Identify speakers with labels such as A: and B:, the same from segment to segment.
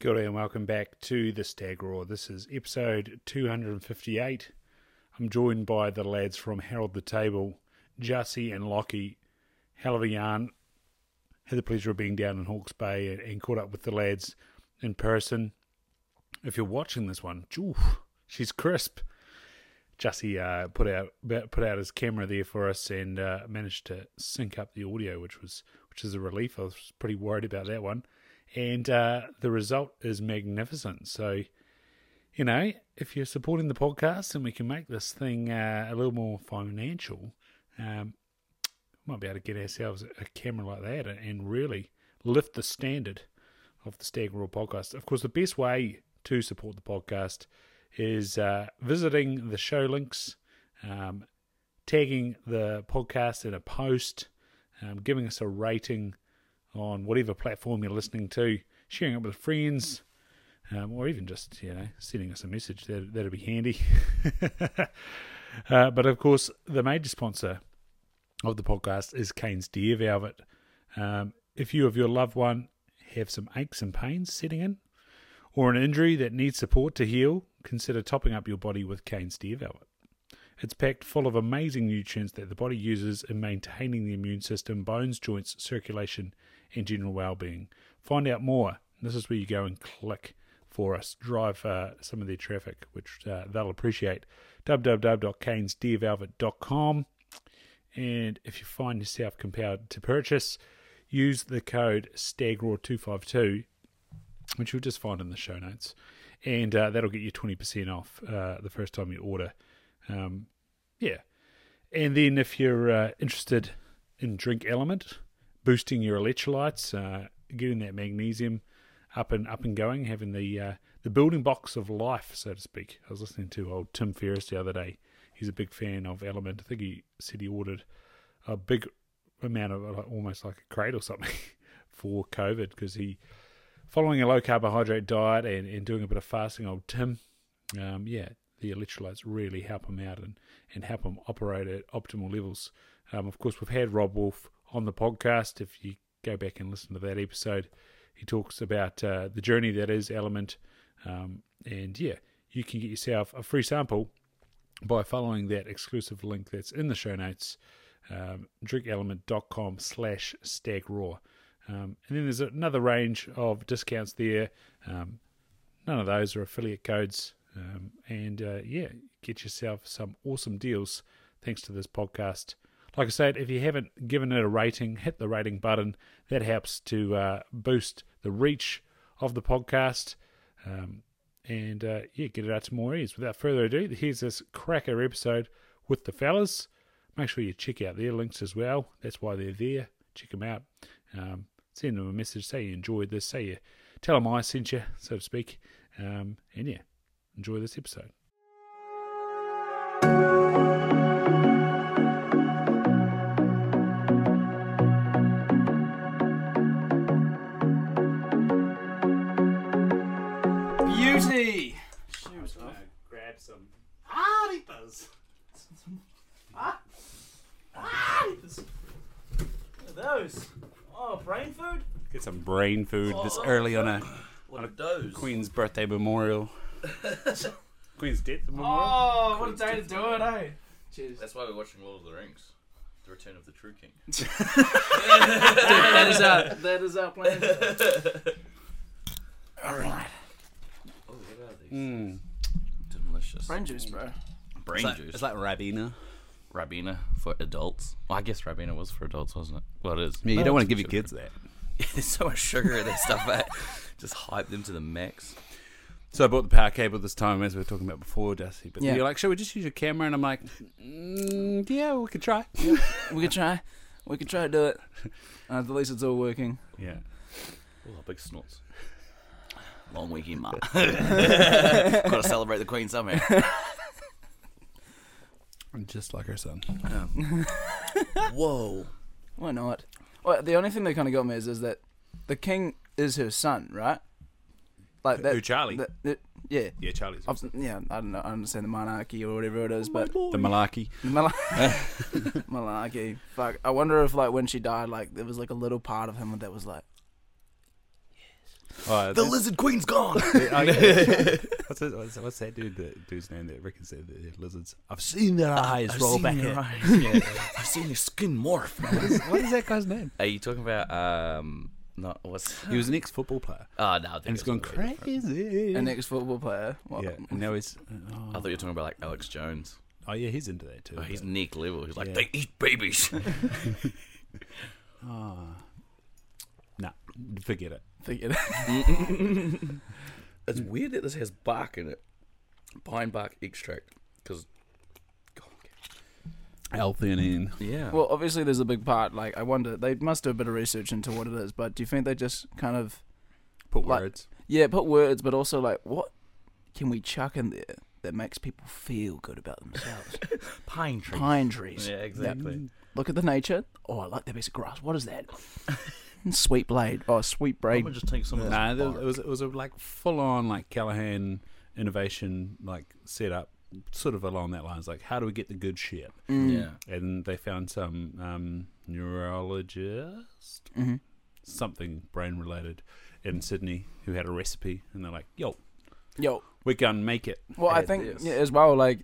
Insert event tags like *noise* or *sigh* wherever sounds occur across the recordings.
A: Kia ora and welcome back to the Stag Roar. This is episode 258. I'm joined by the lads from Harold the Table, Jussie and Lockie. Hell of a yarn. Had the pleasure of being down in Hawke's Bay and, and caught up with the lads in person. If you're watching this one, oof, she's crisp. Jussie uh, put out put out his camera there for us and uh, managed to sync up the audio, which was which is a relief. I was pretty worried about that one, and uh, the result is magnificent. So, you know, if you're supporting the podcast and we can make this thing uh, a little more financial, um, we might be able to get ourselves a camera like that and really lift the standard of the Stag Royal podcast. Of course, the best way to support the podcast is uh, visiting the show links, um, tagging the podcast in a post, um, giving us a rating on whatever platform you're listening to, sharing it with friends, um, or even just you know sending us a message. That that'd be handy. *laughs* uh, but of course, the major sponsor of the podcast is Kane's Deer Velvet. Um, if you of your loved one have some aches and pains setting in, or an injury that needs support to heal, consider topping up your body with Kane's Deer Velvet. It's packed full of amazing nutrients that the body uses in maintaining the immune system, bones, joints, circulation, and general well-being. Find out more. This is where you go and click for us. Drive uh, some of their traffic, which uh, they'll appreciate. www.canesdeervelvet.com. And if you find yourself compelled to purchase, use the code STAGRAW252, which you'll just find in the show notes. And uh, that'll get you 20% off uh, the first time you order. Um, yeah. And then if you're uh, interested in drink element, boosting your electrolytes, uh, getting that magnesium up and up and going, having the uh, the building blocks of life, so to speak. I was listening to old Tim Ferriss the other day. He's a big fan of element. I think he said he ordered a big amount of like, almost like a crate or something *laughs* for COVID because he following a low carbohydrate diet and, and doing a bit of fasting. Old Tim, um, yeah, the electrolytes really help them out and, and help them operate at optimal levels. Um, of course, we've had Rob Wolf on the podcast. If you go back and listen to that episode, he talks about uh, the journey that is Element. Um, and yeah, you can get yourself a free sample by following that exclusive link that's in the show notes, um, drinkelement.com slash stagraw. Um, and then there's another range of discounts there. Um, none of those are affiliate codes. Um, and uh, yeah, get yourself some awesome deals thanks to this podcast. Like I said, if you haven't given it a rating, hit the rating button. That helps to uh, boost the reach of the podcast um, and uh, yeah, get it out to more ears. Without further ado, here's this cracker episode with the fellas. Make sure you check out their links as well. That's why they're there. Check them out. Um, send them a message. Say you enjoyed this. Say you tell them I sent you, so to speak. Um, and yeah, enjoy this episode.
B: Beauty! Shoes off.
A: Grab some.
B: Arribas! Ah! Arribas! Look at those. Oh, brain food?
A: Get some brain food this early on a
C: What a doze.
A: Queen's birthday memorial. Queen's death memorial.
B: Oh, what a day to do it, eh? Cheers.
C: That's why we're watching Lord of the Rings. The Return of the True King.
B: that is our, that is our plan. Alright.
C: Oh, what are these?
A: Mm.
C: Delicious.
B: *laughs* Brain juice, bro.
C: Brain
D: It's like,
C: juice.
D: it's like Rabina.
C: Rabina for adults. Well, I guess Rabina was for adults, wasn't it? Well, it is.
D: Yeah, you don't want to give your
C: *laughs* it's
D: kids that.
C: There's so much sugar in that stuff, eh? *laughs* Just hype them to the max.
D: So I bought the power cable this time, as we were talking about before, Dusty. But
B: Yeah.
D: you're like, "Should we just use your camera?" And I'm like, mm, "Yeah, we could try."
B: We could try. We could try to do it. Uh, at least it's all working.
D: yeah.
C: Oh, big snorts. Long weekend,
D: *laughs*
C: mate. *laughs* Gotta celebrate the Queen somehow.
D: Just like our son.
C: Whoa.
B: Why not? Well, the only thing that kind of got me is, is that the king is her son, right? Like that.
D: Who, Charlie?
B: that- that- yeah.
D: Yeah, Charlie's *laughs*
B: I've, yeah, I don't know. I understand the monarchy or whatever it is, but *laughs*
D: the malarkey.
B: Mal- *laughs* malarkey. Fuck. I wonder if like when she died, like there was like a little part of him that was like,
E: Oh,
D: *laughs*
C: The
E: that's-
C: lizard queen's gone.
E: Oh, yeah. *laughs* what's, that- what's, what's that dude? The dude's name that Rickon said that they're lizards. Ah, I've seen their eyes
C: I've
E: roll
C: seen
E: back.
C: your
E: in.
C: eyes. I've seen your skin morph.
D: *laughs*
E: What is- what is that guy's name?
C: Are you talking about um? Not what's?
E: He was an ex-football player,
C: Oh no, I think
E: and he's
C: it's
E: gone
C: something way different.
E: crazy.
B: An ex football player. Well,
E: yeah, and now he's.
C: I
E: Oh,
C: thought you were talking about like Alex Jones.
E: oh yeah, he's into that too.
C: Oh, he's
E: but-
C: Nick level. He's like
E: Yeah.
C: they eat babies.
E: oh. Nah, forget it.
B: *laughs* Forget it.
C: *laughs* it's weird that this has bark in it, pine bark extract. Because,
E: L-theanine.
C: yeah,
B: Well, obviously, there's a big part. Like, I wonder, they must do a bit of research into what it is, but do you think they just kind of,
E: Put
B: Like-
E: words.
B: yeah, put words, but also, like, what can we chuck in there that makes people feel good about themselves?
C: pine Mm. tree.
B: Pine trees.
C: Yeah, exactly.
B: Look at the nature. Oh, I like that piece of grass. What is that? *laughs* sweet blade. Oh, sweet
C: I'm
B: braid.
C: gonna just take some of
E: Nah,
C: this.
E: it was, it was it was a like full on like Callahan innovation like setup, sort of along that lines. Like, how do we get the good shit?
C: Yeah,
E: And they found some um, neurologist,
C: Mm-hmm.
B: Mhm.
E: something brain related, in Sydney who had a recipe, and they're like, "Yo,
B: Yo,
E: we're gonna make it."
B: Well, I
C: Add
B: think
C: this.
B: yeah, as well, like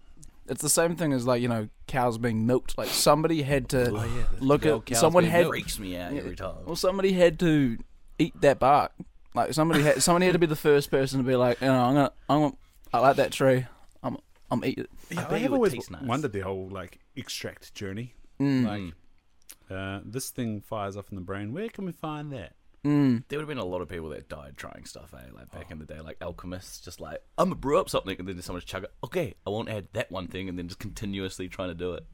B: it's the same thing as like you know cows being milked. Like somebody had to
E: Oh,
B: look
E: Well,
B: at
E: cows
B: someone
E: being
B: had
E: milked.
C: freaks me out
B: Yeah.
C: every time.
B: well somebody had to eat that bark. Like somebody had somebody had to be the first person to be like, you know, I'm gonna, I'm gonna, I like that tree. I'm, I'm eat it.
C: I bet
E: I
C: you
E: have
C: it
E: always
C: tastes nice.
E: wondered the whole like extract journey.
B: Mm.
E: Like, uh, this thing fires off in the brain. Where can we find that?
B: Mm.
C: There would have been a lot of people that died trying stuff, eh? Like back in the day, like alchemists, just like I'm gonna brew up something, and then someone just chug it. Okay, I won't add that one thing, and then just continuously trying to do it.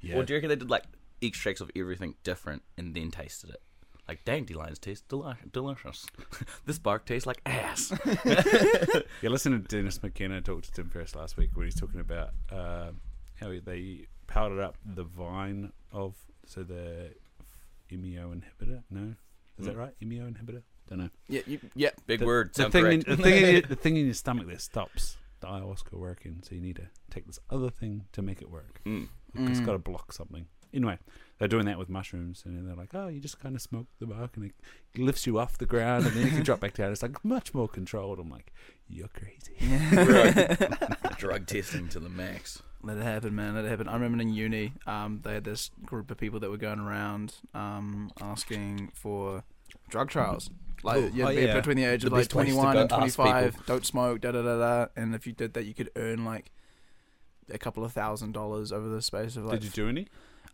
E: Yeah,
C: Or do you reckon they did like extracts of everything different and then tasted it? Like dandelions taste deli- delicious. *laughs* this bark tastes like *laughs* ass.
E: Yeah, listen to Dennis McKenna talk to Tim Ferriss last week when he's talking about uh, how they powdered up the vine of so the imeo inhibitor. No, is that
C: Mm.
E: right? Imeo inhibitor. Don't know.
B: Yeah, you, yeah.
C: Big
E: The-
C: word.
E: The
C: sound
E: thing, in,
C: correct.
E: the thing,
C: *laughs*
E: in your, the thing in your stomach that stops the ayahuasca working, so you need to take this other thing to make it work.
C: Mm.
E: It's
B: Mm.
E: got to block something. Anyway, they're doing that with mushrooms, and then they're like, "Oh, you just kind of smoke the bark, and it lifts you off the ground, and then you can drop back down." It's like much more controlled. I'm like, "You're crazy."
B: Mm.
C: *laughs* Drug testing to the max.
B: Let it happen, man. Let it happen. I remember in uni, um, they had this group of people that were going around, um, asking for drug trials. Like
E: Oh,
B: you'd
E: oh,
B: be
E: yeah.
B: between the age of
C: The
B: like
C: best place to
B: 21 and
C: go ask people.
B: 25, don't smoke, da da da da. And if you did that, you could earn like a couple of thousand dollars over the space of like.
E: Did you do any?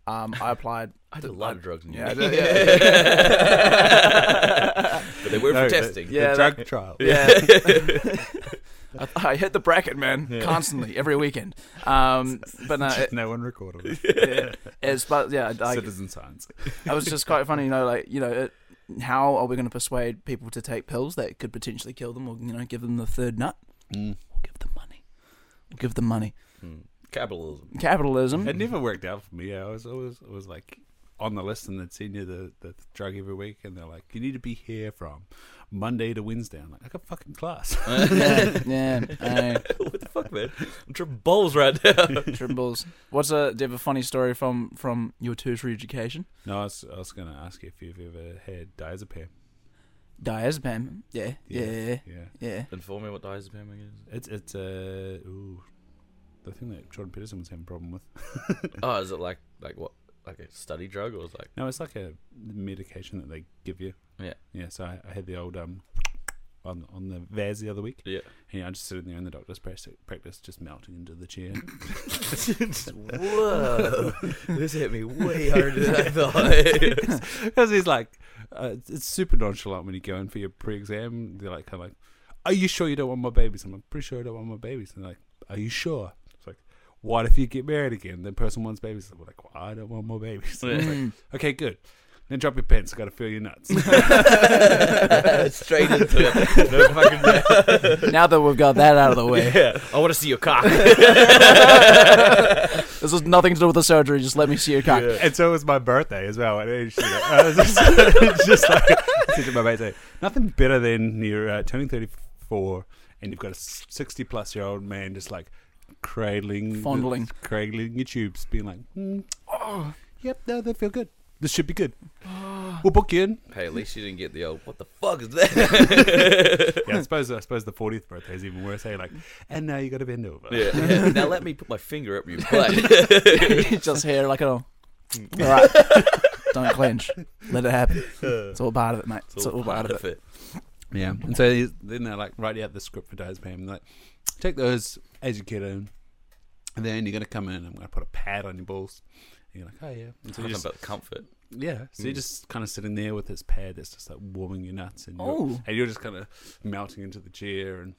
B: Um, I applied.
C: I did a lot of drugs in
B: Yeah, I
C: yeah,
B: did, yeah.
C: *laughs* But they were
E: No,
C: for testing.
B: *laughs* yeah. *laughs*
E: the
B: that-
E: drug trial. *laughs*
B: I, I hit the bracket, man, constantly every weekend. Um, but no,
E: *laughs*
B: it,
E: no one recorded it. *laughs*
B: yeah, it's but yeah, I,
E: Citizen science.
B: I was just quite funny, you know, like you know, it, how are we going to persuade people to take pills that could potentially kill them, or you know, give them the third nut?
E: Mm.
B: We'll give them money. We'll give them money.
C: Hmm. Capitalism.
B: Capitalism. *laughs*
E: It never worked out for me. I was always I was like on the list, and they'd send you the, the drug every week, and they're like, "You need to be here from Monday to Wednesday." I'm like, "I got fucking class." *laughs*
B: yeah, yeah. I-
C: what the *laughs* fuck, man? I'm tripping balls right now.
B: Tribbles. What's a do you have a funny story from from your tertiary education?
E: no, I was, I was going to ask you if you've ever had diazepam.
B: Diazepam. Yeah, yeah, yeah.
E: Yeah,
B: yeah.
C: *laughs* Inform me what diazepam is.
E: it's it's uh ooh, the thing that Jordan Peterson was having a problem with.
C: Oh, is it like like what? Like a study drug, or is it like
E: No, it's like a medication that they give you.
C: Yeah.
E: yeah. So I, I had the old um on on the Vaz the other week.
C: yeah?
E: And yeah, I just sitting there in the doctor's practice, practice just melting into the
C: *laughs*
E: chair.
C: Whoa, Oh, this hit me
E: *laughs*
C: way harder than I thought.
E: Because he's like, uh, it's- it's super nonchalant when you go in for your pre exam. They're like, kind of like, Are you sure you don't want my babies? I'm like, Pretty sure I don't want my babies. And they're like, Are you sure? It's like, What if you get married again? The person wants babies. We're like, well, I don't want more babies. *laughs* And it's like,
B: Mm.
E: okay, good. Then drop your pants. I got to feel your
C: *laughs*
E: nuts.
C: Straight into it. No fucking
B: now that we've got that out of the *laughs* way,
C: yeah. I want to see your cock.
B: this has nothing to do with the surgery. Just let me see your cock.
E: and so it was my birthday as well. And it was just, I
C: *laughs*
E: was just, *laughs* just like, I said to my mate, nothing better than you're uh, turning 34 and you've got a 60 plus year old man just like cradling,
B: Fondling.
E: cradling your tubes, being like, mm, oh, yep, no, they feel good. This should be good. we'll book you in.
C: Hey, at least you didn't get the old. What the fuck is that?
E: Yeah,
C: *laughs*
E: I suppose I suppose the fortieth birthday is even worse. Hey, like, and now you got to bend over.
C: *laughs* yeah.
E: *laughs*
C: Now let me put my finger up your
B: *laughs*
C: butt.
B: just here *laughs* like oh, all right. Don't clench. Let it happen.
E: Uh.
B: It's all part of it, mate. It's, all, part, of it.
E: Yeah. And so he's- then they like write out the script for Diazepam. Like, take those as you get in, and then you're gonna come in. I'm gonna put a pad on your balls. And you're like, oh yeah. And so you
C: Talking
E: just,
C: about comfort.
E: yeah. So you're just kind of sitting there with this pad that's just like warming your nuts, and you're,
B: Oh.
E: and you're just kind of melting into the chair, and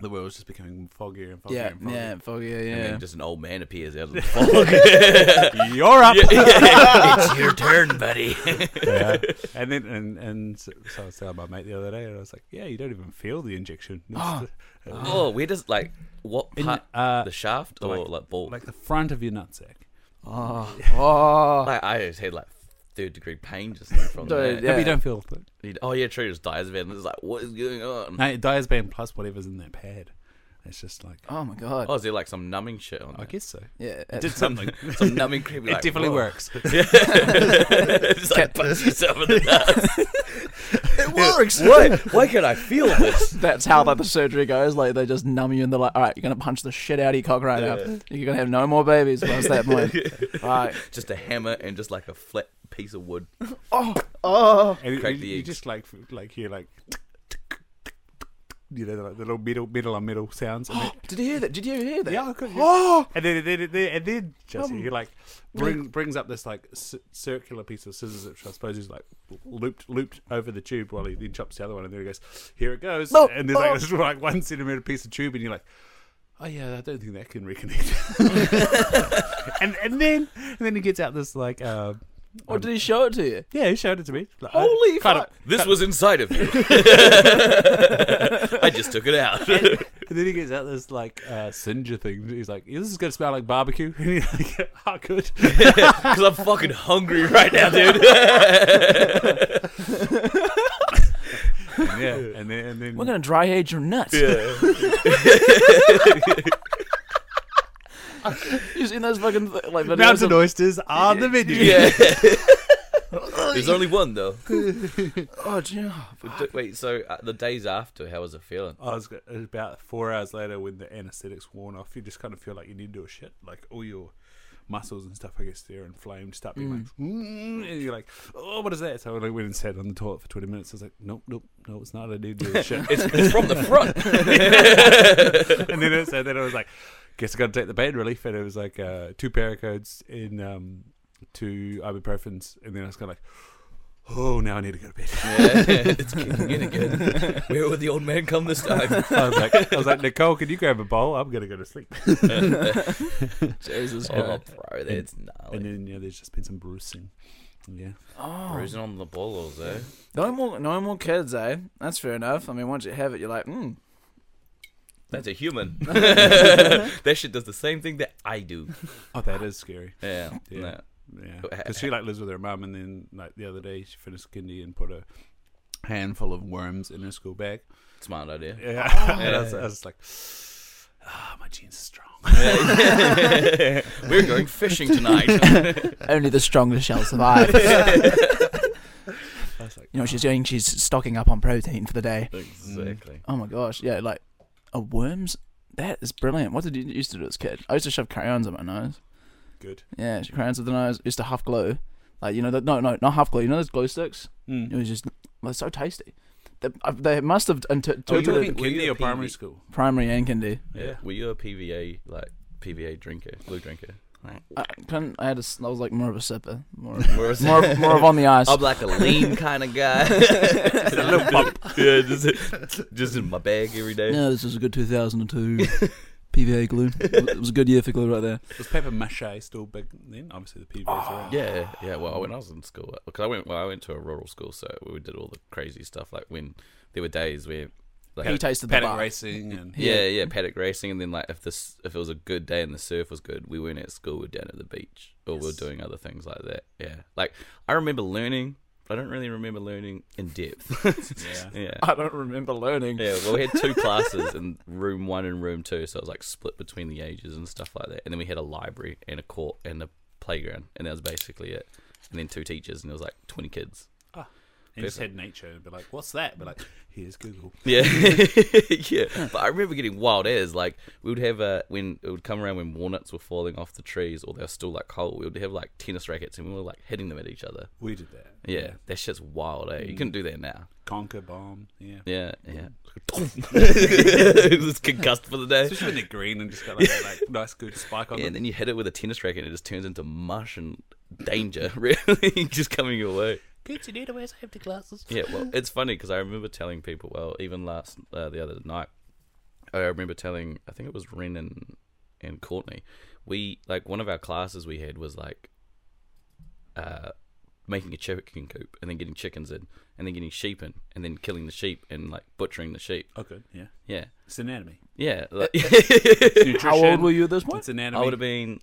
E: the world's just becoming foggier and foggier
B: Yeah,
E: and foggier.
B: yeah, foggy, yeah,
C: And
B: yeah.
C: then just an old man appears *laughs* out of the fog.
E: *laughs* You're up.
C: it's your turn, buddy.
E: yeah. *laughs* And then and and so, so I was telling my mate the other day, and I was like, "Yeah, you don't even feel the injection. It's the-
C: oh, where does like what
E: In,
C: part?
E: uh,
C: the shaft or
E: like-
C: like, ball?
E: like
C: Like,
E: the front of your nutsack."
B: Oh, oh.
C: I just had like third degree pain just now *laughs* from
B: Dude,
C: that.
E: Yeah.
B: Yeah.
E: But you don't feel. it.
C: He- Oh yeah, true. It was diazepam. It was like, what is
E: *laughs*
C: going on?
E: No, it diazepam plus whatever's in that pad. It's just like
B: oh my god.
C: Oh, is there like some numbing shit on?
E: I
C: there?
E: guess so.
B: yeah,
E: It
B: *laughs*
E: did something.
C: Some numbing cream.
E: it definitely
C: *laughs*
E: works.
C: it's like punch yourself *laughs* in the nuts. it works. Why? Why can I feel this?
B: That's how like the surgery goes. Like they just numb you and they're like, "All right, you're gonna punch the shit out of your cock right now. You're gonna have no more babies past that point." right. *gasps*
C: Just a hammer and just like a flat piece of wood.
E: And you,
C: Crack the
E: you
C: eggs.
E: just like like hear like. *laughs* You know, like the little metal, metal on metal sounds. And then,
B: Did you hear that? Did you hear that?
E: yeah, I
B: *gasps*
E: could. And then, then, then, and then Jesse, he Um, like brings brings up this like c- circular piece of scissors, which I suppose is like looped looped over the tube while he then chops the other one, and then he goes, "Here it goes."
B: No.
E: And there's like
B: Oh.
E: this *laughs* like one centimeter piece of tube, and you're like, "Oh yeah, I don't think that can *laughs* reconnect." and and then and then he gets out this like, uh,
B: Or did he show it to you?
E: yeah, he showed it to me. Like, "Oh." I-
B: Holy
E: kind of-
B: fuck.
C: This was inside of you. *laughs* I just took it *laughs* out.
E: And then he gets out this like uh, Singer thing. He's like, "This is gonna smell like barbecue." *laughs* And he's like, "Oh, good."
C: Because I'm fucking hungry right now, dude.
E: *laughs* yeah, and then and then
B: We're gonna dry age your nuts. *laughs* you seen those fucking th- like videos?
E: Mountain
B: of,
E: oysters are the menu.
C: *laughs* Yeah. There's only one though.
B: oh, do you know-
C: Wait, so uh, the days after, how was it feeling?
E: I was go- about four hours later when the anesthetic's worn off. You just kind of feel like you need to do a shit. Like all your muscles and stuff, I guess, they're inflamed. Start being like, "Mm," and you're like, oh, what is that? So I like, went and sat on the toilet for 20 minutes. I was like, nope, nope, no, it's not. I need to do a shit.
C: It's, it's from the
E: *laughs*
C: front.
E: and then it, so then I was like, guess I got to take the pain relief. And it was like uh, two paracodes in um, two ibuprofens. And then I was kind of like, oh, now I need to go to bed. *laughs*
C: *laughs* it's kicking in again. Where would the old man come this time?
E: I was like, I was like, Nicole, can you grab a bowl? I'm gonna go to sleep.
C: *laughs* Jesus, oh, bro, that's gnarly.
E: And then yeah, there's just been some bruising. Yeah.
B: oh.
C: Bruising on the balls, eh?
B: no more, no more kids, eh? That's fair enough. I mean, once you have it, you're like, hmm.
C: That's a *laughs* human. that shit does the same thing that I do.
E: Oh, that is scary.
C: Yeah.
E: Yeah.
C: no.
E: Yeah. Because she like lives with her mum, and then like the other day she finished kindy and put a handful of worms in her school
C: *laughs*
E: bag.
C: Smart idea. *laughs*
E: Yeah. *laughs*
C: Oh.
E: and I was, I was just like, ah, my genes are strong.
C: We're going fishing *laughs*
B: *laughs*
C: tonight.
B: Only the strongest shall survive. you
E: I was like,
B: know what she's doing? She's stocking up on protein for the day.
C: exactly.
B: Oh my gosh, yeah, like a worms. That is brilliant. What did you used to do as a kid? I used to shove crayons in my nose.
E: good.
B: Yeah, sh- crayons with the nose. Used to half glue. Like you know, the, no, no, not half glue. You know those glue sticks?
C: Hmm.
B: It was just they're so tasty. They, I- they must have
E: Were you
B: interpreted
E: in
C: were you
E: kindy
C: a
E: or primary
C: PV?
E: school?
B: primary and kindy.
E: Yeah.
C: Were you a PVA like PVA drinker, blue drinker?
B: I couldn't. I had a. s- I was like more of a sipper, more,
C: Where was
B: more,
C: *laughs*
B: of- more of on the ice.
C: I'm like a lean kind of guy. just a little bump. *laughs* Yeah, just, just in my bag every day.
B: Yeah, this was a good *laughs* 2002 PVA glue. It was a good year for glue right there.
E: Was paper mache still big then? Obviously the PVs around.
C: Oh, Yeah, yeah. Well, when I was in school, because I went, well, I went to a rural school, so we did all the crazy stuff. Like when there were days where, like,
B: He tasted the
E: Paddock
B: bark.
E: racing
C: *laughs*
E: and
C: yeah, yeah, paddock racing, and then like if this, if it was a good day and the surf was good, we weren't at school, we're down at the beach, or we are doing other things like that. Yeah, like I remember learning, but I don't really remember learning in depth.
E: Yeah.
C: yeah.
B: *laughs* I don't remember learning.
C: Yeah, well, we had two classes in room one and room two, so it was like split between the ages and stuff like that. And then we had a library and a court and a playground, and that was basically it. and then two teachers, and it was like twenty kids.
E: And just had nature and be like, what's that? But like, here's Google.
C: *laughs* Yeah, yeah. But I remember getting wild as like we would have uh, when it would come around when walnuts were falling off the trees or they were still like cold. We would have like tennis rackets and we were like hitting them at each other.
E: We did that.
C: Yeah, that shit's wild. Eh? You couldn't do that now.
E: Conquer bomb. Yeah.
C: Yeah, yeah. Mm. *laughs* Just concussed for the day.
E: Especially when they're green and just got
C: *laughs*
E: like, that, like nice good spike on
C: Yeah,
E: them.
C: and then you hit it with a tennis racket and it just turns into mush and danger, *laughs* really, just coming your way.
E: Kids, you need to wear safety glasses.
C: Yeah,
E: *laughs*
C: well, it's funny because I remember telling people, well, even last, uh, the other night, I remember telling, I think it was Ren and, and Courtney, we, like, one of our classes we had was like, uh, making a chicken coop and then getting chickens in and then getting sheep in and then killing the sheep and like butchering the sheep.
E: Oh, good. Yeah.
C: Yeah.
E: It's
C: *laughs*
E: anatomy.
C: Yeah. like- *laughs*
E: *laughs*
B: How old were you at this point?
E: It's anatomy.
C: I would have been.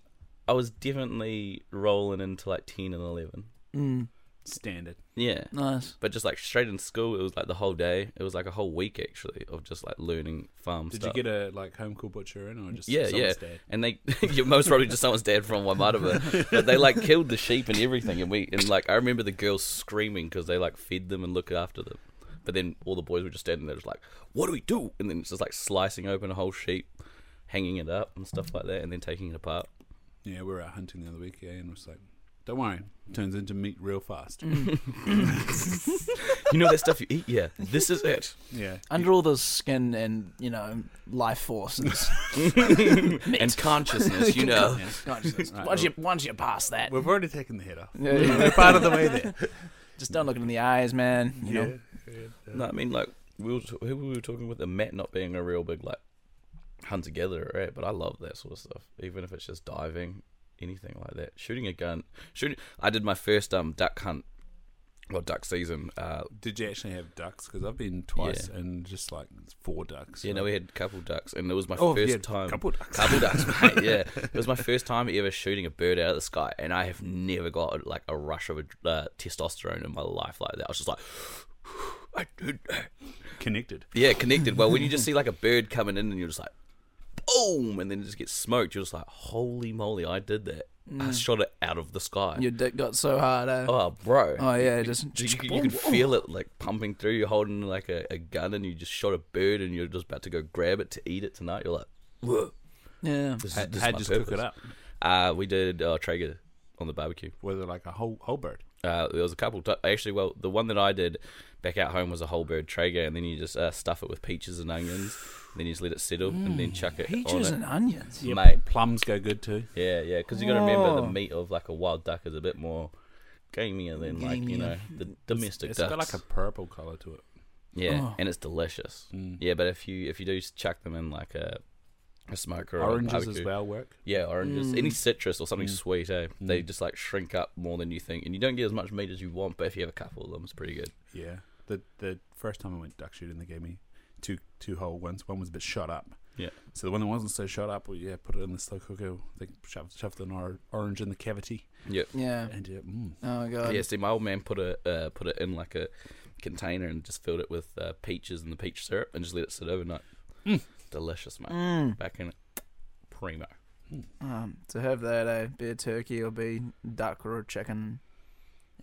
C: I was definitely rolling into like ten and eleven.
B: Mm,
E: standard.
C: Yeah,
B: nice.
C: but just like straight in school, it was like the whole day. It was like a whole week actually of just like learning farm
E: Did
C: stuff.
E: you get a like home cool butcher in or just
C: yeah, yeah,
E: someone's dad?
C: and they *laughs* you're most probably just someone's dad from Waimataba, but they like killed the sheep and everything, and we and like I remember the girls screaming because they like fed them and looked after them, but then all the boys were just standing there just like, what do we do? And then it's just like slicing open a whole sheep, hanging it up and stuff like that, and then taking it apart.
E: Yeah, we were out hunting the other week, yeah, and it was like, don't worry, turns into meat real fast.
C: Mm. You know that stuff you eat? Yeah, this is it.
E: *laughs* Yeah.
B: Under all the skin and you know life force and
C: *laughs* and
B: *laughs*
C: consciousness, you know.
E: *laughs*
B: consciousness.
E: Right,
B: once you once you pass that,
E: We've already taken the head off.
B: Yeah, yeah.
E: We're part of the way
C: *laughs*
E: there.
B: just don't look it in the eyes, man. You know,
C: no, I mean, like we were, t- who we were talking with the Matt not being a real big like hunter gatherer, right? But I love that sort of stuff, even if it's just diving, anything like that, shooting a gun, shooting. I did my first um duck hunt, well duck season. Uh,
E: Did you actually have ducks? Because I've been twice and just like four ducks.
C: you know, we had a couple ducks, and it was my
E: Oh,
C: first
E: yeah,
C: time.
E: couple ducks.
C: *laughs* Couple ducks, mate. Yeah, it was my first time ever shooting a bird out of the sky, and I have never got like a rush of uh, testosterone in my life like that. I was just like, *sighs* I did that.
E: connected.
C: Yeah, connected. Well, when you just see like a bird coming in and you're just like, boom, and then it just gets smoked, you're just like, holy moly, I did that. I shot it out of the sky.
B: your dick got so hard. Eh? Oh,
C: oh, bro.
B: yeah, just
C: You, you, you can feel it like pumping through. You're holding like a, a gun and you just shot a bird and you're just about to go grab it to eat it tonight. You're like, whoa.
B: yeah.
C: This is,
E: Had,
C: this is
E: had
C: my
E: just
C: purpose.
E: cook it up.
C: Uh, we did uh, Traeger on the barbecue.
E: Was it like a whole whole bird?
C: Uh, there was a couple. T- actually, well, the one that I did back out home was a whole bird Traeger, and then you just uh, stuff it with peaches and onions, and then you just let it settle, and then chuck it on
B: Peaches
C: it.
B: and onions.
C: Mate,
E: Plums go good too.
C: Yeah, yeah, because you got to remember
B: Oh.
C: the meat of like a wild duck is a bit more gamier than like
B: Gamier.
C: you know the domestic
E: It's
C: ducks.
E: got like a purple color to it.
C: yeah,
B: Oh.
C: and it's delicious.
E: Mm.
C: Yeah, but if you if you do chuck them in like a a smoker or a
E: Oranges as
C: barbecue-
E: well Mm. work.
C: yeah, oranges, any citrus or something sweet, eh?
E: Mm.
C: They just like shrink up more than you think, and you don't get as much meat as you want. But if you have a couple of them, it's pretty good.
E: Yeah. The the first time I went duck shooting, they gave me two two whole ones. One was a bit shot up.
C: Yeah.
E: So the one that wasn't so shot up, well, yeah, put it in the slow cooker. They shoved, shoved an or- orange in the cavity,
C: Yeah,
B: Yeah.
E: and uh, mm,
B: Oh god.
C: yeah. See, my old man put a uh, put it in like a container and just filled it with uh, peaches and the peach syrup, and just let it sit overnight. Delicious, mate.
B: Mm.
C: Back in it, primo.
B: Um, to have that, eh, be a turkey or be duck or a chicken.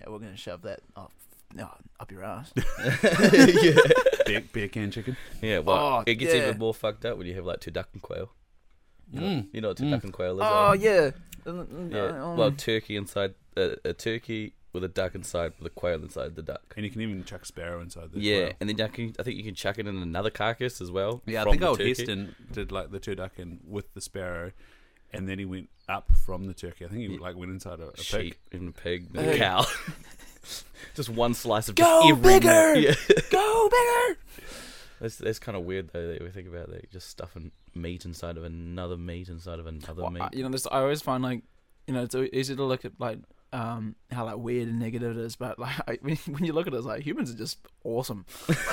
B: Yeah, we're gonna shove that off, no, up your ass.
E: mm, beer, beer can chicken.
C: Yeah, well,
B: Oh,
C: it gets
B: yeah.
C: even more fucked up when you have like two duck and quail. You know,
E: Mm.
C: you know what two duck and quail is?
B: oh
C: eh?
B: yeah. Oh. um,
C: yeah. well, turkey inside uh, a turkey with a duck inside, with a quail inside the duck.
E: And you can even chuck sparrow inside the
C: Yeah, and then you can, I think you can chuck it in another carcass as well.
E: Yeah, I
C: from
E: think
C: the
E: old
C: turkey.
E: Heston did like the two duck in with the sparrow, and then he went up from the turkey. I think he like went inside a, a pig.
C: sheep and a pig and a
B: Pig.
C: cow. *laughs* just one slice of
B: Go
C: just every
B: bigger!
C: meat. Yeah.
B: go bigger.
C: That's that's kind of weird though that we think about that. Just stuffing meat inside of another meat inside of another
B: Well,
C: meat.
B: I, you know, this I always find like, you know, it's o- easy to look at like um how like weird and negative it is, but like *laughs* I, when, when you look at it, it's like humans are just
C: *laughs*
B: awesome.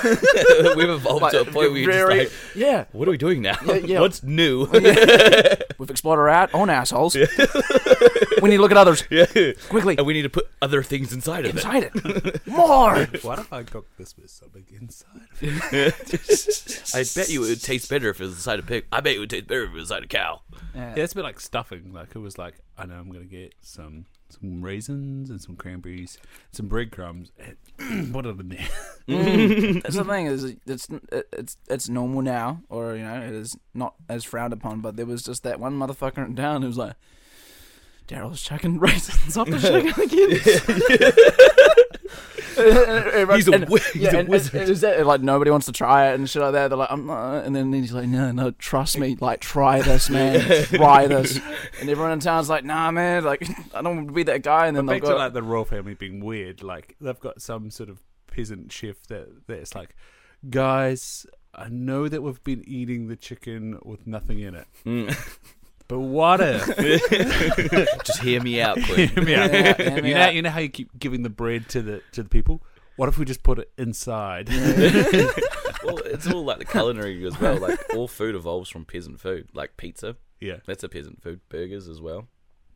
C: We've evolved to a
B: Like,
C: point where you're
B: very-
C: just like,
B: yeah.
C: what are we doing now?
B: Yeah, yeah.
C: *laughs* What's new?
B: We've explored our out own assholes. we need to look at others
C: yeah.
B: quickly.
C: *laughs* and we need to put other things inside of it.
B: Inside it.
C: *laughs*
B: More.
E: What if I cooked this with something inside? Of it?
C: I bet you it would taste better if it was inside a pig. I bet it would taste better if it was inside a cow.
E: Yeah, it's a bit like stuffing. Like it was like I know I'm gonna get some some raisins and some cranberries, some breadcrumbs. And *clears throat* what other name?
C: *laughs*
B: Mm. That's the thing is it's it's it's normal now, or you know, it is not as frowned upon. But there was just that one motherfucker in town who was like, "Daryl's chucking *laughs* raisins off the
C: *laughs*
B: sugar *laughs* again."
E: He's a wi- he's a
B: and,
E: wizard.
B: And, and is that, like nobody wants to try it and shit like that? They're like, "I'm not," and then he's like, "No, no, trust me, like try this, man,
C: *laughs*
B: try this." And everyone in town's like, "Nah, man, like I don't want to be that guy." And then
E: But
B: they'll
E: back to
B: go,
E: like the royal family being weird. Like they've got some sort of peasant chef that that's like, guys, I know that we've been eating the chicken with nothing in it,
C: Mm.
E: but what if? *laughs*
C: Just hear me *laughs* out, Queen.
E: Hear me out.
B: Yeah, yeah,
E: you
B: yeah.
E: know, you know how you keep giving the bread to the to the people. What if we just put it inside?
C: well, it's all like the culinary as well. Like all food evolves from peasant food, like pizza.
E: *laughs* yeah.
C: That's a peasant food. Burgers as well.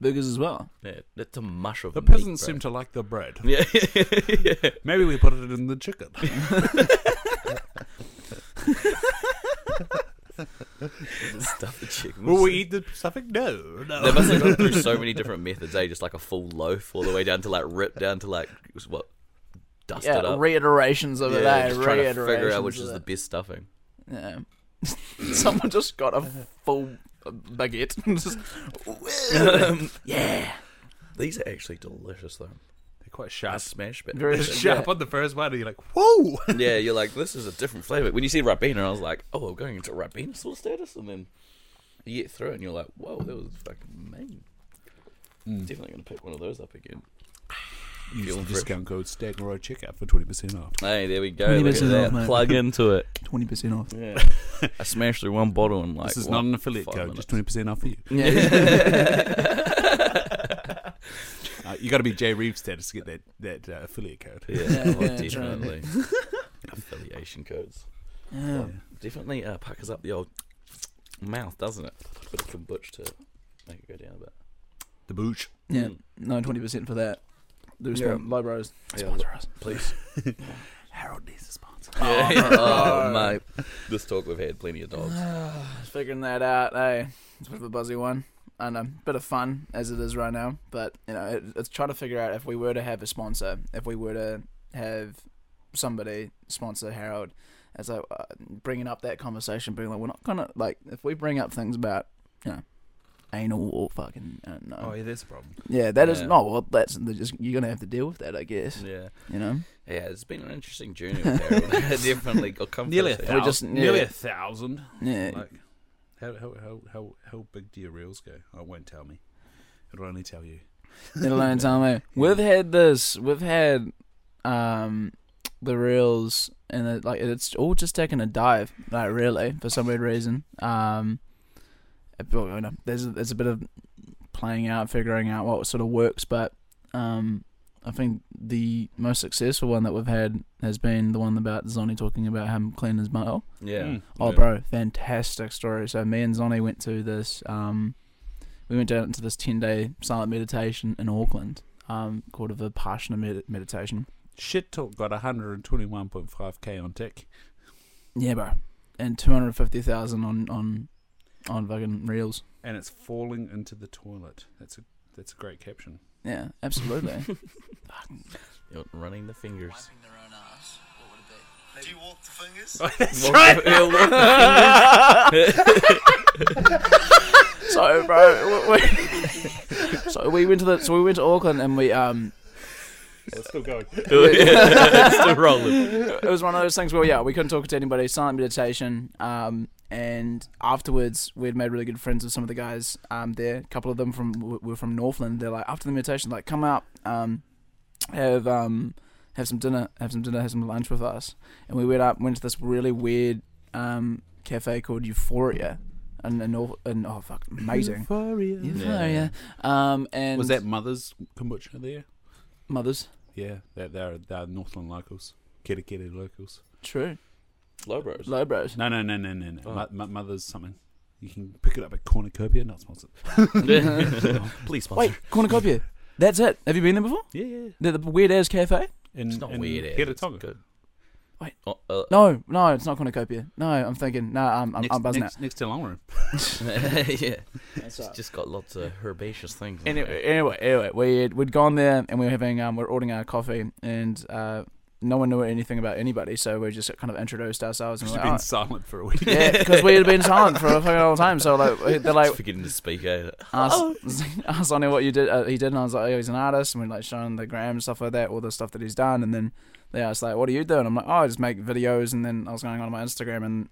B: "Burgers as well."
C: Yeah, that's a mush of
E: The
C: meat,
E: peasants
C: bro.
E: seem to like the bread.
C: *laughs* Yeah, *laughs*
E: Maybe we put it in the chicken.
C: stuff the chicken.
E: Will we eat the stuffing? No, *laughs*
C: They
E: no.
C: must have gone through so many different methods. They just like a full loaf all the way down to like rip down to like what dust it
B: yeah,
C: up.
B: reiterations of it.
C: Yeah,
B: eh?
C: just trying to
B: reiterations
C: figure out which
B: of
C: is the
B: it.
C: best stuffing.
B: Yeah. *laughs* Someone just got a full uh, baguette. and just,
C: *laughs*
B: yeah.
C: These are actually delicious though.
E: They're quite
C: I
E: sharp.
C: smash but
B: Very
E: Sharp on the first one, and you're like, *laughs* whoa!
C: yeah, you're like this is a different flavor. When you see Rabina, I was like, oh, we're going into Rabina sauce status, and then you get through it and you're like, whoa, that was fucking mean.
E: Mm.
C: Definitely gonna pick one of those up again.
E: Use the
C: Feeling
E: discount code STAGNROY checkout for 20% off.
C: Hey, there we go.
B: 20% off,
C: Look at
B: mate.
C: that. Plug into it.
B: Twenty percent off.
C: Yeah. *laughs* I smashed through one bottle in like.
E: this is
C: what,
E: not an affiliate
C: five
E: code,
C: minutes.
E: just 20% off for you.
C: yeah,
E: *laughs* Uh, you got to be Jay Reeves status to get that, that uh, affiliate code.
B: yeah,
C: oh,
B: yeah,
C: definitely. *laughs* Affiliation codes.
B: *laughs* Yeah.
C: Definitely uh, puckers up the old mouth, doesn't it? Bit of kombucha to make it go down a bit.
E: The booch.
B: Yeah. No, twenty percent for that. Do
C: Yeah.
B: some Libros.
C: Yeah,
B: Sponsor us.
C: Please.
E: Harold needs a sponsor.
C: *laughs* Yeah.
B: *laughs*
C: *laughs* Oh, mate. This talk we've had plenty of dogs.
B: *sighs* Figuring that out, eh? It's a bit of a buzzy one. I know, bit of fun as it is right now, but you know, it, it's trying to figure out if we were to have a sponsor, if we were to have somebody sponsor Harold. As like uh, bringing up that conversation, being like, we're not gonna like if we bring up things about you know anal or fucking uh, no,
E: Oh, yeah, that's a problem.
B: yeah, that is
C: Yeah.
B: no, well, that's they're just you're gonna have to deal with that, I guess.
C: Yeah.
B: You know,
C: Yeah, it's been an interesting journey with Harold. *laughs* Definitely. I'll come
E: Nearly a
C: first.
E: thousand.
B: We just-
E: nearly
B: yeah.
E: a thousand.
B: yeah,
E: Like, how, how, how, how, how big do your reels go? I won't tell me. It'll only tell you.
B: *laughs* Let alone Tame. We've had this. We've had um, the reels, and it, like it's all just taken a dive. Like really, for some weird reason. Um, it- well, you know, there's a, there's a bit of playing out, figuring out what sort of works. But um, I think the most successful one that we've had has been the one about Zonny talking about him cleaning his butthole.
C: Yeah.
E: Mm.
B: Oh,
C: Yeah.
B: bro, fantastic story. So me and Zonny went to this. Um, we went down to this ten day silent meditation in Auckland, um, called a Vipassana med- meditation.
E: Shit Talk got 121.5k on tick.
B: Yeah, bro, and two hundred fifty thousand on on on fucking reels.
E: and it's falling into the toilet. That's a that's a great caption.
B: Yeah, absolutely. *laughs*
C: You're Running the fingers.
F: Do you walk the fingers?
C: That's *laughs* right.
B: so, bro, we, *laughs* we, so we went to the so we went to Auckland and we um
E: still going.
B: *laughs*
E: *laughs*
C: Still rolling.
B: it was one of those things where yeah, we couldn't talk to anybody. Silent meditation. Um, and afterwards, we'd made really good friends with some of the guys um, there. A couple of them from were were from Northland. They're like after the meditation, like come out, um, have um, have some dinner, have some dinner, have some lunch with us. And we went up, went to this really weird um, cafe called Euphoria, and and, all, and oh fuck, amazing. Euphoria. Um, and
E: Was that mother's kombucha there?
B: mothers?
E: Yeah, they're they're, they're Northland locals, Kitty Kitty locals.
B: True.
C: Low
B: *laughs*
C: bros. *laughs*
B: Low bros.
E: No, no, no, no, no, no.
C: Oh.
E: Mo- mo- mother's something. You can pick it up at Cornucopia, not sponsored.
C: Please sponsor.
B: Wait, cornucopia. That's it. Have you been there before?
E: Yeah, yeah.
B: The, the weird ass cafe.
E: In,
C: It's not weird. eh?
E: Here
C: It's
E: Tonga.
C: Good. Oh, uh, *laughs*
B: No, no, it's not cornucopia. No, I'm thinking. No, I'm, I'm, I'm buzzing out.
E: next, next to Longroom.
C: yeah,
B: That's
C: it's
B: right.
C: just got lots of herbaceous things. in
B: Anyway,
C: there.
B: anyway, anyway, we'd we'd gone there and we were having um, we we're ordering our coffee and uh, no one knew anything about anybody, so we just kind of introduced ourselves and
E: She's
B: we're
E: been
B: like, "Oh,
E: silent for a week. *laughs*
B: yeah, because we had been silent for a fucking long time. So like they're like
C: Just forgetting to speak. Eh?
B: *laughs* asked, asked Sonny what you did. Uh, he did, and I was like, oh, he's an artist, and we like showing the gram and stuff like that, all the stuff that he's done. And then they asked like, what do you do? And I'm like, oh, I just make videos. And then I was going on my Instagram and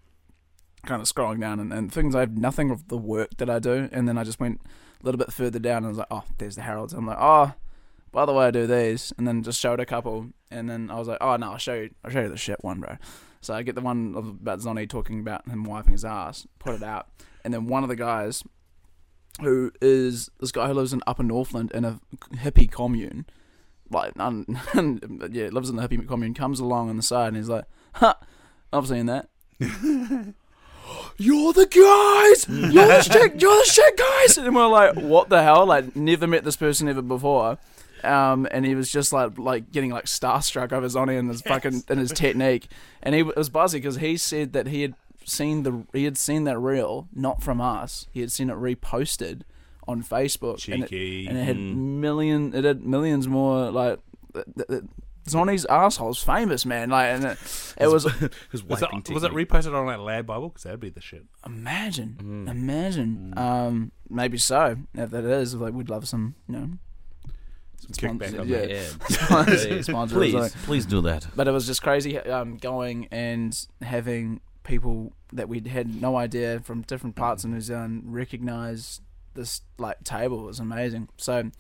B: kind of scrolling down and, and things I have nothing of the work that I do. And then I just went a little bit further down and I was like, oh, there's the Heralds. I'm like, oh. By the way, I do these, and then just showed a couple, and then I was like, "Oh no, I'll show you, I'll show you the shit one, bro." So I get the one of- about Zonny talking about him wiping his ass, put it out, and then one of the guys who is this guy who lives in Upper Northland in a hippie commune. Like, *laughs* none, yeah, lives in the hippie commune, comes along on the side and he's like, huh, I've seen that. *laughs* you're the guys! You're the shit, you're the shit guys! And we're like, what the hell? Like, never met this person ever before. Um, and he was just like, like getting like starstruck over Zonny and his fucking and his technique. And he it was buzzy because he said that he had seen the he had seen that reel not from us. He had seen it reposted on Facebook, and it-
E: Cheeky.
B: and it, had
C: Mm.
B: million it had millions more like. Th- th- th- Zonny's asshole's famous, man. Like, and it, it was
C: Who's
E: Was,
C: wiping
E: that, was it
C: technique?
E: reposted on that Lad Bible? Because that'd be the shit.
B: Imagine,
C: Mm.
B: imagine. Um, maybe so. If that is, like, we'd love some, you
C: *laughs*
B: know,
E: Some
B: Sponsor-
E: kickback on
B: yeah.
E: *laughs* that.
B: *laughs* Sponsor- sponsor or
C: please,
B: something.
C: please do that.
B: but it was just crazy um, going and having people that we'd had no idea from different parts of New Zealand recognize this like table. It was amazing. So.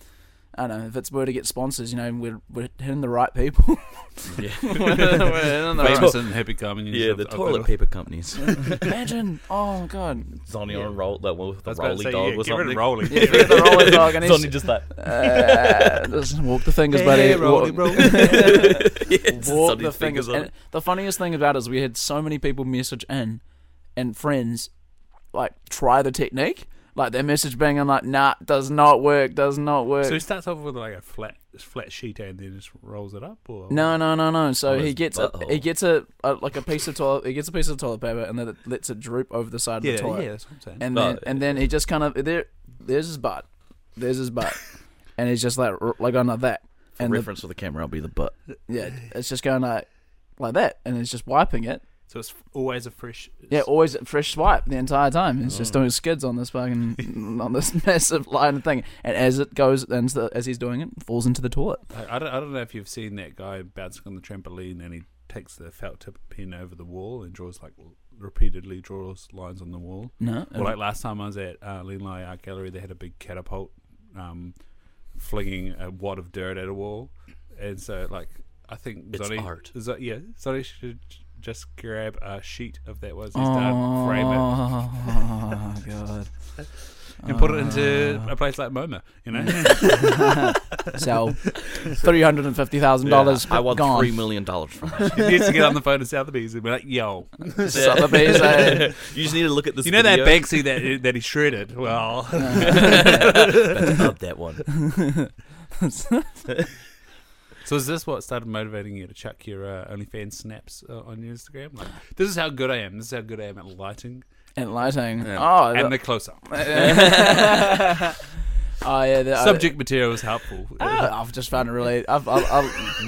B: I don't know if it's where to get sponsors. You know, we're we're hitting the right people.
C: Yeah,
B: *laughs* We're hitting the right-
E: Famous and happy coming.
C: yeah the toilet
E: *laughs*
C: paper companies.
B: Imagine, oh *laughs* god,
C: Zonny on roll, like with
E: I was
C: the
E: about to
C: rolly
E: say,
C: dog
E: yeah,
C: or
E: get rid of
C: something.
E: rolling.
B: *laughs* yeah, we're hitting the rolling dog, and he's,
C: Zonny just like
B: uh, just walk the fingers,
E: Hey,
B: buddy.
E: Rolly,
B: Walk- *laughs*
E: Rolly.
B: Walk
C: Sonny's
B: the fingers.
C: fingers on
B: And
C: it.
B: the funniest thing about it is we had so many people message in and friends like try the technique. Like their message being in like, nah, does not work, does not work.
E: So he starts off with like a flat flat sheet and then just rolls it up, or
B: *laughs* no, no, no, no.
C: On
B: So
C: his
B: he gets a,
C: butthole.
B: he gets a, a like a piece of toilet he gets a piece of toilet paper and then it lets it droop over the side
E: Yeah,
B: of the toilet.
E: yeah, that's what I'm saying.
B: And
C: Oh,
B: then and then he just kind of there there's his butt. There's his
E: *laughs*
B: butt. and he's just like r- like on like that.
C: For
B: and the-
C: reference for the camera, I'll be the butt.
B: yeah, it's just going like like that and it's just wiping it.
E: so it's always a fresh.
B: Yeah, always a fresh swipe the entire time. It's
E: Oh.
B: just doing skids on this fucking *laughs* on this massive line of thing. And as it goes into the, as he's doing it, falls into the toilet.
E: I, I don't, I don't know if you've seen that guy bouncing on the trampoline and he takes the felt tip pen over the wall and draws like l- repeatedly draws lines on the wall.
B: No,
C: Oh.
E: Or like last time I was at uh, Linlay Art Gallery, they had a big catapult um, flinging a wad of dirt at a wall, and so like I think
C: It's
E: Zonny,
C: art.
E: Zo- yeah, Zonny should j- just grab a sheet of that was
B: oh,
E: he's done, frame it,
B: god!
E: and put it into
C: Ah.
E: a place like MoMA. You know,
B: *laughs*
E: *laughs*
B: So Oh, three hundred and fifty thousand dollars.
C: I want
B: gone.
C: three million dollars from it.
E: he used to get on the phone to Sotheby's and be like, "Yo,
B: *laughs* Sotheby's, eh?
C: *laughs* you just need to look at this.
E: you know that
C: video. *laughs*
E: Banksy that that he shredded? Well,
C: That's up that one.
E: So is this what started motivating you to chuck your uh, OnlyFans snaps uh, on your Instagram? Like, this is how good I am. This is how good I am at lighting
B: and lighting. Oh,
E: and the close up.
B: *laughs* oh yeah. The,
E: Subject material is helpful.
B: Oh, I've just found it really. I've, I've,
C: *laughs*
B: I've,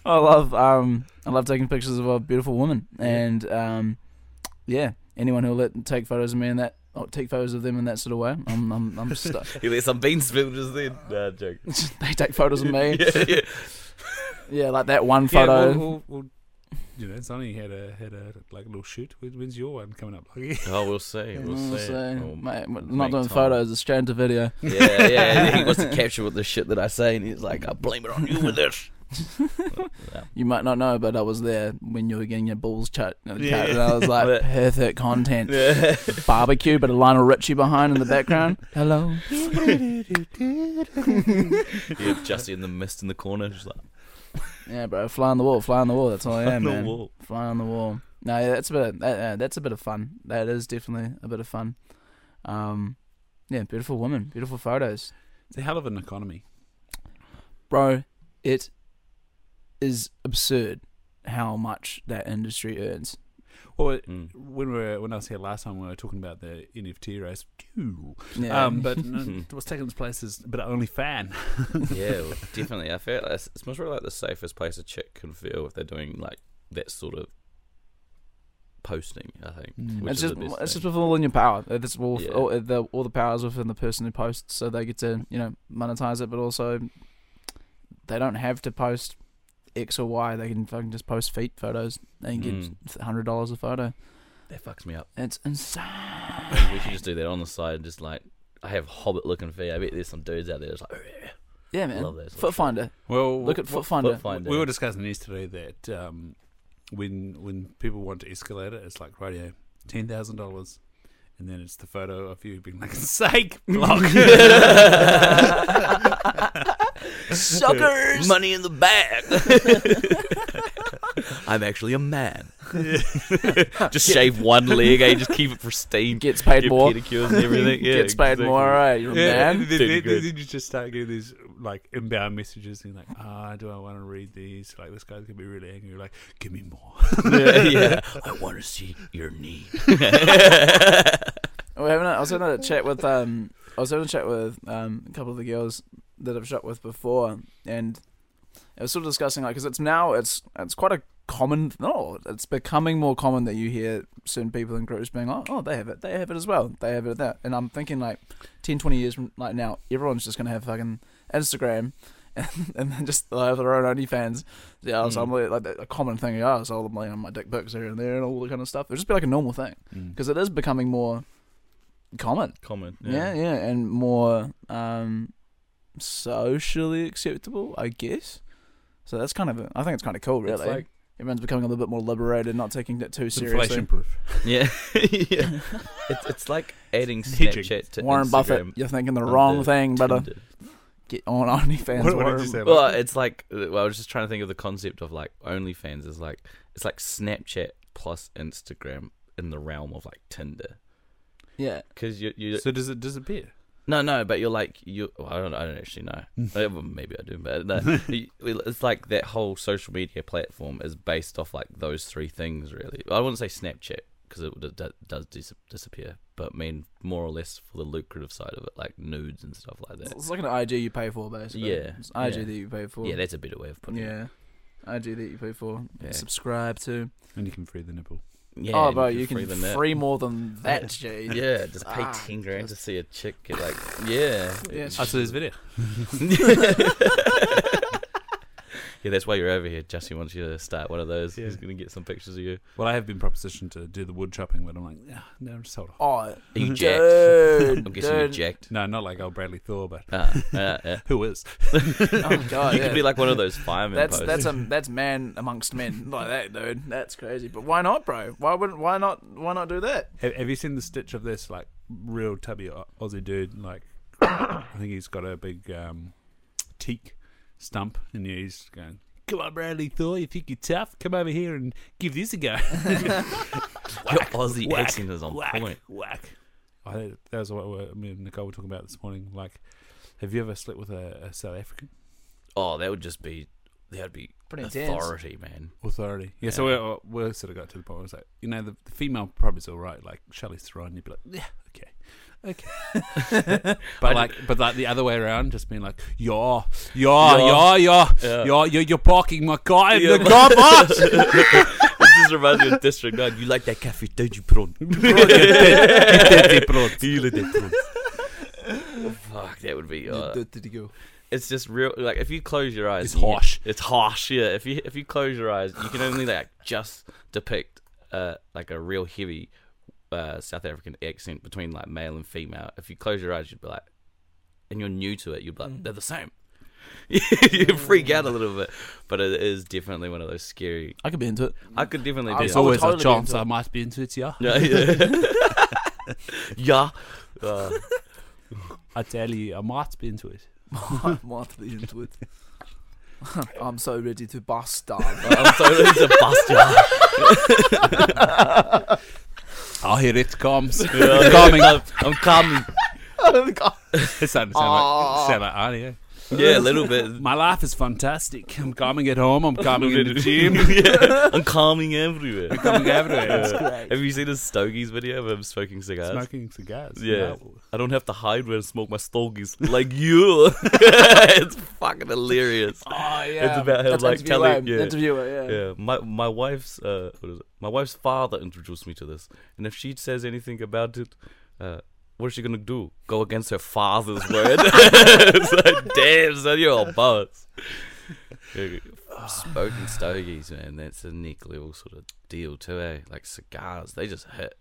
B: *laughs* I love um, I love taking pictures of a beautiful woman, and um, yeah, anyone who'll let take photos of me in that, or take photos of them in that sort of way, I'm, I'm, *laughs* I'm stuck.
C: He let some beans spill just then. Nah, joke.
B: they take photos of me, *laughs* yeah,
C: *laughs* yeah, yeah.
B: like that one
E: yeah,
B: photo.
E: We'll, we'll, we'll, you know, Sonny had a had a like little shoot. When- When's your one coming up? *laughs* Like,
C: Oh, we'll see. We'll
B: We'll
C: see.
B: see.
C: We'll *laughs*
B: Mate, we're
C: make
B: not doing
C: time.
B: photos, it's straight into video.
C: Yeah, yeah. He wants to capture with the shit that I say, and he's like, "I blame it on you with this."
B: *laughs* You might not know, but I was there when you were getting your balls cut, cut,
E: Yeah.
B: and *laughs* I was like, perfect content. *laughs* Barbecue, but a Lionel Richie behind in the background. Hello.
C: Yeah, just in the mist in the corner, just like
B: Yeah, bro, fly on the wall, fly on the wall. That's all I am,
C: on the
B: man.
C: wall.
B: Fly on the wall. No, yeah, that's a bit. Of, that, uh, that's a bit of fun. That is definitely a bit of fun. Um, yeah, beautiful woman, beautiful photos,
E: it's a hell of an economy.
B: bro. It is absurd how much that industry earns.
E: Well,
B: *laughs*
C: Mm.
E: when we were, when I was here last time, we were talking about the NFT race. Ew.
B: Yeah.
E: Um,
B: *laughs*
E: but no, what's taking this place is, but only fan.
C: yeah, well, definitely. I feel like it's, it's most probably like the safest place a chick can feel if they're doing like that sort of posting. I think
E: Mm.
C: which
B: it's
C: is
B: just
C: the best
B: it's
C: thing.
B: just with all in your power. Uh, That's all,
C: Yeah.
B: all the all the powers within the person who posts, so they get to you know monetize it, but also they don't have to post X or Y. They can fucking just post feet photos and get
C: Mm.
B: hundred dollars a photo.
C: that fucks me up.
B: It's insane.
C: Maybe *laughs* we should just do that on the side and just like I have hobbit looking feet. I bet there's some dudes out there that's like
B: Yeah, man.
C: Love that sort
B: Foot
C: of shit.
B: Finder.
E: Well,
B: Look at Foot Finder.
C: foot finder.
E: we were discussing yesterday that um, when when people want to escalate it, it's like radio ten thousand dollars, and then it's the photo of you being like *laughs* sake *laughs* block.
B: Suckers.
C: *laughs* money in the bag. I'm actually a man. *laughs* just shave one leg. I just keep it pristine.
B: Gets paid
C: Get
B: more.
C: pedicures
B: *laughs*
C: and *laughs* everything. Yeah,
B: Gets paid
C: exactly.
B: more. All right, you're a
E: Yeah,
B: man.
E: and then,
C: Dude,
E: then-
C: good.
E: then you just start getting these like inbound messages, and you're like, ah, do I want to read these? Like this guy's gonna be really angry. You're like, give me more.
C: yeah, *laughs* yeah. I want to see your knee.
B: I was having a, I was having a chat with um I was having a chat with um a couple of the girls that I've shot with before, and I was sort of discussing like because it's now it's it's quite a common no it's becoming more common that you hear certain people in groups being like oh they have it they have it as well they have it that and I'm thinking like 10, 20 years from like now everyone's just gonna have fucking Instagram. *laughs* And, and then just like, have their own OnlyFans, yeah. So I'm like, like a common thing. Yeah, so I'm like, on my dick pics here and there and all that kind of stuff. It'll just be like a normal thing
E: Mm. *laughs*
B: because it is becoming more common.
C: Common.
B: Yeah. yeah, and more um, socially acceptable, I guess. So that's kind of, a, I think it's kind of cool, really.
E: It's like
B: Everyone's becoming a little bit more liberated, not taking it too seriously.
E: inflation *laughs* proof.
C: Yeah, *laughs* yeah. It's, it's like adding
E: Hedging.
C: Snapchat to
B: Warren
C: Instagram
B: Buffett, you're thinking the
C: on
B: wrong
C: the
B: thing, brother.
C: Tinder.
B: Get on *laughs* OnlyFans,
E: What, what
B: Warren.
E: did you say?
C: Well, it's like well, I was just trying to think of the concept of like OnlyFans is like it's like Snapchat plus Instagram in the realm of like Tinder
B: Yeah,
C: because you you
E: so does it disappear?
C: no no but you're like you well, I don't I don't actually know Uh, well, maybe I do but no, You- it's like that whole social media platform is based off like those three things really I wouldn't say Snapchat because it d- d- does dis- disappear but I mean more or less for the lucrative side of it like nudes and stuff like that
B: it's like an IG you pay for, basically.
C: Yeah,
B: it's IG
C: yeah.
B: that you pay for.
C: yeah that's a better way of putting it
B: yeah. IG that you pay for,
C: Yeah.
B: subscribe to.
E: And you can free the nipple.
C: yeah
B: oh,
C: and
B: bro, you can
C: free
B: free,
C: the net.
B: more than that, G.
C: *laughs* Yeah, just pay
B: Ah,
C: ten grand to see a chick. Get like, yeah,
B: Yeah.
E: I saw this Oh, video.
C: yeah. That's why you're over here. Jesse wants you to start one of those. He's
E: Yeah.
C: gonna get some pictures of you.
E: Well, I have been propositioned to do the wood chopping, but I'm like, yeah, no, just hold off.
B: Oh,
C: Are you jacked?
B: dude,
C: I'm guessing you're
B: dude. *laughs*
C: jacked.
E: No, not like old Bradley Thor, but
C: Ah, ah, ah.
E: who is?
B: Oh god,
C: *laughs* you
B: yeah.
C: could be like one of those firemen.
B: that's
C: posts.
B: that's a that's man amongst men *laughs* like that, dude. That's crazy. But why not, bro? Why wouldn't? Why not? Why not do that?
E: Have, have you seen the stitch of this like real tubby Au- Aussie dude? Like, *coughs* I think he's got a big um, teak stump, and yeah, he's going. Come on, Bradley Thor, you think you're tough? Come over here and give this a go.
C: your Aussie
E: whack,
C: accent is
E: *laughs*
C: on
E: whack,
C: point.
E: Whack. I, think that was what we- me and Nicole were talking about this morning. Like, have you ever slept with a, a South African
C: Oh, that would just be that would be
B: Pretty intense.
C: authority, man. *laughs*
E: authority? Yeah. So we, we sort of got to the point. Where I was like, you know, the, the female probably is all right. Like Charlie Theron, you'd be like, yeah, okay. *laughs* But like, but like the other way around, just being like, yeah, yeah, yeah,
C: Yeah.
E: yeah,
C: Yeah.
E: yeah, you're, you're parking my car in
C: Yeah,
E: the
C: but-
E: *laughs* car park.
C: It just reminds me of District Nine. You like that cafe? Don't you put
E: *laughs*
C: on?
E: You let that broad.
C: Fuck, that would be. Uh,
B: Did you go?
C: it's just real. Like if you close your eyes,
E: It's
C: you-
E: harsh.
C: It's harsh. Yeah. If you if you close your eyes, you can only like just depict uh like a real heavy uh South African accent between like male and female. If you close your eyes, you'd be like, and you're new to it, you'd be
B: Mm.
C: *laughs* like, they're the same. you freak out a little bit, but it is definitely one of those scary.
B: I could be *laughs* into it.
C: I could definitely do
B: It's
E: There's *laughs*
C: that.
B: I would
E: always
B: totally
E: a
B: be
E: chance
B: into
E: I
B: it.
E: might be into it, yeah.
C: yeah. yeah. *laughs* yeah. Uh,
E: I tell you, I might be into it.
B: *laughs* I might be into it. I'm so ready to bust down.
C: *laughs* I'm totally into bastard.
E: Oh, here it *laughs* comes.
C: I'm coming. I'm coming.
E: It sounded sound like, sound like Arnie. eh?
C: Yeah, a little bit.
E: My life is fantastic. I'm calming at home. I'm calming
C: *laughs*
E: in the gym.
C: yeah, I'm calming everywhere.
E: calming everywhere.
C: Yeah. Have you seen his Stogies video of him smoking cigars?
E: Smoking cigars.
C: Yeah.
E: Wow.
C: I don't have to hide where I smoke my stogies like you. *laughs* it's
E: *laughs*
C: fucking hilarious.
B: Oh yeah,
C: about him,
B: That's
C: like,
B: interviewer, um,
C: telling- yeah.
B: interviewer, yeah.
C: Yeah, my my wife's uh, what is it? My wife's father introduced me to this, and if she says anything about it, uh, what is she gonna do? Go against her father's word? *laughs* it's like, damn, son, you're a boss. Smoking stogies, man, that's a neck level sort of deal too, eh? Like cigars, they just hit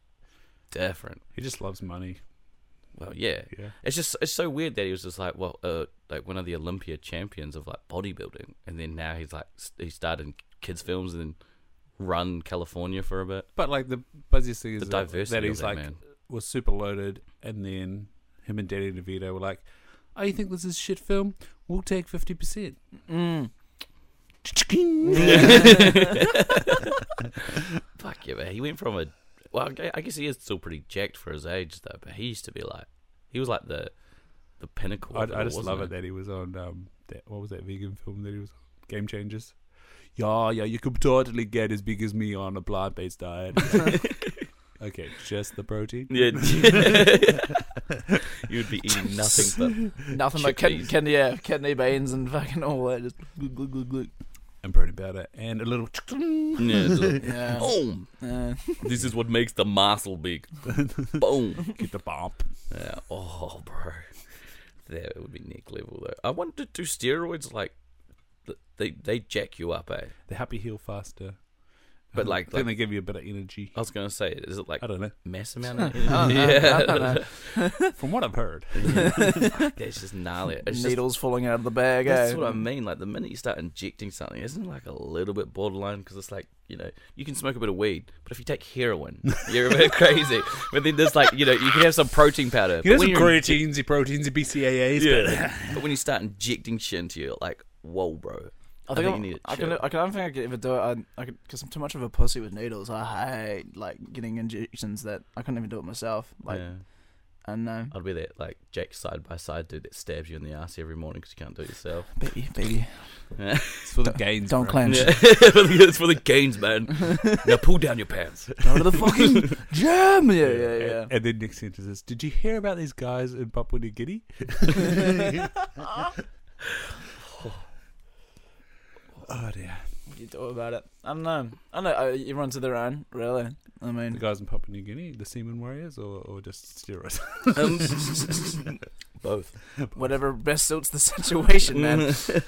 C: different.
E: He just loves money.
C: Well, yeah,
E: Yeah.
C: it's just it's so weird that he was just like, well, uh, like one of the Olympia champions of like bodybuilding, and then now he's like s- he started in kids films and then run California for a bit.
E: But like the buzziest thing is
C: The
E: that-
C: diversity
E: that
C: of
E: he's
C: that
E: like
C: man.
E: was super loaded, and then him and Danny DeVito were like, "Oh, you think this is shit film? We'll take fifty percent."
B: Mm.
C: Fuck yeah, man. He went from a well, I gu- I guess he is still pretty jacked for his age though, but he used to be like he was like the the pinnacle.
E: I,
C: of
E: I
C: all,
E: just
C: wasn't
E: love
C: he?
E: it that he was on um, that, what was that vegan film that he was on? Game Changers. Yeah, yeah, you could totally get as big as me on a plant-based
C: *laughs*
E: diet. *laughs* okay, just the protein.
C: Yeah,
E: *laughs*
C: *laughs* you would be eating nothing
B: Nothing but kidney,
C: Chickpeas.
B: kidney, yeah, kidney beans and fucking all that. Just glug, glug, glug,
C: *laughs*
B: glug.
C: Oh.
E: and pretty powder and a little *laughs*
C: but yeah, it's like,
B: Yeah.
C: boom.
B: yeah.
C: This is what makes the
E: *laughs*
C: muscle big. boom.
E: get the bump.
C: Yeah. Oh, *laughs* bro. That would be neck level though. I wonder do steroids like th- they they jack you up, eh?
E: The happy heal faster. Um,
C: But like,
E: then
C: like
E: they give you a bit of energy.
C: I was gonna say, is it like
E: I don't know.
B: *laughs*
C: mass amount of
B: I don't know, I don't know.
E: From what I've heard,
C: *laughs* That's just gnarly. It's just,
B: Needles falling out of the bag.
C: that's
B: eh?
C: what I mean. Like the minute you start injecting something, isn't it like a little bit borderline? Because it's like you know you can smoke a bit of weed, but if you take heroin, you're a bit *laughs* crazy. But then there's like you know you can have some protein powder.
E: you know some
C: but when you're
E: proteins, your proteins, your BCAAs.
C: Yeah. but when you start injecting shit into you, like whoa, bro.
B: I think, I,
C: you need to
B: I can.
C: chill.
B: I can. I don't think I could ever do it. I, I could because I'm too much of a pussy with needles. I hate like getting injections that I couldn't even do it myself. Like
C: Yeah.
B: I know,
C: I'd be that like Jake side by side dude that stabs you in the ass every morning because you can't do it yourself.
B: baby, baby,
E: It's
C: *laughs*
E: for the gains.
B: don't
E: bro.
B: clench.
C: Yeah. it's *laughs* for the gains, *laughs* man. now pull down your pants.
B: Go to the fucking gym. Yeah, yeah,
E: And-
B: yeah.
E: And, then next sentence is, "Did you hear about these guys in Papua New
C: *laughs*
E: Guinea?" *laughs* oh dear,
B: What do you do about it? I don't know. I don't know. I, everyone to their own, really. I
E: the
B: mean,
E: guys in Papua New Guinea, the seamen warriors, or, or just steroids? *laughs*
C: Um, both. *laughs*
B: whatever best suits the *laughs* situation, man.
E: It's
C: The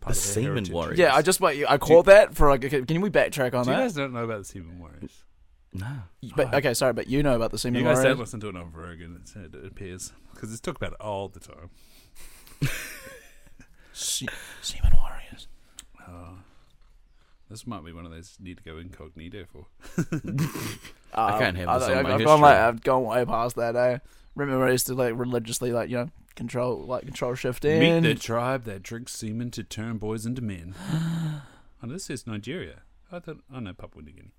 E: part of their
C: semen
E: heritage.
C: warriors.
B: Yeah, I just wait. I caught that for like. okay, Can we backtrack on
E: Do you
B: that?
E: guys don't know about the seamen warriors?
C: *laughs* *laughs* No.
B: But okay, sorry, but you know about the semen
E: you guys
B: warriors.
E: don't listen to it on Virgin. It's, it appears because it's talked about it all the time.
B: Se- semen warriors.
E: Oh, this might be one of those need to go incognito for.
B: Um,
C: can't have
B: I
C: this
B: don't- I've gone
C: on my
B: like
C: history.
B: I've gone way past that. Eh? Remember, I used to like religiously like you know control like control shift in.
E: Meet the tribe that drinks semen to turn boys into men. oh, this is Nigeria. I thought, oh no, Papua New Guinea.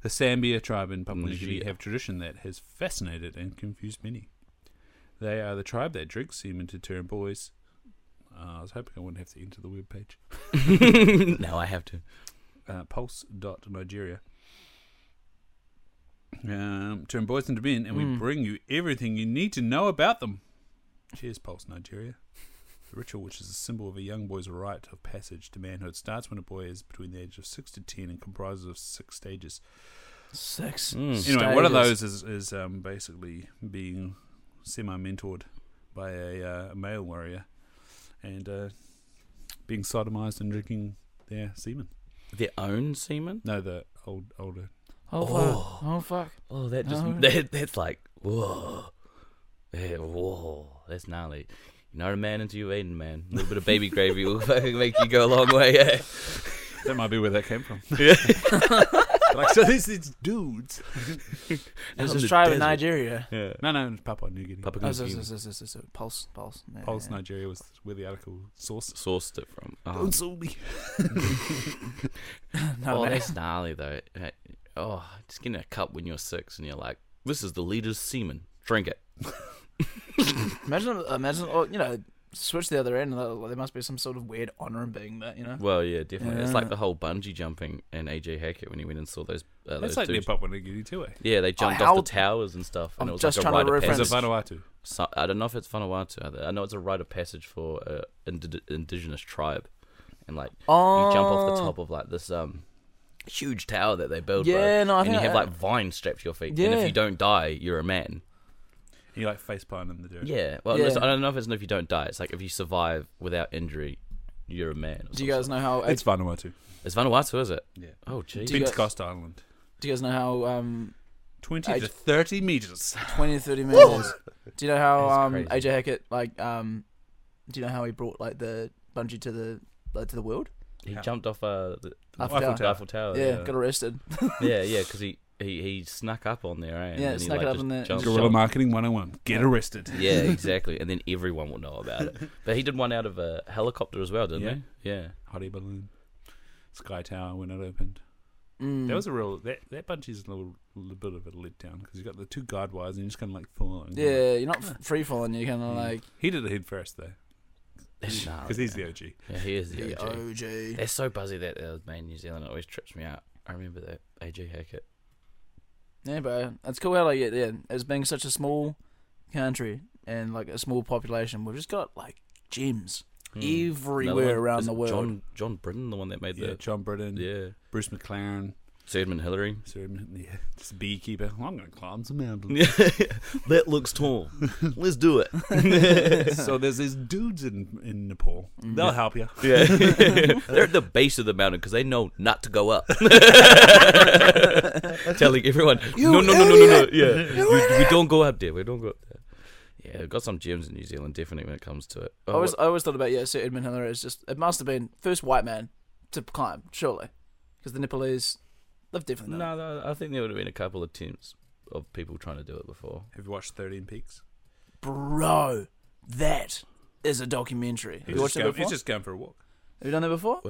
E: The Sambia tribe in Papua New Guinea
C: Nigeria.
E: have tradition that has fascinated and confused many. They are the tribe that drinks semen to turn boys. Uh, I was hoping I wouldn't have to enter the web page.
C: now I have to.
E: uh, pulse dot Nigeria. Um, turn boys into men, and we
B: Mm.
E: bring you everything you need to know about them. Cheers, Pulse Nigeria. The ritual, which is a symbol of a young boy's rite of passage to manhood, starts when a boy is between the age of six to ten and comprises of six stages.
B: Six.
C: Mm. Anyway,
E: Hmm. Anyway, one of
B: stages.
E: those is, is um, basically being semi-mentored by a uh, male warrior and uh, being sodomized and drinking their semen.
C: Their own semen?
E: No, the old older
B: Oh, fuck! Oh fuck!
C: Oh, that just.
B: Oh.
C: That, that's like, whoa. Yeah, whoa. That's gnarly. You're not a man until you've eaten, man. A little bit of baby gravy will *laughs* fucking make you go a long way, eh?
E: That might be where that came from. *laughs* like, so these these dudes.
B: There's
C: Out in
B: this
C: the
B: tribe in
C: desert.
B: Nigeria.
C: Yeah.
E: No, no, it's Papua New Guinea.
C: Papua
B: Oh,
C: New
B: so, so,
C: Guinea.
B: so, so, so, so. Pulse, pulse. Yeah,
E: Pulse
B: yeah.
E: Nigeria was where the article source.
C: Sourced it from. Oh,
E: Don't sue me.
B: No,
C: oh,
B: man.
C: that's gnarly though. That- Oh, just getting a cup when you're six and you're like, this is the leader's semen. Drink it.
B: Imagine, imagine, or, you know, switch the other end. and they're like, There must be some sort of weird honor in being that, you know.
C: Well, yeah, definitely. It's like
B: Yeah.
C: the whole bungee jumping and AJ Hackett when he went and saw those. Uh,
E: That's
C: those
E: like
C: two-
E: near Papua New Guinea too. Eh?
C: yeah, they jumped
B: Oh,
C: off
B: how-
C: the towers and stuff,
B: I'm
C: and it was
B: just
C: like a
B: trying
C: rite
B: to
C: of
E: Is
B: reference-
E: it
C: passage.
E: Vanuatu?
C: So, I don't know if it's Vanuatu. I know it's a rite of passage for an ind- indigenous tribe, and like
B: Oh,
C: you jump off the top of like this um huge tower that they build.
B: Yeah,
C: bro,
B: no, I
C: and you
B: think
C: have
B: I-
C: like vines strapped to your feet, and
B: Yeah.
C: if you don't die, you're a man.
E: You like face plant in the dirt.
C: Yeah. Well, listen,
B: Yeah.
C: I don't know if it's not if you don't die. It's like if you survive without injury, you're a man. or
B: Do you
C: some
B: guys know how?
E: It's Vanuatu.
C: sort. It's Vanuatu, is it?
E: Yeah.
C: Oh, jeez.
B: Do you
E: Vince
B: guys-
E: Cost Island.
B: Do you guys know how? Um,
E: 20
B: I-
E: to 30 meters.
B: 20 to 30 meters. do you know how
C: That's
B: um,
C: crazy.
B: AJ Hackett like um, do you know how he brought like the bungee to the like, to the world?
C: He
E: Yeah.
C: jumped off uh, the
B: Eiffel
C: Eiffel
B: Tower.
C: Tower. Eiffel Tower,
B: Ah. yeah,
C: Oh, yeah,
B: got arrested.
C: yeah, yeah, because he, he he snuck up on there, eh? and
B: Yeah,
C: then he,
B: snuck
C: like,
B: up
C: just
B: on there and
C: jumped-
B: just-
E: Guerrilla marketing 101. Get arrested.
C: Yeah,
B: *laughs*
C: exactly, and then everyone will know about it. But he did one out of a helicopter as well, didn't
E: *laughs*
C: he? Yeah,
E: *laughs* Hottie balloon. Sky Tower when it opened.
B: Mm.
E: That was a real. That, that bunch is a little, little bit of a lid down because you got the two guide wires and you just kind of like fall. and-
B: yeah, you're not f- free falling. You're
C: Mm.
B: kind of like
E: He did the head first though
C: Nah,
E: because he's the OG.
C: yeah, he is the
B: the
C: OG.
B: OG.
C: They're so buzzy that uh, man New Zealand it always trips me out. I remember that AJ Hackett.
B: Yeah, but it's cool how like yeah, yeah, as being such a small country and like a small population, we've just got like gems
C: Hmm.
B: everywhere
C: Another one-
B: around
C: is
B: the
C: it
B: world.
C: John John Britton, the one that made
E: Yeah,
C: the
E: John Britton,
C: yeah,
E: Bruce McLaren,
C: Sedman Hillary.
B: *laughs*
E: Sir, yeah, just a beekeeper. I'm gonna climb some mountains.
C: that looks tall. Let's do
E: *laughs*
C: it.
E: so there's these dudes in in Nepal.
B: Mm.
E: They'll help you.
B: *laughs*
C: Yeah. They're at the base of the mountain because they know not
B: *laughs*
C: to go up. *laughs* Telling everyone,
B: You
C: no, no, no, no, no, no.
B: idiot!
C: Yeah.
B: You
C: We, we don't go up there. We don't go up there. Yeah, we've got some gyms in New Zealand, definitely, when it comes to it.
B: I
C: Oh,
B: always,
C: what-
B: I always thought about yeah, Sir Edmund Hillary is just it must have been first white man to climb surely, because the Nepalese they've definitely done.
C: no, no, I think there would have been a couple of attempts of people trying to do it before.
E: Have you watched Thirteen Peaks?
B: it. Bro, that is a documentary. Have
E: He's
B: you watched
E: just,
B: it
E: going,
B: before?
E: he's just going for a walk.
B: Have you done that before?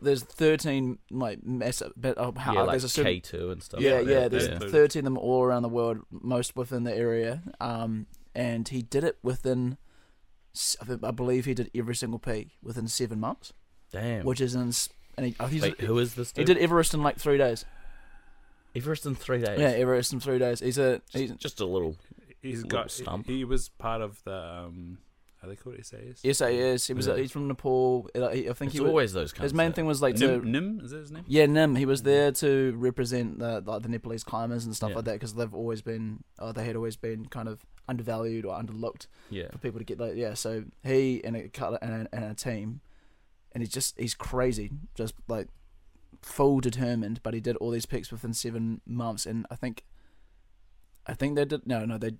B: There's thirteen like massive, but oh, how,
C: yeah, like
B: there's a certain,
C: K2 and stuff.
B: yeah,
C: like
B: yeah.
C: that.
B: There's
E: yeah.
B: thirteen of them all around the world, most within the area. Um, and he did it within, s- I think- I believe he did every single peak within seven months,
C: Damn.
B: which is ins- and he, oh, he's,
C: Wait, who is this
B: he
C: dude?
B: did Everest in like three days.
C: Everest in three days.
B: Yeah, Everest in three days. He's a he's
C: Just, just a little.
E: He's
C: Little
E: got.
C: stump.
E: He, he was part of the. Um, are they called SAS?
B: SAS. He was
C: Yeah.
B: he's from Nepal. Uh, he- I think
C: It's
B: he was,
C: always those kinds
B: his main
C: of-
B: thing was like to
E: Nim, Nim is that his name?
B: yeah Nim. He was there to represent the like the Nepalese climbers and stuff
C: Yeah.
B: like that because they've always been uh, they had always been kind of undervalued or underlooked
C: Yeah.
B: for people to get like yeah. So he and a cou- and a, and a team, and he's just he's crazy, just like full determined. But he did all these peaks within seven months, and I think, I think they did no no they.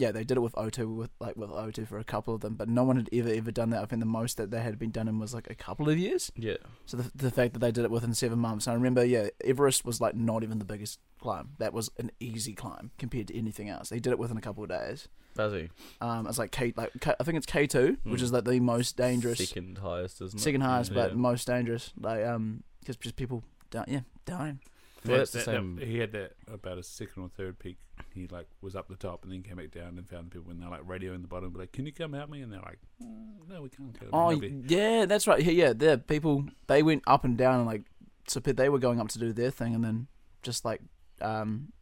B: Yeah, they did it with O2 with like with O2 for a couple of them, but no one had ever ever done that. I think the most that they had been done in was like a couple of years.
C: Yeah.
B: So the, the fact that they did it within seven months, I remember, yeah, Everest was like not even the biggest climb. That was an easy climb compared to anything else. They did it within a couple of days.
C: Buzzy.
B: Um, it's like K, like K, I think it's K two, which
C: Hmm.
B: is like the most dangerous, second,
C: Second highest, isn't it?
B: highest, but
C: Yeah.
B: most dangerous. Like um, because just people, die, yeah, dying.
C: Well, that's the
E: That-
C: same.
E: that- he had that about his second or third peak. He like was up the top and then came back down and found people and they're like radioing the bottom, but like, can you come help me? And they're like, "Mm, no, we can't. Get
B: Oh yeah, that's right. Yeah, yeah, there people they went up and down and like so pe- they were going up to do their thing and then just like um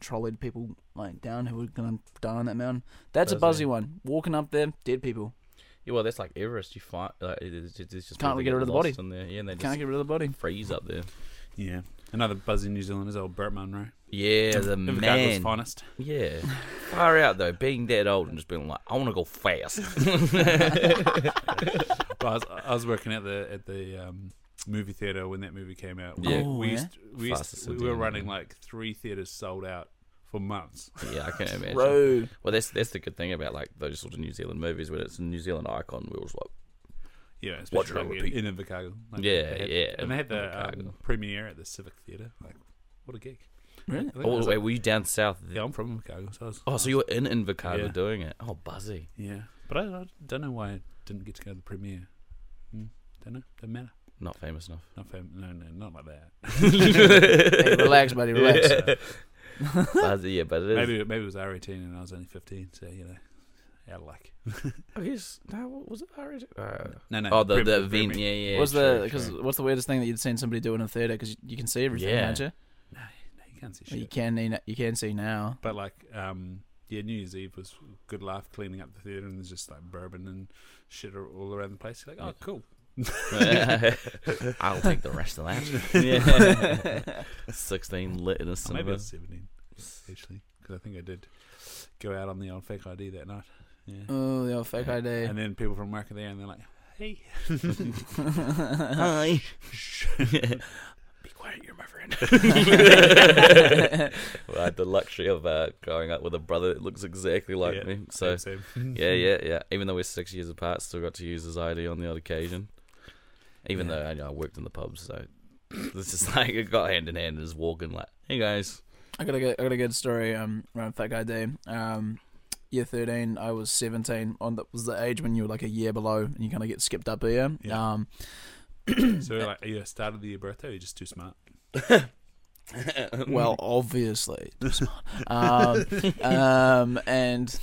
B: trolleyed people like down who were gonna die on that mountain. That's a buzzy
C: Buzzy.
B: one. Walking up there, dead people.
C: Yeah, well, that's like Everest. You find like it- it's it's just
B: Can't
C: people
B: we get
C: get
B: rid of the body?
C: lost In there. Yeah, and they
B: Can't
C: just
B: get rid of the body.
C: freeze up there.
E: yeah. Another buzzy New Zealand is old Bert Munro.
C: Yeah, the
E: Invercargill's
C: Mm. man.
E: finest.
B: *laughs*
C: Yeah, far out though. Being that old and just being like, I want to
B: *laughs*
C: go fast.
E: Well, I, was, I was working at the at the um, movie theater when that movie came out. We-
C: Yeah.
B: Oh,
E: we
B: yeah?
E: used, we, used,
C: Fastest
E: we
C: of
E: were
C: the-
E: running like three theaters sold out for months.
C: yeah, I can imagine.
B: Bro,
C: Well, that's that's the good thing about like those sort of New Zealand movies when it's a New Zealand icon. We was like,
E: Yeah,
C: Watch
E: especially
C: it on
E: like, in
C: repeat.
E: Invercargill. Like,
C: Yeah,
E: they had-
C: yeah,
E: And they had the
C: Invercargill.
E: um, premiere at the Civic Theater. Like, what a gig!
B: Really?
E: I think I
C: oh
E: was,
C: wait,
E: like,
C: were you down south?
E: yeah, I'm from Invercargill, so I was,
C: Oh, so you were in Invercargill
E: Yeah.
C: doing it? Oh, buzzy.
E: Yeah, but I, I don't know why I didn't get to go to the premiere. Mm, don't know. Don't matter.
C: Not famous
E: *laughs*
C: enough.
E: Not fam- no, no, not like that.
B: hey, relax, buddy, relax. *laughs*
C: Buzzy, *laughs* yeah, but it is.
E: Maybe maybe it was R18 and I was only 15, so you know. out of
C: *laughs*
E: luck.
C: I guess no. what Was it R? Uh,
E: No, no.
C: *laughs* oh, the,
E: Premier-
C: the event.
E: Premier.
C: Yeah, yeah.
B: what's
C: true,
B: the because
C: true.
B: what's the weirdest thing that you'd seen somebody do in a theater? Because you, you can see everything,
C: Yeah.
B: can't you?
E: No, you can't see
C: Oh,
B: Well,
E: shit.
B: You can you know- you can see
C: *laughs*
B: now.
E: But like, um, yeah, New Year's Eve was good laugh cleaning up the theater, and there's just like bourbon and shit are all around the place. You're like, oh, cool. *laughs*
C: *laughs* I'll take the rest of that. *laughs* yeah. Sixteen lit in a
E: Or maybe I
C: cinema.
E: was seventeen actually, because I think I did go out on the old fake ID that night. Yeah.
B: Oh, the old fake ID.
E: And then people from work are there, and they're like, hey,
B: *laughs*
C: *laughs* Hi.
E: *laughs*
B: Be quiet, you're my friend. *laughs*
C: *laughs* well, I had the luxury of uh, growing up with a brother that looks exactly like
E: Yeah,
C: me. So
E: *laughs* same,
C: yeah, yeah, yeah. Even though we're six years apart, still got to use his ID on the odd occasion. Even though I, you know, I worked in the pubs, so *laughs* this is like it got hand in hand and just walking like, hey *laughs* guys,
B: I got a good, I got a good story um, around Fat Guy Day. Um, year thirteen, I was seventeen. On that was the age when you were like a year below, and you kind of get skipped up a year.
E: Yeah.
B: Um,
E: same. So like, are you a start of the year birthday, or are you just too smart?
B: well,
E: *laughs*
B: obviously, um, um, and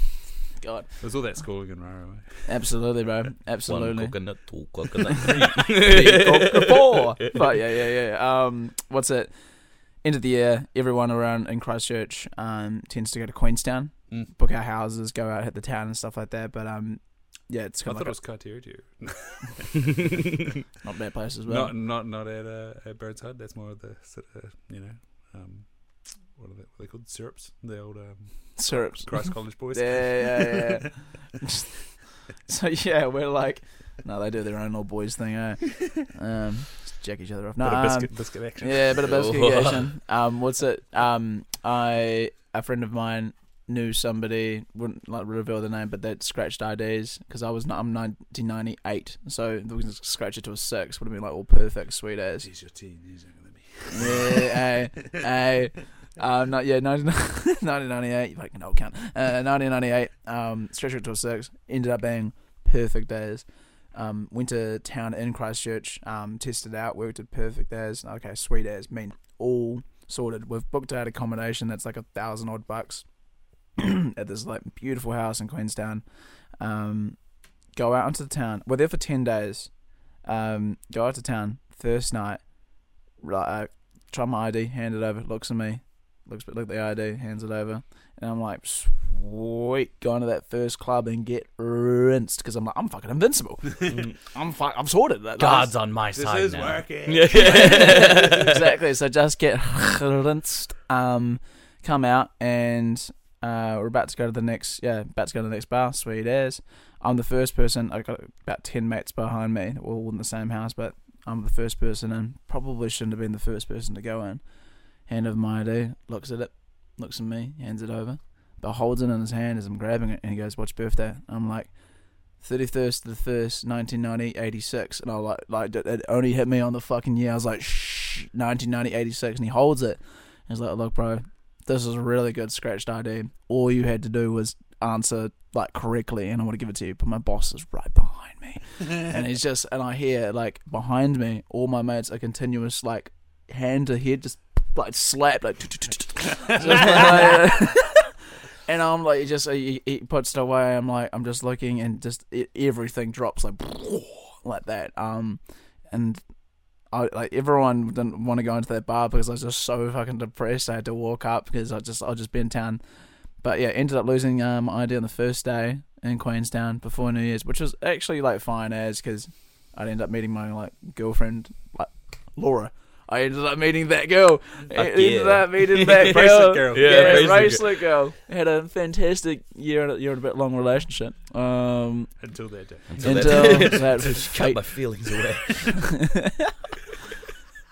B: God,
E: There's all that schooling in Raro.
B: absolutely, bro,
C: one
B: absolutely.
C: coconut, *laughs* two coconut, three.
B: Three,
E: *laughs*
B: cock, four. But yeah, yeah, yeah, yeah. Um, what's it? End of the year, everyone around in Christchurch um, tends to go to Queenstown,
E: Mm.
B: book our houses, go out hit the town and stuff like that. But um, yeah, it's
E: I
B: kind
E: thought
B: of
E: it
B: like
E: was criteria *laughs* to
C: *laughs*
E: you.
B: a, not bad place as well.
E: Not not not at uh, at Bird's Hut. That's more of the sort of you know, um, what are they, what are they called? Syrups. The
B: *laughs*
E: old um,
B: Syrups.
E: Christ College boys. *laughs*
B: Yeah, yeah, yeah. *laughs* so yeah, we're like, no, they do their own old boys thing, *laughs* eh? Um, just jack each other off. No,
E: Bit of
B: um,
E: biscuit, biscuit action.
B: Yeah, a bit of investigation. um, what's it? Um, I a friend of mine knew somebody wouldn't like reveal the name, but they scratched IDs because I was not. I'm 1998, so if we can scratch it to a six would have been like all perfect, sweet as.
E: He's your teen. He's younger than me.
B: Yeah, hey, hey. Um, not, yeah, *laughs* 19 1998. You fucking old cunt. Uh, 1998. Um, stretch it to a six. Ended up being perfect days. Um, went to town in Christchurch. Um, tested out. Worked at perfect days. Okay, sweet days. Mean all sorted. We've booked out accommodation that's like a thousand odd bucks *clears throat* at this like beautiful house in Queenstown. Um, go out into the town. We're there for ten days. Um, go out to town first night. Right, uh, try my ID, hand it over, looks at me, looks look at the ID, hands it over, and I'm like, sweet, going to that first club and get rinsed because I'm like, I'm fucking invincible. I'm fu- I'm sorted. Like,
C: God's on my side
E: This is
C: now.
E: working.
C: *laughs*
B: *laughs* exactly. So just get rinsed. Um, come out and uh, we're about to go to the next. Yeah, about to go to the next bar. Sweet as. I'm the first person. I got about ten mates behind me, We're all in the same house, but I'm the first person and probably shouldn't have been the first person to go in. Hand of my ID, looks at it, looks at me, hands it over, but holds it in his hand as I'm grabbing it, and he goes, "What's your birthday?" I'm like. 31st to the 1st, 1990, 86. And I like, like, it- it only hit me on the fucking year. I was like, shh, 1990, 86. And he holds it. And he's like, look, bro, this is a really good scratched ID. All you had to do was answer, like, correctly. And I want to give it to you. But my boss is right behind me. and he's just, and I hear, like, behind me, all my mates are continuous, like, hand to head, just, like, slap, like, *laughs* Just like- uh, and I'm like, he just he, he puts it away. I'm like, I'm just looking, and just it, everything drops like *laughs* like that. Um, and I like everyone didn't want to go into that bar because I was just so fucking depressed. I had to walk up because I just I just been in town, but yeah, ended up losing um my ID on the first day in Queenstown before New Year's, which was actually like fine as because I'd end up meeting my like girlfriend like Laura. I ended up meeting that girl. I ended
C: *laughs* yeah.
B: up meeting that girl.
E: Bracelet girl.
C: Yeah,
B: Yeah,
C: bracelet
B: bracelet girl. Had a fantastic year and a, year and a bit long relationship. Um,
E: *laughs* Until that day.
C: Until that-
B: until um,
C: *laughs*
B: that
C: cut
B: fate.
C: my
B: *laughs*
C: feelings away.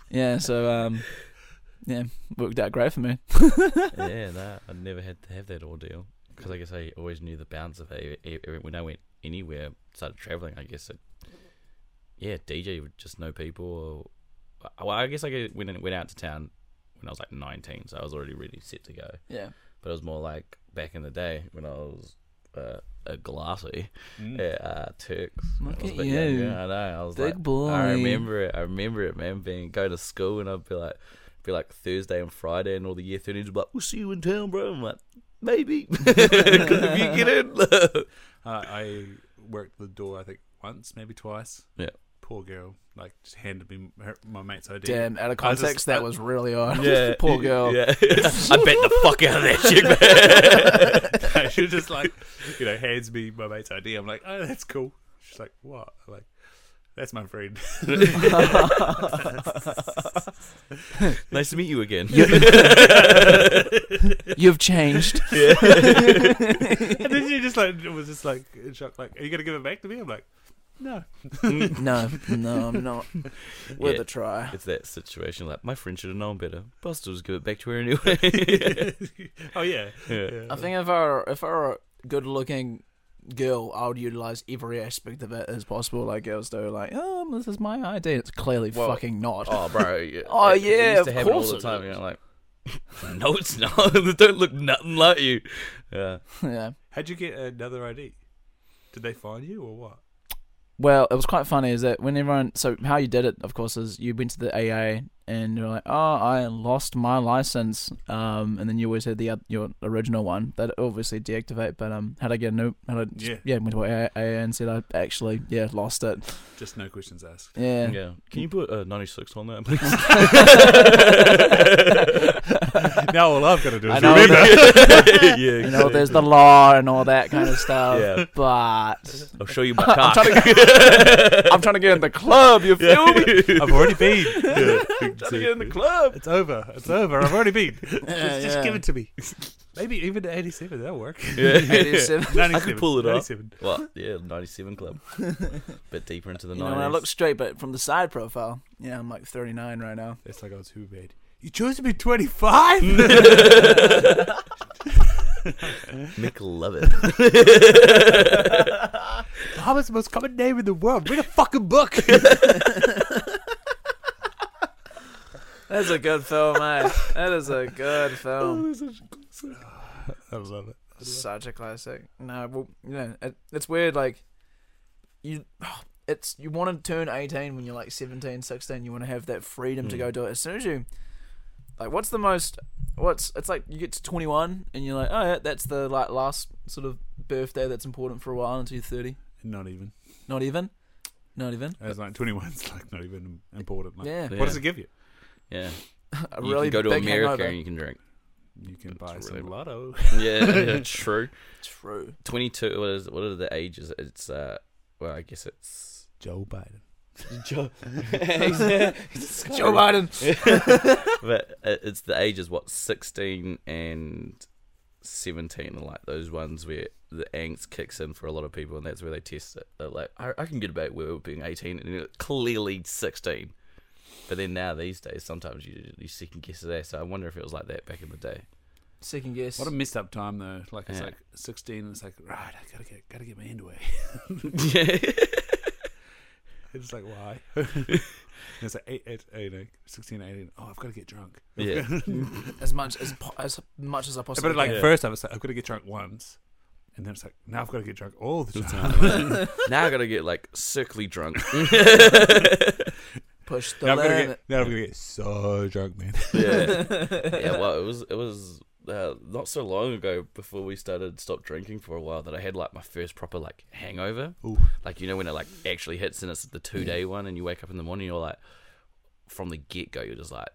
B: yeah, so um, yeah, worked out great for me. *laughs*
C: yeah, nah, I never had to have that ordeal because I guess I always knew the bounds of it. E- e- When I went anywhere, started traveling, I guess it, yeah, DJ would just know people. Or, well, I guess I get- went in- went out to town when I was like 19, so I was already really set to go.
B: Yeah,
C: But it was more like back in the day when I was uh, a glassy
E: Mm.
C: at uh, Turks. when I
B: Look
C: was a
B: at
C: bit
B: you.
C: younger. I know. I was
B: Big
C: like,
B: boy.
C: I remember it. I remember it, man. Being go to school and I'd be like, be like Thursday and Friday and all the
B: *laughs*
C: year *laughs* 13s would be like, we'll see you in *laughs* town, bro. I'm like, maybe because if you get in,
E: Uh, I worked the door, I think, once, maybe twice.
C: Yeah.
E: Poor girl, like, just handed me her, my mate's ID.
B: Damn, out of
E: I just-
B: context, that
E: I-
B: was really odd.
C: *laughs* Yeah,
B: *laughs* Poor girl.
C: Yeah, I bet the fuck out of that shit, man. *laughs*
E: she was just *laughs* like, you know, hands me my mate's ID. I'm like, oh, that's cool. She's like, what? I'm like, that's my friend. *laughs*
C: nice to meet you again. *laughs*
B: You've changed. *laughs*
E: and then she just like was just like in shock, like, are you gonna give it back to me? I'm like, no.
B: No, no, I'm not. Worth
C: Yeah.
B: a try.
C: It's that situation. Like my friend should have known better. But I'll still just give it back to
B: *laughs*
C: her anyway.
E: *laughs* oh yeah.
C: Yeah.
B: I think if I were, if I were a good looking girl, I would utilize every aspect of it as possible. Like girls do, like, oh, this is my idea. It's clearly
C: Well,
B: fucking not.
C: oh, bro. *laughs* Yeah.
B: Oh,
C: It-
B: yeah,
C: It used to
B: of
C: happen all
B: course
C: the
B: it
C: time.
B: is.
C: You know, like, *laughs* no, it's not. they don't look nothing like you. Yeah.
B: *laughs* yeah.
E: How'd you get another ID? Did they find you or what?
B: Well, it was quite funny is that when everyone, so how you did it, of course, is you went to the AA and you're like, oh, I lost my license, um, and then you always had the oth- your original one that obviously deactivate, but um, how would I get a new? How would I,
E: Yeah.
B: yeah, went to AA and said I actually yeah lost it,
E: Just no questions asked.
B: yeah.
C: Yeah. Can you put uh, 96 on *laughs* that, please?
E: now all I've got to
B: *laughs*
E: do
B: I
E: is
B: know,
E: remember.
C: yeah.
B: You know, there's the law and all that kind of stuff.
C: Yeah. Ah.
B: But
C: I'll show *laughs* you my
B: I'm
C: cock.
B: trying, to
C: *laughs*
B: get, I'm trying to get in the club. You feel me?
E: I've already been.
B: Trying to get in the club.
E: It's over. It's over. I've already
C: *laughs*
E: been. just just
B: yeah.
E: give it to me. Maybe even at 87, that'll work.
B: *laughs*
C: yeah.
B: 87.
E: 97,
C: *laughs* I could pull it off.
E: 97.
C: Well, yeah, 97 *laughs* club. Bit deeper into the
B: You
C: 90s.
B: know, when I look straight, but from the side profile, yeah, I'm like 39 right now.
E: It's like I was who made. You chose to be
C: *laughs*
E: 25?
C: Mick love
B: *laughs*
C: it.
E: Bahamas the most common name in the world. Read a fucking
C: *laughs*
E: book.
B: That's a good film, mate. That is a *laughs* good film.
E: I love it.
B: Such a classic. No, well, you know, it, it's weird. Like, you, *sighs* it's you want to turn 18 when you're like 17, 16. You want to have that freedom to
E: Mm.
B: go do it. As soon as you, like, what's the most? What's it's like? You get to 21 and you're like, oh yeah, that's the like last sort of birthday that's important for a while until you're 30.
E: Not even.
B: Not even. Not even.
E: It's like 21's like not even important. Like,
B: Yeah.
E: What
C: Yeah.
E: does it give you?
C: Yeah.
B: *laughs* A
C: you
B: really
C: can go to
B: big
C: America
B: hangover.
C: and you can drink. *laughs*
E: You can
C: It's
E: buy
C: really
E: some
C: bad.
E: lotto.
B: *laughs*
C: Yeah, yeah, true.
B: True.
C: 22, what, is, what are the ages? It's, uh, well, I guess it's.
E: Joe Biden.
C: *laughs*
B: *laughs*
C: Joe,
B: Joe
C: *laughs*
B: Biden.
C: but uh, it's the ages what 16 and 17 are like those ones where the angst kicks in for a lot of people and that's where they test it they're like i, I can get about where being 18 and you're clearly 16 but then now these days sometimes you, you second guess that so i wonder if it was like that back in the day
B: Second guess.
E: What a messed up time though. Like it's
C: Yeah.
E: like 16 and it's like, right, I gotta get, gotta get my hand away. *laughs* It's like,
C: *laughs*
E: why? it's like eight, eight, eight, eight, 16, 18. Oh, I've got to get drunk.
C: yeah
B: as much as po- as much as I possibly.
E: But like
B: can.
E: first, I was like, I've got to get drunk once, and then it's like, now I've got to get drunk all the time.
C: *laughs* now i gotta get like circly drunk
B: push the
E: *laughs* now I'm gonna
B: limit.
E: get, now I'm gonna get so drunk,
C: *laughs*
E: man.
C: yeah
B: *laughs*
C: yeah well it was it was uh, not so long ago before we started stop drinking for a while that i had like my first proper like hangover
E: Ooh.
C: like you know when it like actually hits and it's the two day one and you wake up in the morning you're like from the get go you're just like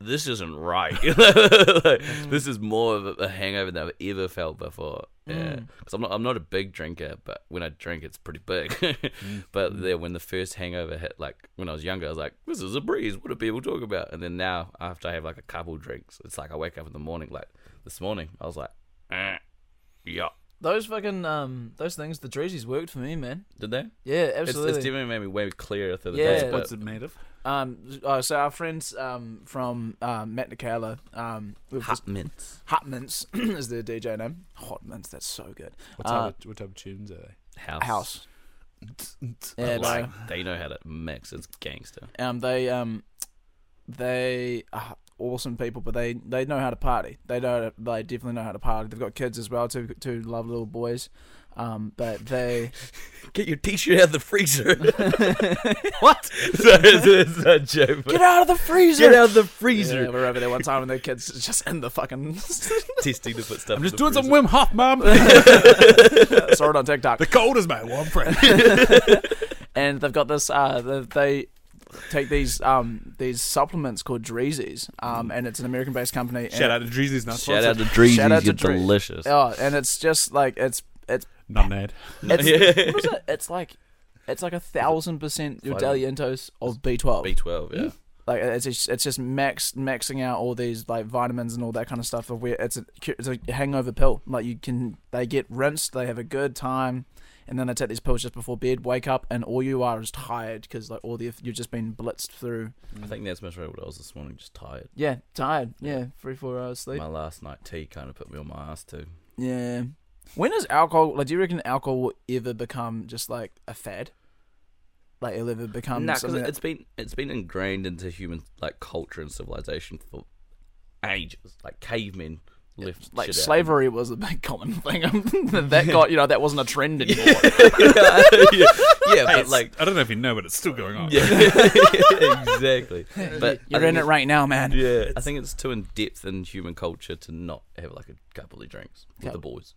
C: this isn't right *laughs* Like,
B: Mm.
C: this is more of a- a hangover than i've ever felt before yeah
B: Mm.
C: because i'm not i'm not a big drinker but when i drink it's pretty big *laughs*
B: Mm-hmm.
C: but then when the first hangover hit like when i was younger i was like this is a breeze what do people talk about and then now after i have like a couple drinks it's like i wake up in the morning like this morning i was like eh, yeah
B: Those fucking um those things, the dreesies worked for me, man.
C: did they
B: Yeah,
C: it's,
B: absolutely.
C: it's definitely made me way clearer through the
B: Yeah.
C: day but-
E: What's it made of?
B: um, oh, so our friends um from um, Matt Nicola um we've just-
C: hot mints.
B: Hot Mints *clears throat* is their DJ name. Hot Mints, that's so good.
E: What
B: Uh,
E: type, of, what type of tunes are they?
C: House.
B: House. Yeah,
C: Like,
B: no.
C: they know how to mix. It's gangster.
B: um, they um, they uh, awesome people, but they, they know how to party. They know they definitely know how to party. They've got kids as well, two two lovely little boys. Um, but they
C: Get your t-shirt out of
B: *laughs*
C: the freezer. *laughs* what? so it's a joke.
B: get out of the freezer.
C: Get out of the
B: Yeah,
C: freezer.
B: we were over there one time, and the kids just in the
C: *laughs*
B: fucking
C: Testing to put stuff.
E: I'm
C: in
E: just
C: the
E: doing some
C: freezer.
E: Wim Hof, *laughs*
C: *laughs*
E: mum.
B: saw it on TikTok.
E: the cold is my warm friend.
B: and they've got this. Uh, the, they take these um, these supplements called Dreezies, um,
C: Mm.
B: and it's an American-based company.
E: Shout out to Dreezy's not
C: Shout out
E: sponsored.
C: to Dreezy.
B: Shout out to
C: You're
B: Dreezy.
C: delicious.
B: Oh, and it's just like it's it's
E: Not an ad.
B: it's *laughs*
C: Yeah.
B: what is it? It's like it's like a thousand percent your daily
C: Vitamin.
B: intose of B twelve.
C: B12. Yeah.
B: Like it's just, it's just max maxing out all these like vitamins and all that kind of stuff. Of where it's a cu- it's a hangover pill. Like you can they get rinsed, they have a good time, and then they take these pills just before bed. Wake up and all you are is tired because like all the you've just been blitzed through.
C: I think that's much right what I was this morning. Just tired.
B: Yeah, tired. Yeah, three four hours sleep.
C: My last night tea kind of put me on my ass too.
B: Yeah. When does alcohol like do you reckon alcohol will ever become just like a fad? Like it'll ever become
C: nah, because
B: something that-
C: it's been it's been ingrained into human like culture and civilization for ages. Like cavemen left
B: like
C: shit out.
B: slavery was a big common thing. *laughs* that got you know, that wasn't a trend
C: *laughs*
B: anymore.
C: *laughs* yeah, yeah,
B: *laughs*
C: but like *laughs*
E: I don't know if you know, but it's still going on.
C: yeah, exactly. But
B: You're
C: I think
B: in it
C: it's-
B: right now, man.
C: Yeah, I think it's too in depth in human culture to not have like a couple of drinks with the boys.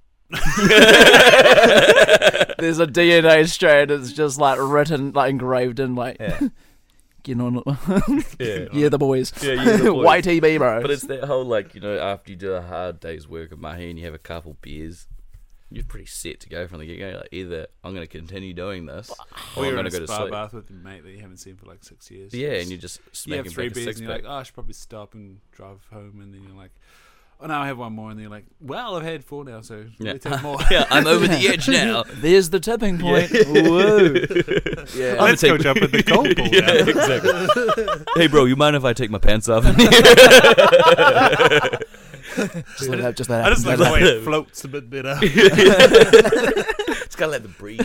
B: There's a DNA strand that's just like written, like engraved in, like *laughs* you know, *laughs*
C: Yeah,
B: yeah, the boys,
C: Yeah,
B: *laughs*
C: yeah, the boys.
B: white TB, bro.
C: But it's that whole like you know after you do a hard day's work at Mahi and you have a couple beers, you're pretty set to go from the get go. Like either I'm going to continue doing this, or
E: We
C: I'm
E: were
C: going
E: in
C: to
E: a
C: go to
E: spa
C: sleep.
E: bath with your mate that you haven't seen for like six years.
C: Yeah, and you just
E: you
C: smacking
E: have three
C: back a
E: beers
C: six
E: and you're
C: pack.
E: like, oh, I should probably stop and drive home, and then you're like, oh, now I have one more, and then you're like, well, I've had four now, so
C: Yeah.
E: let's have
C: *laughs*
E: more.
C: yeah, I'm
E: *laughs*
C: over the
B: *laughs*
C: edge now.
B: There's the tipping
C: *laughs*
B: point. Whoa. Yeah.
E: let's go jump in the
C: *laughs*
E: cold pool.
C: Yeah,
E: now.
C: exactly. hey, bro, you mind if I take my pants
E: *laughs*
C: off? *laughs*
B: just let it, just let it
E: I just like
B: happen.
E: the way it floats a bit better.
C: it's gotta let the breeze.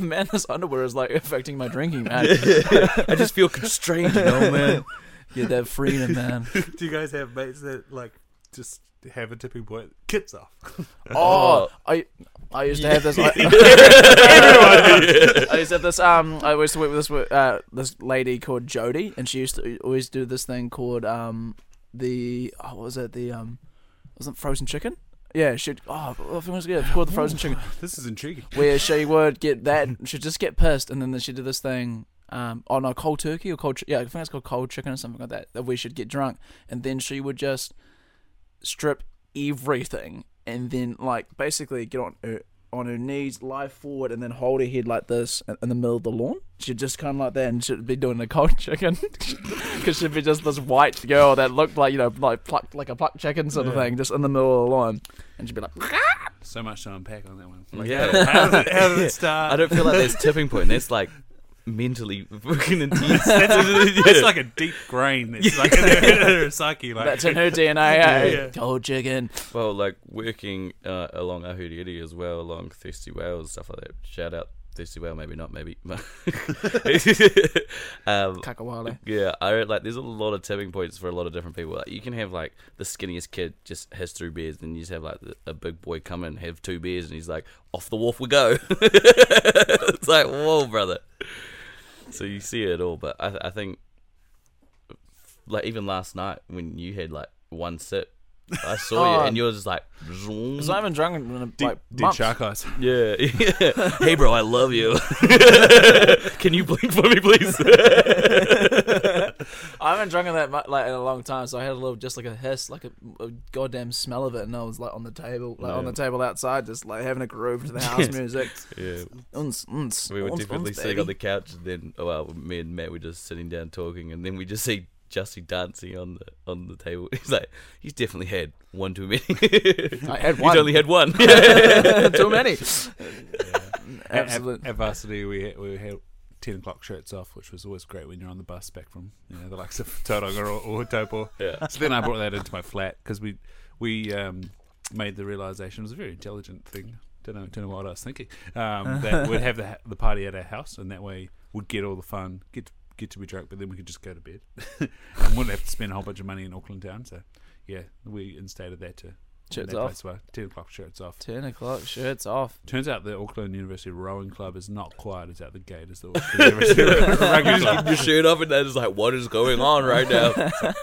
B: *laughs* man, this underwear is like affecting my drinking,
C: *laughs*
B: man.
C: I just feel constrained, you know, man.
B: Yeah, that freedom, man.
E: *laughs* Do you guys have mates that like just have a tipping point? Kids off. *laughs*
B: *laughs* Oh, I I used to have this. I, *laughs* I used to have this. Um, I used to work with this wo- uh, this lady called Jody, and she used to always do this thing called um the oh, what was it the um wasn't it frozen chicken? Yeah, she oh I think it was yeah, it's called the frozen chicken,
E: This is intriguing.
B: where she would get that she'd just get pissed, and then she did this thing. Um, oh no, cold turkey or cold chi- yeah, I think it's called cold chicken or something like that. That we should get drunk, and then she would just strip everything and then like basically get on her on her knees, lie forward, and then hold her head like this in- in the middle of the lawn. She'd just come like that, and she'd be doing the cold chicken, *laughs* because she'd be just this white girl that looked like you know like plucked like a plucked chicken sort of thing, just in the middle of the lawn, and she'd be like,
E: So much to unpack on that one.
C: Yeah,
E: How did it, how did
C: *laughs* Yeah.
E: it start?
C: I don't feel like there's tipping point. That's like mentally *laughs* fucking intense. *laughs*
E: It's like a deep grain. It's like *laughs* in her, in her psyche. Like
B: "That's in
E: *laughs*
B: her DNA, eh?
E: Yeah.
B: cold chicken."
C: Well, like working uh, along Ahuriiri as well, along Thirsty Whale and stuff like that. Shout out Thirsty Whale, maybe not, maybe. *laughs* um,
B: Kakawale.
C: yeah, I don't- like. There's a lot of tipping points for a lot of different people. Like, you can have like the skinniest kid just has two beers, then you just have like the, a big boy come in, have two beers, and he's like, "Off the wharf we go." *laughs* it's like, whoa, brother. So you see it all, but I, I think, like even last night when you had like one sip, I saw
B: Oh.
C: you and you were just like,
B: Because I haven't drunk in like
E: deep, deep
B: months.
E: shark eyes.
C: yeah, *laughs* yeah. Hey, bro, I love you. *laughs* Can you blink for me, please? *laughs*
B: I haven't drunk in that mu- like in a long time, so I had a little just like a hiss, like a, a goddamn smell of it, and I was like on the table, like on the table outside, just like having a groove
C: *laughs*
B: to the house music.
C: yeah.
B: Uns, uns,
C: We were
B: uns,
C: definitely
B: uns,
C: sitting on the *laughs*
B: baby.
C: couch, and then oh, well, me and Matt were just sitting down talking, and then we just see Justy dancing on the on the table. *laughs* He's like, he's definitely had one too many. *laughs*
B: I had
C: he's
B: one. *laughs*
C: only had one. *laughs*
B: Too many.
E: At-
B: Absolutely.
E: At, at varsity, we we had ten o'clock shirts off, which was always great when you're on the bus back from you know the likes of Tauranga or, or Taupo.
C: Yeah.
E: So then I brought that into my flat because we we um, made the realization it was a very intelligent thing. Don't know, don't know
B: *laughs*
E: what I was thinking. Um, that we'd have the ha- the party at our house, and that way we'd get all the fun, get get to be drunk, but then we could just go to bed. *laughs* and wouldn't have to spend a whole bunch of money in Auckland town. So, yeah, we instated that to
B: Shirts
E: that
B: off.
E: place where 10 o'clock shirts off.
B: Ten o'clock. Shirts off.
E: Turns out the Auckland University Rowing Club is not quite as out the gate as the Auckland University *laughs* Rugby Club.
C: Your shirt off, and that is like, what is going on right now?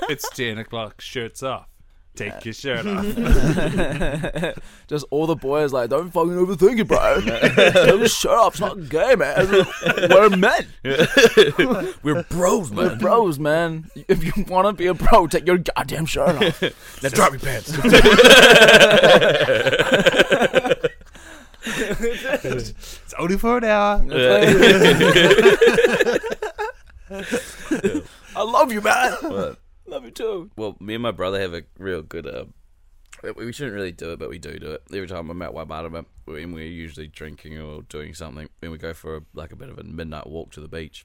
E: It's 10 o'clock, shirts off. Take your shirt off. *laughs*
B: *laughs* Just all the boys like, don't fucking overthink it,
C: *laughs*
B: bro. *laughs* Don't shut up. It's not gay, man. We're men. *laughs*
C: We're bros,
B: We're
C: man.
B: bros, man. If you want to be a bro, take your goddamn shirt
C: *laughs*
B: off.
C: Now drop
E: *laughs*
C: your pants.
E: It's only for an hour.
B: *laughs* I love you, man.
C: But,
B: Love you too.
C: well, me and my brother have a real good. Uh, we shouldn't really do it, but we do do it every time I'm at Waibarama, and we're usually drinking or doing something, and we go for a, like a bit of a midnight walk to the beach.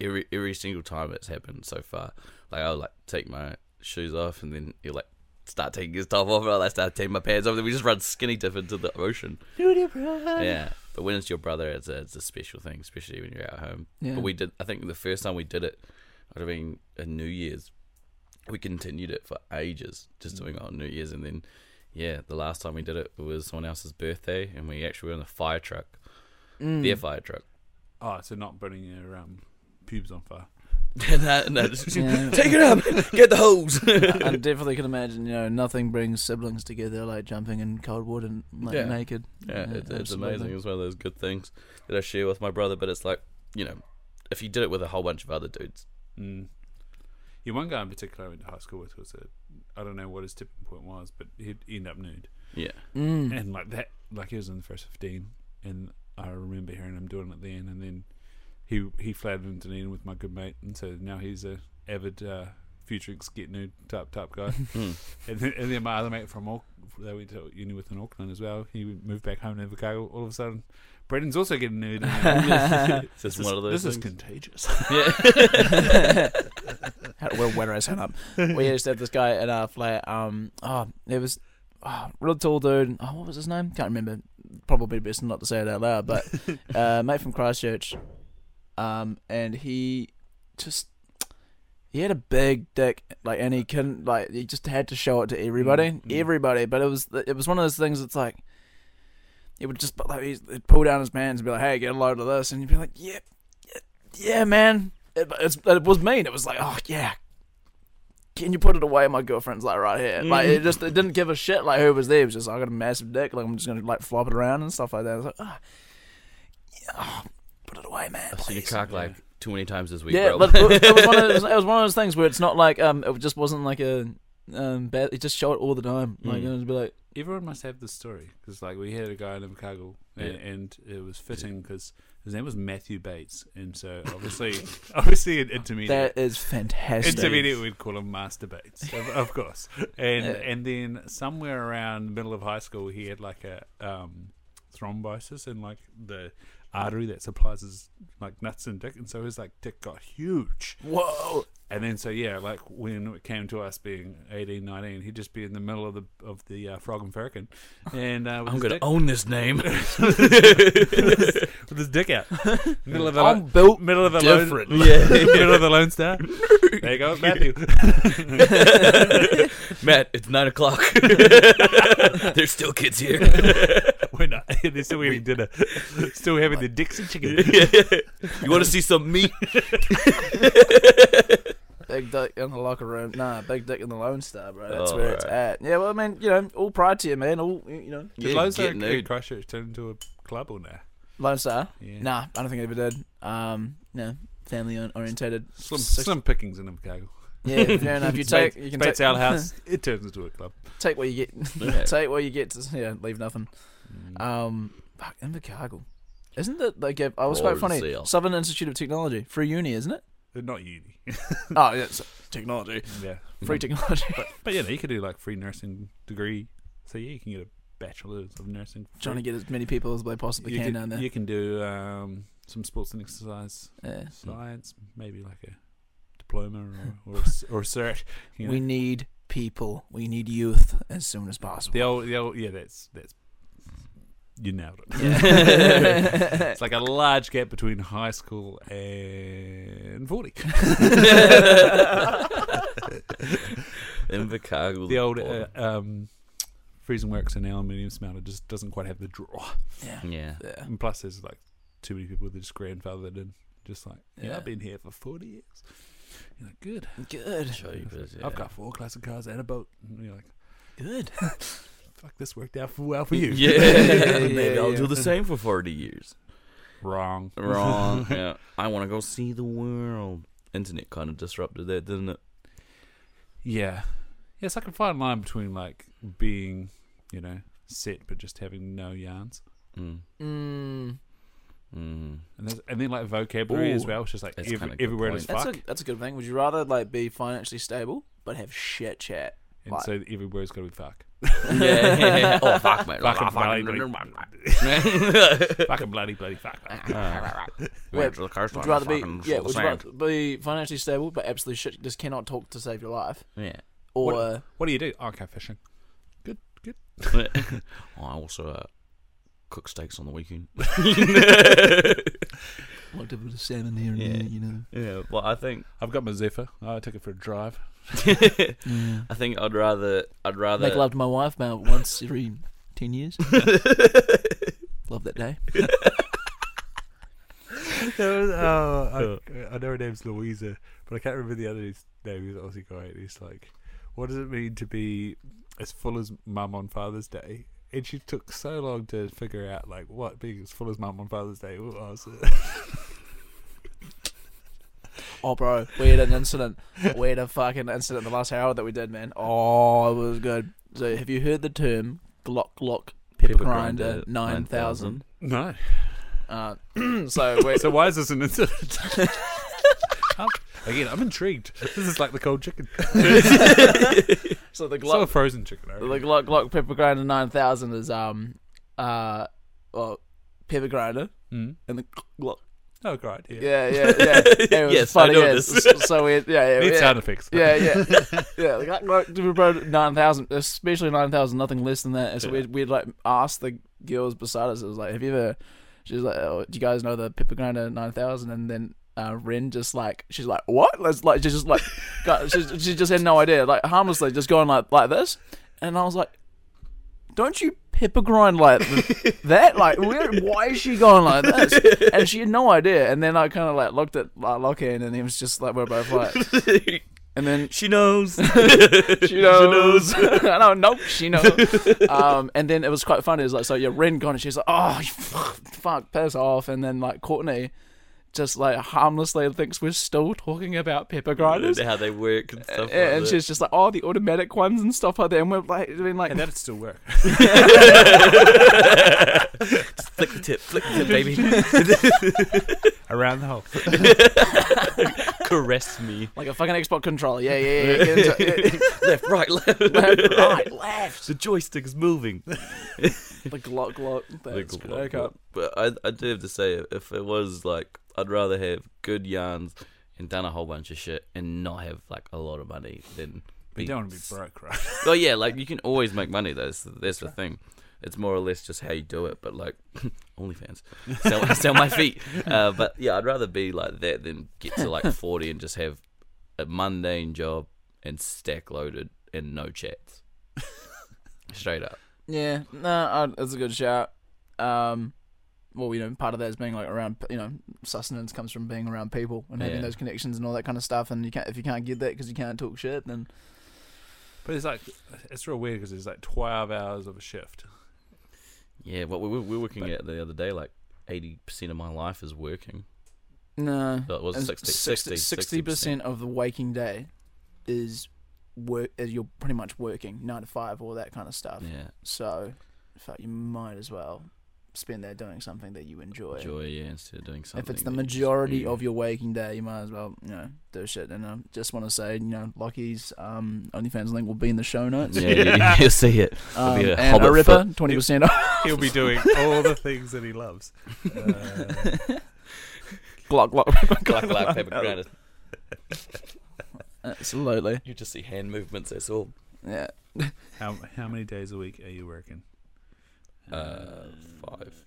C: Every every single time it's happened so far, like I'll like take my shoes off, and then he'll like start taking his top off, and I'll like, start taking my pants off, and then we just run skinny diff into the ocean. Yeah, but when it's your brother, it's a, it's a special thing, especially when you're at home.
B: Yeah.
C: But we did. I think the first time we did it would have been a New Year's. We continued it for ages, just doing it on New Year's, and then yeah, the last time we did it was someone else's birthday, and we actually were in a fire truck,
B: Mm.
C: their fire *laughs* truck.
E: Oh, so not burning your um, pubes on fire.
C: and that, and that just,
B: Yeah.
C: *laughs* Take it up, get the hose.
B: I definitely can imagine, you know, nothing brings siblings together like jumping in cold water and like
C: Yeah.
B: naked.
C: Yeah, it, it's
B: absolutely.
C: amazing. It was one of those good things that I share with my brother. But it's like, you know, if you did it with a whole bunch of other dudes,
E: Mm. Yeah, one guy in particular I went to high school with was a, I don't know what his tipping point was, but he'd end up nude.
C: yeah, *laughs*
B: Mm.
E: And like that, like he was in the first 15, and I remember hearing him doing it then, and then he he flatted in Dunedin with my good mate, and so now he's a avid uh, Futurix get nude type type guy.
C: Hmm.
E: and, then, and then *laughs* my other mate from Auck, they went to uni with in Auckland as well. He moved back home to Invercargill. All of a sudden, Brendan's also getting nude.
C: *laughs* it's just one of those.
E: this is
C: things. *laughs*
E: contagious.
B: How, where, where do I sign up? we used to have this guy at our flat. Um, oh, there was oh, real tall dude. Oh, what was his name? Can't remember. Probably best not to say it out loud. But uh, mate from Christchurch, um, and he just he had a big dick, like, and he couldn't like he just had to show it to everybody,
E: Mm, mm.
B: everybody. But it was it was one of those things that's like. He would just like he'd pull down his pants and be like, "Hey, get a load of this," and you'd be like, "Yeah, yeah, man, it, it's, it was mean. It was like, oh yeah, can you put it away? My girlfriend's like right here.
E: Mm.
B: Like it just it didn't give a shit like who was there. It was just I got a massive dick. Like I'm just gonna like flop it around and stuff like that. I was like, ah, yeah, oh, put it away, man.
C: I've seen your
B: please."
C: cock like too many times this week,
B: Yeah,
C: bro.
B: but it, it was one
E: *laughs*
B: of those, it was one of those things where it's not like um it just wasn't like a um bad. It just showed it all the time. Like
E: Hmm.
B: it would be like
E: everyone must have this story because like we had a guy in Invercargill and,
C: Yeah.
E: and it was fitting because his name was Matthew Bates and
C: *laughs*
E: so obviously obviously an intermediate
B: that is fantastic.
E: intermediate we'd call him Master Bates of, of
C: *laughs*
E: course and
B: Yeah.
E: and then somewhere around the middle of high school he had like a um, thrombosis in like the artery that supplies his like nuts and dick and so his like dick got huge
B: Whoa.
E: and then so yeah like when it came to us being 18 19 he'd just be in the middle of the of the uh, frog and firkin and uh, with
C: *laughs* I'm
E: his
C: *laughs* gonna
E: dick-
C: own this name.
E: with his dick
C: *laughs*
E: out. Middle of the
B: I'm
E: lo-
B: built
E: middle of the
C: different.
E: Lone, *laughs* middle of the Lone
C: *laughs*
E: Star. There you go, Matthew.
C: Matt, it's nine *laughs* o'clock. There's still kids *laughs* here.
E: We're not. *laughs* They're still eating dinner. *laughs* Still having the dicks and chicken.
C: You want to see some meat?
B: Big dick in the locker room. Nah, big dick in the Lone Star, bro. That's
C: Oh,
B: where it's at. Yeah, well, I mean, you know, all pride to you, man. All you know,
E: Did
C: Yeah,
E: Lone Star
C: get
E: in
C: nude.
E: Christchurch turn into a club or nah?
B: Lone Star.
E: Yeah.
B: Nah, I don't think I ever did. Um, no, family on- orientated.
E: Slim,
B: Six-
E: slim pickings in Invercargill.
B: Yeah, fair enough. You take, you can
E: *laughs* Bates
B: take,
E: Ale House. It turns into a club.
B: *laughs* take what you get. *laughs*
C: Yeah.
B: take what you get. To, yeah, leave nothing. Um, fuck, Invercargill. Isn't it? They give. I was quite
C: Royal
B: funny.
C: Seal.
B: Southern Institute of Technology, free uni, isn't it?
E: They're Uh, not uni. *laughs*
B: oh, yeah, it's technology,
E: yeah,
B: *laughs* free
C: *laughs*
B: technology.
E: but but yeah, you could do like free nursing degree. So yeah, you can get a bachelor's of nursing. free.
B: Trying to get as many people as they possibly
E: you
B: can
E: can,
B: down there.
E: you can do um, some sports and
B: *laughs*
E: exercise
B: yeah.
E: science, maybe like a diploma or or, a s- or a cert. You know.
B: We need people. We need youth as soon as possible.
E: the old, the old, yeah, that's that's you nailed it.
C: *laughs*
B: Yeah.
E: *laughs* It's like a large gap between high school and 40.
C: *laughs* Invercargill.
E: The old uh, um, freezing works and aluminium smelter just doesn't quite have the draw.
B: yeah.
C: yeah.
B: Yeah.
E: And plus, there's like too many people that just grandfathered in. Just like, yeah,
B: Yeah.
E: I've been here for 40 years. You're like, good.
B: Good.
C: Jeepers,
E: I've
C: yeah.
E: got four classic cars and a boat. And you're like,
B: Good.
E: fuck, this worked out well for you.
C: *laughs* Yeah,
B: Yeah,
C: maybe I'll
B: yeah.
C: do the same for 40 years.
E: Wrong.
C: *laughs* Wrong. yeah. I want to go see the world. Internet kind of disrupted that, didn't it?
E: Yeah. Yeah, it's like a fine line between like being, you know, set but just having no yarns.
C: Mm.
B: Mm,
C: Mm.
E: And, there's- and then like vocabulary as
C: Ooh,
E: well. It's just like
C: that's
E: ev-
C: kinda a good
E: everywhere
C: point.
E: is
B: that's
E: fuck.
B: a that's a good thing. Would you rather like be financially stable but have shit chat?
E: and
B: like-
E: so everywhere's got to be fuck.
C: *laughs* Yeah. oh, fuck, mate.
E: Fucking
C: Fucking
E: bloody, bloody, *laughs* fucking bloody, bloody fuck.
B: Wait, Would you rather be yeah? Would you rather be financially stable but absolutely shit just cannot talk to save your life?
C: *laughs* yeah.
B: Or
E: What do you do? Archive fishing.
C: Oh, I also uh, cook steaks on the weekend.
B: like a bit of salmon here and
C: Yeah.
B: you know.
C: Yeah, well, I think
E: I've got my Zephyr. I took it for a drive.
C: *laughs* I think I'd rather I'd rather
B: Make love to my wife about once every ten years. love that day.
E: There *laughs* was, oh, I, I know her name's Louisa, but I can't remember the other dude's name. He's an Aussie guy. And he's like, what does it mean to be as full as mum on Father's Day? And she took so long to figure out, like, what being as full as mum on Father's Day was.
B: Oh, bro, we had an
C: *laughs*
B: incident. we had a fucking incident the last hour that we did, man. Oh, it was good. So, have you heard the term Glock Glock Pepper,
C: Pepper
B: Grinder,
C: grinder,
B: 9000?
E: No.
B: Uh, *clears throat* so, we,
E: So why is this an *laughs* incident? I'm- Again, I'm intrigued. This is like the cold chicken.
B: so the
E: It's not a
B: Glock,
E: frozen chicken. I
B: the
E: reckon.
B: Glock Glock Pepper Grinder 9000 is, um, uh, well, Pepper Grinder
E: Mm.
B: and the Glock.
E: Oh, great. Yeah.
B: Yeah, yeah,
C: *laughs*
B: yeah. It was
C: Yes, I
B: funny.
C: know
B: yeah.
C: this.
B: So- So weird. Yeah,
C: *laughs*
B: yeah.
E: Need
B: yeah.
E: sound effects.
B: Yeah, yeah, yeah. Like, like dude, bro, nine thousand, especially nine thousand, nothing less than that. And so
E: Yeah.
B: we'd, we'd like ask the girls beside us. It was like, have you ever? She's like, oh, do you guys know the Pippa Grinder nine thousand? And then uh, Ren just like, she's like, what? Let's like, she's just like, *laughs* got, she, she just had no idea. Like harmlessly, just going like like this. And I was like, don't you pepper grind like th- that? Like, where, why is she going like this? And she had no idea. And then I kind of like looked at like Lockin, and he was just like, we're both like, and then
C: *laughs* she knows.
B: *laughs* she knows. *laughs* I don't know. She *laughs* knows. um, and then it was quite funny. It was like, so yeah, Ren gone, and she's like, oh, you *laughs* fuck, fuck, piss off. And then like Courtney just like harmlessly thinks we're still talking about pepper grinders.
C: how they work and stuff.
B: And,
C: like
B: and
C: that.
B: she's just like, oh, the automatic ones and stuff like that. And we're like, doing like,
E: And that'd still work.
C: Just flick the tip, flick the tip, baby.
B: *laughs*
E: Around the hole.
C: Caress me.
B: like a fucking Xbox controller. Yeah, yeah, yeah. Get *laughs* into it.
C: Left, right, *laughs* left,
B: Left, right, left.
C: The joystick's moving.
B: The Glock Glock. That's
C: Like,
B: great.
C: what- But I, I do have to say, if it was like, I'd rather have good yarns and done a whole bunch of shit and not have like a lot of money than.
E: But you don't want to be
C: s-
E: broke, right?
C: Well, yeah, like you can always make money. though. That's that's the thing. It's more or less just how you do it. But like, *laughs* OnlyFans, sell, *laughs* sell my feet. Uh, but yeah, I'd rather be like that than get to
B: *laughs*
C: like forty and just have a mundane job and stack loaded and no
B: *laughs*
C: chats. Straight up.
B: Yeah, no, I, that's a good shout. Um, well, you know, part of that is being like around, you know, sustenance comes from being around people and having
C: Yeah.
B: those connections and all that kind of stuff. And you can't if you can't get that because you can't talk shit, then
E: But it's like, it's real weird because it's like 12 hours of a shift.
C: Yeah, what we were, we were working at the other day, like eighty percent of my life is working.
B: no.
C: No, it was 60, 60,
B: percent of the waking day is work. Is you're pretty much working nine to five, all that kind of stuff.
C: Yeah,
B: So, fuck, you might as well spend that doing something that you enjoy.
C: joy. Yeah, instead of doing something.
B: if it's the
C: that you just-
B: majority
C: yeah.
B: of your waking day, you might as well, you know, do shit. And I just want to say, you know, Lockie's um, OnlyFans link will be in the show
C: *laughs*
B: notes.
C: yeah, yeah, you'll see it.
B: Um,
C: be a
B: and a
C: hobbit
B: ripper, twenty percent off.
E: He'll be *laughs* doing all the things that he loves. *laughs* Uh,
B: Glock, glock,
C: Like, like paper grinder.
B: Absolutely.
C: You just see hand movements. That's all.
B: Yeah.
E: how, how many days a week are you working?
C: Uh, five.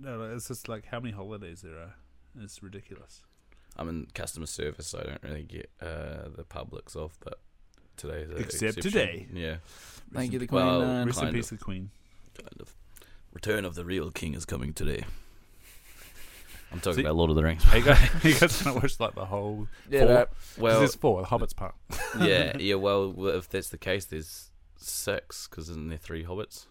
E: No, no, it's just like how many holidays there are. It's ridiculous.
C: I'm in customer service, so I don't really get uh, the publics off, but today is a
E: Except
C: exception.
E: today.
C: Yeah.
B: Thank you, the Queen.
C: Well,
B: uh,
E: Rest in
C: kind
E: peace, the *laughs* Queen.
C: Kind of. Return of the Real King is coming today. I'm talking
E: So-
C: about Lord of the
E: *laughs*
C: Rings.
E: Are you guys, are you guys gonna watch like the whole? *laughs*
B: yeah,
E: four?
B: that,
E: 'Cause
C: Well,
E: there's four. The Hobbit's part.
C: yeah,
E: *laughs*
C: yeah. Well, well, if that's the case, there's six because isn't there three hobbits?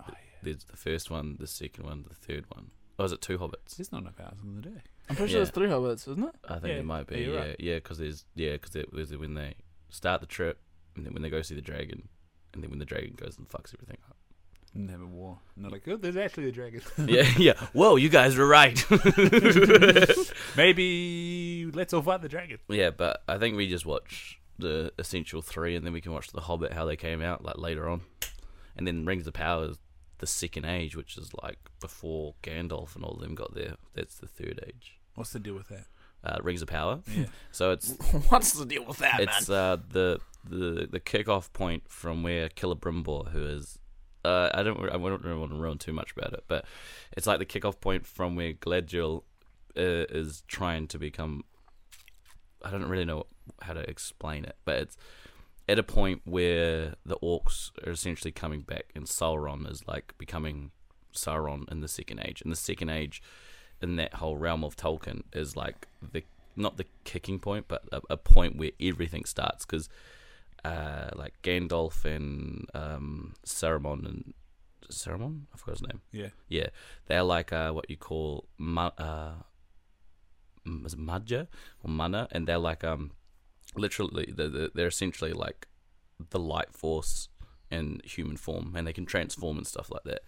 E: Oh, yeah.
C: There's the first one, the second one, the third one. Oh, is it two hobbits?
E: There's not enough hours in the day.
B: I'm pretty sure
C: Yeah.
B: there's three hobbits, isn't it?
C: I think
E: Yeah,
C: it might be.
E: yeah, you're
C: Yeah,
E: right.
C: yeah, because there's yeah, because it was when they start the trip and then when they go see the dragon, and then when the dragon goes and fucks everything
E: *laughs*
C: up.
E: And they have a war. And they're like, oh, there's actually a dragon.
C: yeah, *laughs* yeah. Whoa, you guys were right.
E: *laughs*
C: *laughs*
E: Maybe let's all fight the dragon.
C: yeah, but I think we just watch the essential three, and then we can watch the Hobbit how they came out like later on, and then Rings of Power is the second age, which is like before Gandalf and all of them got there. That's the third age.
E: What's the deal with *laughs* that?
C: Uh, Rings of Power.
E: Yeah.
C: So it's
B: What's the deal with that,
C: it's uh, the the the kickoff point from where Killer Brimbor, who is, uh, I don't I don't really want to ruin too much about it, but it's like the kickoff point from where Gladriel uh, is trying to become. I don't really know how to explain it, but it's at a point where the orcs are essentially coming back, and Sauron is like becoming Sauron in the Second Age, and the Second Age in that whole realm of Tolkien is like the not the kicking point, but a, a point where everything starts because uh, like Gandalf and um, Saruman and Saruman, I forgot his name.
E: Yeah.
C: yeah, they're like uh, what you call ma- uh, m- is it Madja or Mana, and they're like um, literally they're- they're, they're essentially like the light force in human form, and they can transform and stuff like that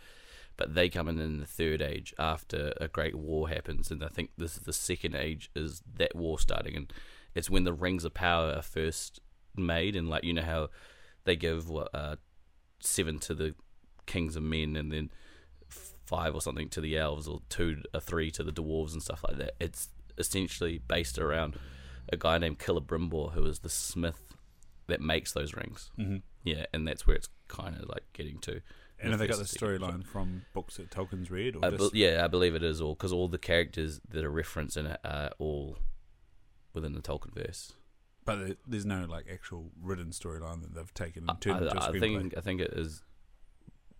C: but they come in in the third age after a great war happens and i think this is the second age is that war starting and it's when the rings of power are first made and like you know how they give what uh seven to the kings of men and then five or something to the elves or two or three to the dwarves and stuff like that it's essentially based around a guy named Celebrimbor who is the smith that makes those rings
E: Mm-hmm.
C: yeah and that's where it's kind of like getting to
E: And have they got the
C: First and second.
E: storyline from books that Tolkien's read, or
C: I
E: just
C: bel yeah, I believe it is all because all the characters that are referenced in it are all within the Tolkien verse.
E: but there- there's no like actual written storyline that they've taken
C: I,
E: and turned Mm, into a
C: I- I
E: screenplay.
C: think I think it is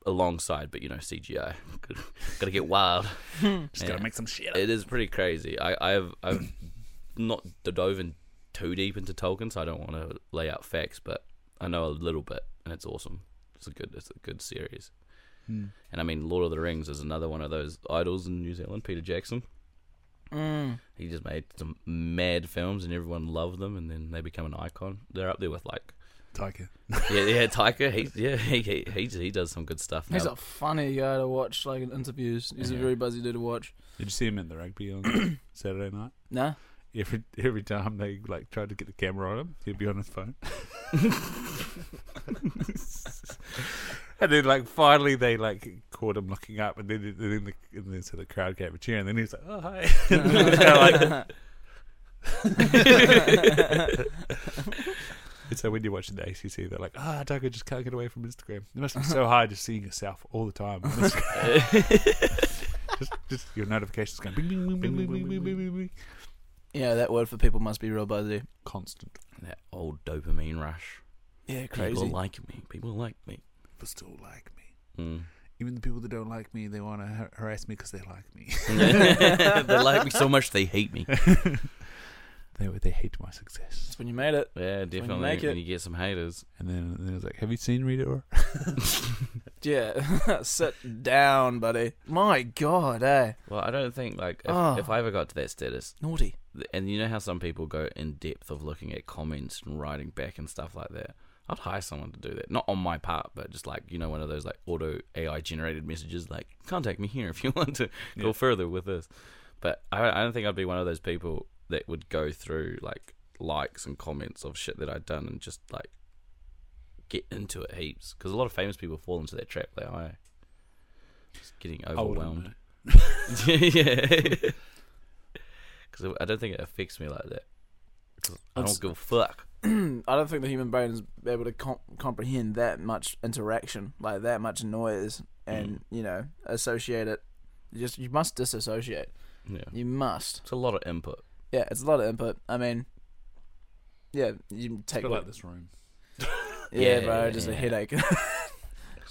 C: alongside, but you know CGI. *laughs* Gotta get wild.
E: *laughs* Just
C: yeah.
E: gotta make some shit. Up.
C: It is pretty crazy. I, I've I've *clears throat* not dove in too deep into Tolkien, so I don't want to lay out facts, but I know a little bit, and it's awesome. It's a good it's a good series.
E: Hmm.
C: And I mean, Lord of the Rings is another one of those idols in New Zealand. Peter Jackson.
B: Mm.
C: He just made some mad films and everyone loved them, and then they become an icon. They're up there with like,
E: Taika.
B: *laughs*
C: yeah, yeah, Taika. He, yeah, he, he he he does some good stuff.
B: He's
C: now.
B: a funny guy to watch, like in interviews. He's a
C: Yeah.
B: very busy dude to watch.
E: Did you see him at the rugby *coughs* on Saturday night?
B: Nah,
E: Every every time they like tried to get the camera on him, he'd be on his phone. *laughs* and then like finally they like caught him looking up, and then and then, the, and then so the crowd gave a cheer, and then he was like, "Oh hi!" And then they're like- And so when you're watching the ACC, they're like, "Ah, Doug, I just can't get away from Instagram. It *laughs* must be so hard just seeing yourself all the time." on *laughs* Instagram. just, just your notifications going bing bing bing bing bing bing bing bing, bing, bing.
B: *laughs* yeah, that word for people must be real busy.
E: constant.
C: that old dopamine rush.
B: Yeah,
C: People
B: crazy.
C: like me. People like me.
E: People still like me.
B: *laughs*
C: Mm. *laughs*
E: Even the people that don't like me, they want to har- harass me because they like me. *laughs*
C: they like me so much they hate me.
E: they they hate my success.
B: That's when you made it.
C: Yeah, definitely. And
B: make
C: you,
B: it.
C: get some haters.
E: And then, and then I was like, "Have you seen Rita Ora?"
B: Yeah, *laughs* sit down, buddy. My God, eh?
C: Well, I don't think like if,
B: Oh.
C: if I ever got to that status,
B: Naughty. *clears throat*
C: th- and you know how some people go in depth of looking at comments and writing back and stuff like that. I'd hire someone to do that, not on my part, but just like you know, one of those like auto AI generated messages, like contact me here if you *laughs* want to go
E: Yeah.
C: further with this. But I, I don't think I'd be one of those people that would go through like likes and comments of shit that I'd done and just like get into it heaps because a lot of famous people fall into that trap. Like I, just getting
E: I wouldn't
C: overwhelmed.
E: know.
C: *laughs* yeah, because I don't think it affects me like that. 'Cause I
B: That's-
C: don't give a fuck.
B: I don't think the human brain is able to com- comprehend that much interaction, like that much noise,
C: Mm.
B: and you know, associate it. You just you must disassociate.
C: Yeah.
B: You must.
C: It's a lot of input.
B: Yeah, it's a lot of input. I mean, yeah, you take
E: But
B: what-
E: like this room.
B: Yeah,
C: Yeah,
B: bro, just a
C: yeah.
B: headache. *laughs*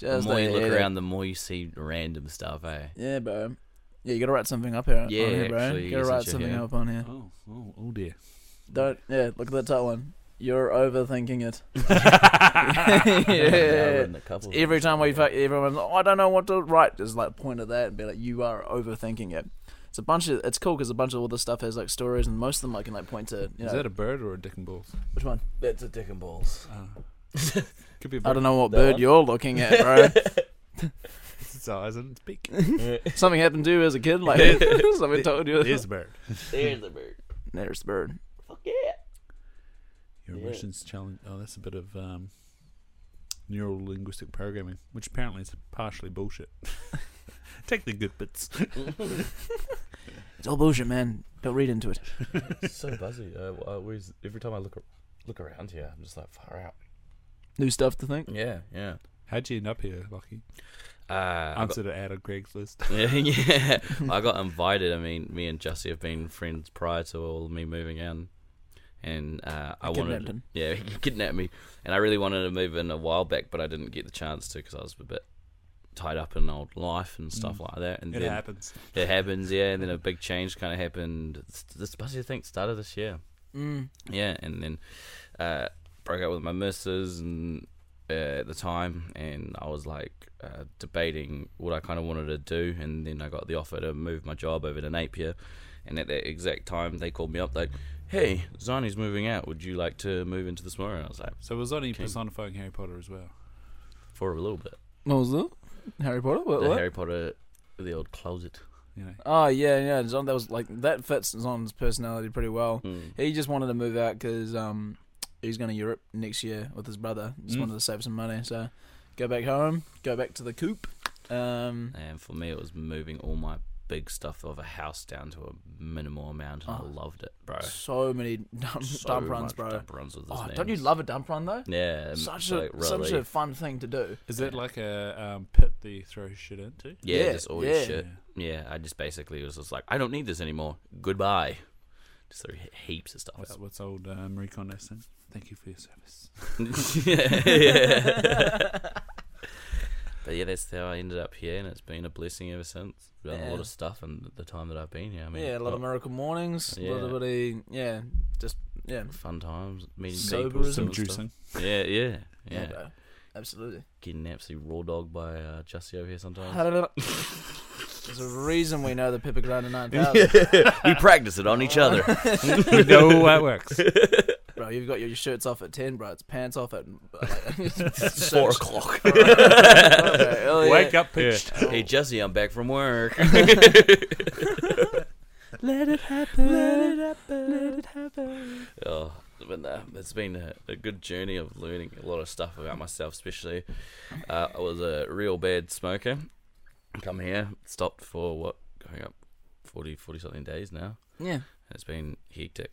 C: The
B: just
C: more
B: a
C: you look
B: headache.
C: around, the more you see random stuff, eh? *laughs*
B: Yeah, bro. Yeah, you gotta write something up here.
C: Yeah,
B: on here, bro.
C: actually,
B: you gotta
C: yes,
B: write
C: it's your
B: something
C: hair.
B: up on here.
E: Oh, oh, oh dear.
B: Don't. Yeah, look at that top one. You're overthinking
E: *laughs*
B: it.
C: Rather
B: yeah.
C: than a couple of
B: Every
C: them.
B: time we fuck, everyone's like, oh, I don't know what to write. Just like point at that and be like, you are overthinking it. It's a bunch of. It's cool because a bunch of all this stuff has like stories, and most of them I can like point to. You know,
E: Is that a bird or a dick and balls?
B: which one?
C: That's a dick and balls. *laughs*
E: Could be a bird.
B: I don't know what
C: That
B: bird
C: one?
B: you're looking at, bro.
E: It's its eyes and its beak.
B: *laughs*
E: *laughs*
B: something happened to you as a kid, like *laughs* something told you.
E: There's a bird.
C: There's a bird.
B: *laughs* There's the bird.
C: Fuck yeah.
E: Your
C: Yeah.
E: emotions challenge. Oh, that's a bit of um, neural linguistic programming, which apparently is partially bullshit. Take the good bits.
B: It's all bullshit, man. Don't read into it.
C: It's so buzzy. I, I always, every time I look a- look around here, I'm just like far out.
B: New stuff to think.
C: Yeah, yeah.
E: How'd you end up here, Lucky?
C: Uh, I got,
E: Answer to out of Greg's list.
C: yeah, *laughs* yeah. I got invited. I mean, me and Jussie have been friends prior to all me moving in, and uh, I
B: You
C: wanted,
B: kidnapped him.
C: *laughs* yeah, he kidnapped me, and I really wanted to move in a while back, but I didn't get the chance to because I was a bit tied up in old life and stuff like that. And
E: It
C: then
E: happens.
C: it happens, yeah. And then a big change kind of happened. This- This busy thing started this year.
B: Mm.
C: Yeah, and then uh, broke up with my missus and uh, at the time, and I was like uh, debating what I kind of wanted to do, and then I got the offer to move my job over to Napier, and at that exact time they called me up like, "Hey, Zani's moving out. Would you like to move into this more?" And I was like,
E: So it was only
C: Okay.
E: personifying Harry Potter as well.
C: "For a little bit."
B: What was that? Harry Potter? What?
C: the
B: what?
C: Harry Potter, the
B: *laughs*
C: old closet.
E: You
C: Uh,
E: know,
B: oh yeah, yeah. Zon, that was like that fits Zon's personality pretty well.
C: Mm.
B: He just wanted to move out because um, he's going to Europe next year with his brother. Just
E: Mm.
B: wanted to save some money, so go back home, go back to the coop. Um,
C: And for me, it was moving all my big stuff of a house down to a minimal amount, and
B: Oh.
C: I loved it, bro.
B: so many dump,
C: So
B: dump runs,
C: much
B: bro.
C: Dump runs with this
B: oh,
C: man.
B: don't you love a dump run
C: *laughs*
B: though?
C: Yeah, m-
B: such
C: like,
B: a such
C: really.
B: a fun thing to do.
E: is that like a um, pit that you throw shit into?
C: yeah,
B: yeah,
C: just all
B: yeah.
C: your shit. Yeah, I just basically was just like, I don't need this anymore. Goodbye. Just threw he- heaps of stuff
E: What's,
C: out.
E: what's old uh, Marie Kondo saying? Thank you for your service.
C: but yeah, that's how I ended up here, and it's been a blessing ever since. I've done a lot
B: Yeah.
C: of stuff in the time that I've been here. I mean,
B: yeah, a lot of
C: oh,
B: miracle mornings, a little bit of yeah, just yeah,
C: fun times, meeting
B: Sober
C: people,
B: as
E: Some
C: doing stuff.
E: juicing.
C: Yeah, yeah,
B: yeah,
C: *laughs* yeah.
B: bro. absolutely.
C: Getting absolutely raw dog by uh, Jussie over here sometimes. *laughs*
B: *laughs* There's a reason we know the Pippa
C: *laughs*
B: Grande 9000.
C: we practice it on each *laughs* other.
E: *laughs* we know how it *laughs* works.
B: Bro, you've got your, your shirts off at 10, bro. It's pants off at uh, *laughs*
C: *laughs* Four o'clock. Oh,
E: Wake up, pitch.
C: Hey Jesse, I'm back from work.
B: Let it happen. Let it happen. Let it happen.
C: oh, but nah, it's been a, a good journey of learning a lot of stuff about myself, especially uh, I was a real bad smoker. Come here, stopped for what going up 40, 40 something days now.
B: Yeah.
C: It's been hectic.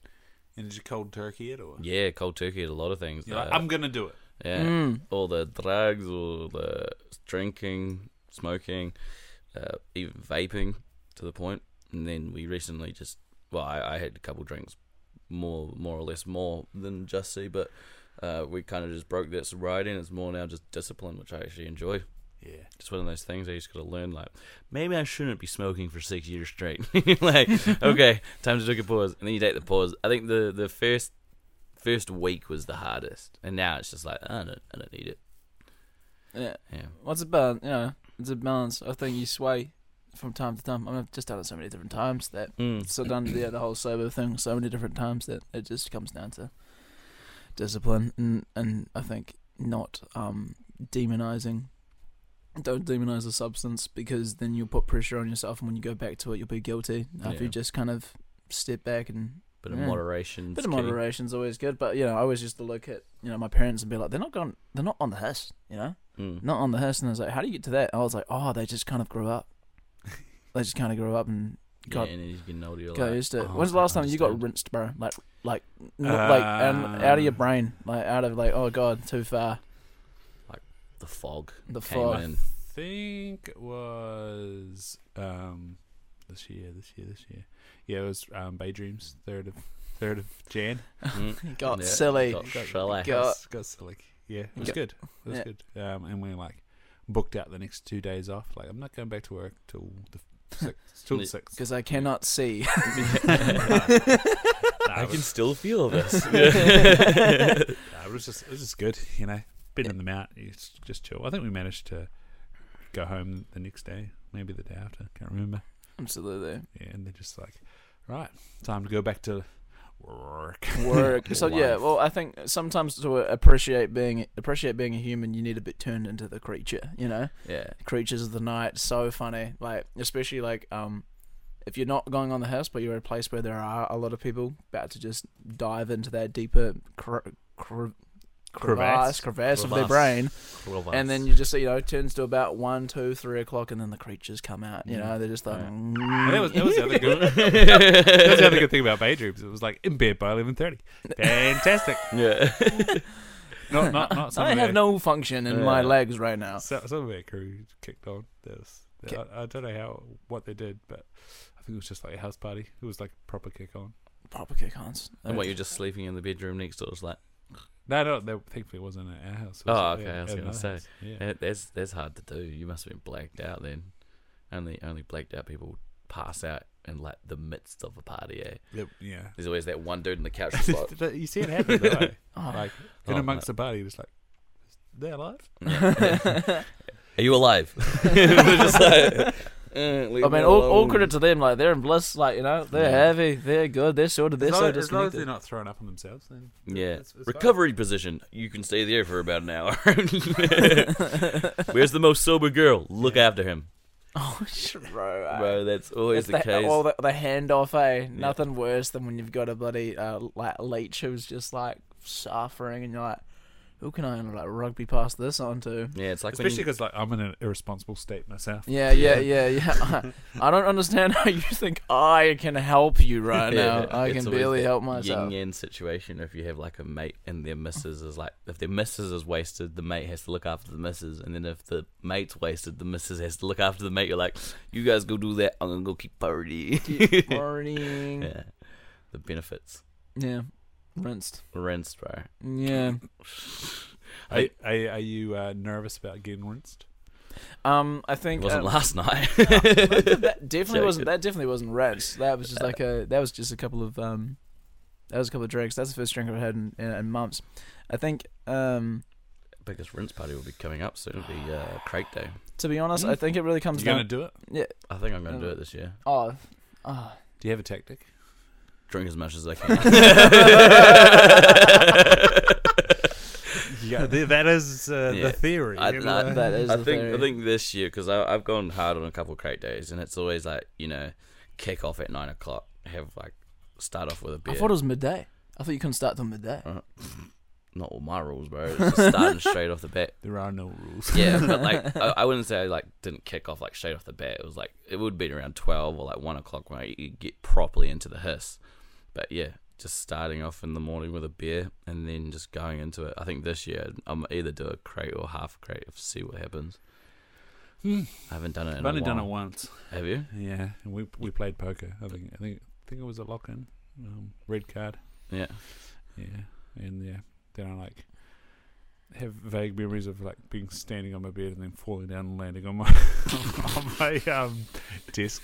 E: And did you cold turkey it or?
C: Yeah, cold turkey at a lot of things.
E: You're like, "Um,
C: uh,
E: I'm gonna do it.
C: yeah,
B: Mm.
C: all the drugs, all the drinking, smoking, uh, even vaping to the point. And then we recently just well, I, I had a couple drinks, more more or less more than just see, but uh, we kind of just broke that sobriety, and it's more now just discipline, which I actually enjoy. *laughs*
E: Yeah.
C: It's one of those things I just got to learn. Like maybe I shouldn't be smoking for six years straight. *laughs* like okay, time to take a pause, and then you take the pause. I think the the first first week was the hardest, and now it's just like I don't I don't need it.
B: Yeah.
C: Yeah.
B: What's a balance? You know, it's a balance. I think you sway from time to time. I mean, I've just done it so many different times that
C: Mm.
B: so done yeah, the whole sober thing so many different times that it just comes down to discipline and and I think not um demonizing don't demonize the substance because then you'll put pressure on yourself and when you go back to it you'll be guilty if
C: Yeah.
B: you just kind of step back and
C: Bit of
B: Yeah.
C: moderation.
B: bit of moderation's always good but you know I always used to look at you know my parents and be like they're not going they're not on the hiss you know
C: Mm.
B: not on the hearse and I was like, How do you get to that? I was like, Oh, they just kind of grew up. they just kind of grew up and God.
C: Yeah, and then you get older, you're
B: Got
C: like,
B: used to it.
E: Oh,
B: When's the last time you got
C: understand.
B: rinsed, bro? Like, like, n- like, um, out of your
E: Um,
B: brain, like out of like, oh god, too far. *laughs*
C: the fog
B: The
C: came
B: fog.
C: in.
E: think it was um this year, this year, this year. Yeah, it was um Bay Dreams, third of third of Jan.
B: *laughs*
C: Mm.
B: Got
C: Yeah,
B: silly.
C: Got
E: Got-
C: shellac.
B: got-
E: It's got silly. Yeah, it was
B: Yeah.
E: good. It was
B: Yeah.
E: good. Um, and we like booked out the next two days off. Like I'm not going back to work till the *laughs* sixth. Till the
C: Yeah.
E: sixth.
B: Because I cannot
C: *laughs*
B: see.
E: I
C: I
E: can
C: can still feel this.
E: Nah, Uh, it was just it was just good. You know, been in the mount. It's just chill. I think we managed to go home the next day, maybe the day after. Can't remember.
B: *laughs* Absolutely.
E: Yeah, and they're just like, right, time to go back to work. *laughs*
B: Work. so yeah.
E: Life.
B: Well, I think sometimes to appreciate being appreciate being a human, you need to be turned into the creature. You know,
C: *laughs* yeah.
B: creatures of the night. So funny. Like especially like um. If you're not going on the house, but you're at a place where there are a lot of people about to just dive into that deeper cr- cr- crevasse,
E: Crevasse.
B: crevasse of their
C: Crevasse.
B: brain,
C: Crevasse.
B: and then you just you know it turns to about one, two, three o'clock, and then the creatures come out. You know, they're just like, mm.
E: And that was that was the other good. *laughs* that was the other good thing about Bay Dreams. It was like in bed by eleven thirty.
B: *laughs*
E: Fantastic.
C: *laughs* yeah.
E: Not not not. Some
B: I
E: of
B: have
E: their-
B: no function in my
C: Yeah.
B: legs right now.
E: So, some of their crew kicked on. This I, I don't know how what they did, but I think it was just like a house party. It was like a proper kick on.
B: Proper kick ons.
C: *laughs* And what, you're just sleeping in the bedroom next door? It's like,
E: No, no, they, thankfully it wasn't at our house. It
C: Oh,
E: at-
C: okay, I
E: at
C: was gonna
E: another
C: say.
E: house. Yeah.
C: that, that's, that's eh, hard to do. You must have been blacked out then. Only only blacked out people pass out in like the midst of a party, eh?
E: Yep, yeah.
C: There's always that one dude in the couch *laughs* that's
E: *laughs*
C: like,
E: you see it happen though.
C: *laughs*
E: eh?
B: Oh. *laughs*
E: like in
C: Oh,
E: amongst the party, it's like they're alive.
B: *laughs*
C: Are you *laughs* alive? We're just *laughs* like, *laughs* eh, leave
B: I
C: me
B: mean, all, all
C: alone.
B: credit to them. Like they're in bliss. Like you know, they're
C: Yeah.
B: heavy. They're good. They're sort of. They're
E: as,
B: so
E: long, as long as they're
B: disconnected.
E: not throwing up on themselves, then
C: Yeah.
E: It's- it's fine.
C: Recovery position. You can stay there for about an hour. *laughs* Where's the most sober girl? Look after him.
B: Oh, sh-
E: *laughs*
B: bro. eh.
C: Bro, that's always
B: It's
C: the
B: the,
C: case.
B: all the, the handoff, eh? Nothing worse than when you've got a bloody uh, like leech who's just like suffering, and you're like, "Who can I like rugby pass this on to?"
C: Yeah, it's like
E: especially
C: when you,
E: because like I'm in an irresponsible state myself.
C: *laughs*
B: Yeah, yeah, yeah, yeah. *laughs* I, I don't understand how you think I can help you right
C: *laughs*
B: now. I
C: it's
B: can
C: always
B: barely
C: that
B: help myself.
C: Yin yang situation. If you have like a mate and their missus is like, if their missus is wasted, the mate has to look after the missus, and then if the mate's wasted, the missus has to look after the mate. You're like, you guys go do that. I'm gonna go keep party. *laughs*
B: Morning. Yeah.
C: yeah, the benefits
B: rinsed.
C: rinsed, bro.
B: Yeah.
E: Are, are, are you uh, nervous about getting rinsed?
B: Um, I
C: It
B: think um,
C: wasn't last night.
B: *laughs*
C: *laughs*
B: that definitely wasn't.
C: Joking.
B: That definitely wasn't rinsed. That was just like a. That was just a couple of um, that was a couple of drinks. That's the first drink I've had in, in, in months. I think um,
C: Biggest rinse party will be coming up soon. It'll be uh, Crate Day.
B: to be honest, I think it really comes
E: You
B: down.
E: gonna do it?
C: I think I'm gonna do it this year.
B: Oh, oh.
E: Do you have a
C: *laughs*
E: tactic?
C: Drink as much as I *laughs* can.
E: Yeah, *laughs* that is uh,
C: the Yeah.
E: theory.
C: I- You know, I-
B: that is.
C: I
B: the
C: think I
B: theory.
C: think this year because I've gone hard on a couple of crate days, and it's always like you know, kick off at nine o'clock, have like start off with a beer. Uh,
B: I thought it was midday. I thought you couldn't start till midday.
C: *laughs* Not all my rules, bro. It's just *laughs* starting straight off the bat.
E: there are no rules.
C: Yeah, but like I, *laughs* I wouldn't say I like didn't kick off like straight off the bat. It was like it would be around twelve or like one o'clock when I e, get properly into the hiss. But yeah, just starting off in the morning with a beer and then just going into it. I think this year I'm either do a crate or half a crate. See what happens.
E: Hmm.
C: *laughs* I haven't done it. In
E: I've
C: a
E: only done it
C: while.
E: once.
C: Have you?
E: Yeah, and we we played poker. I think I think I think it was a lock in, um, red card.
C: Yeah.
E: Yeah, and yeah, then I like have vague memories of like being standing on my bed and then falling down and landing on my *laughs* on my um, desk.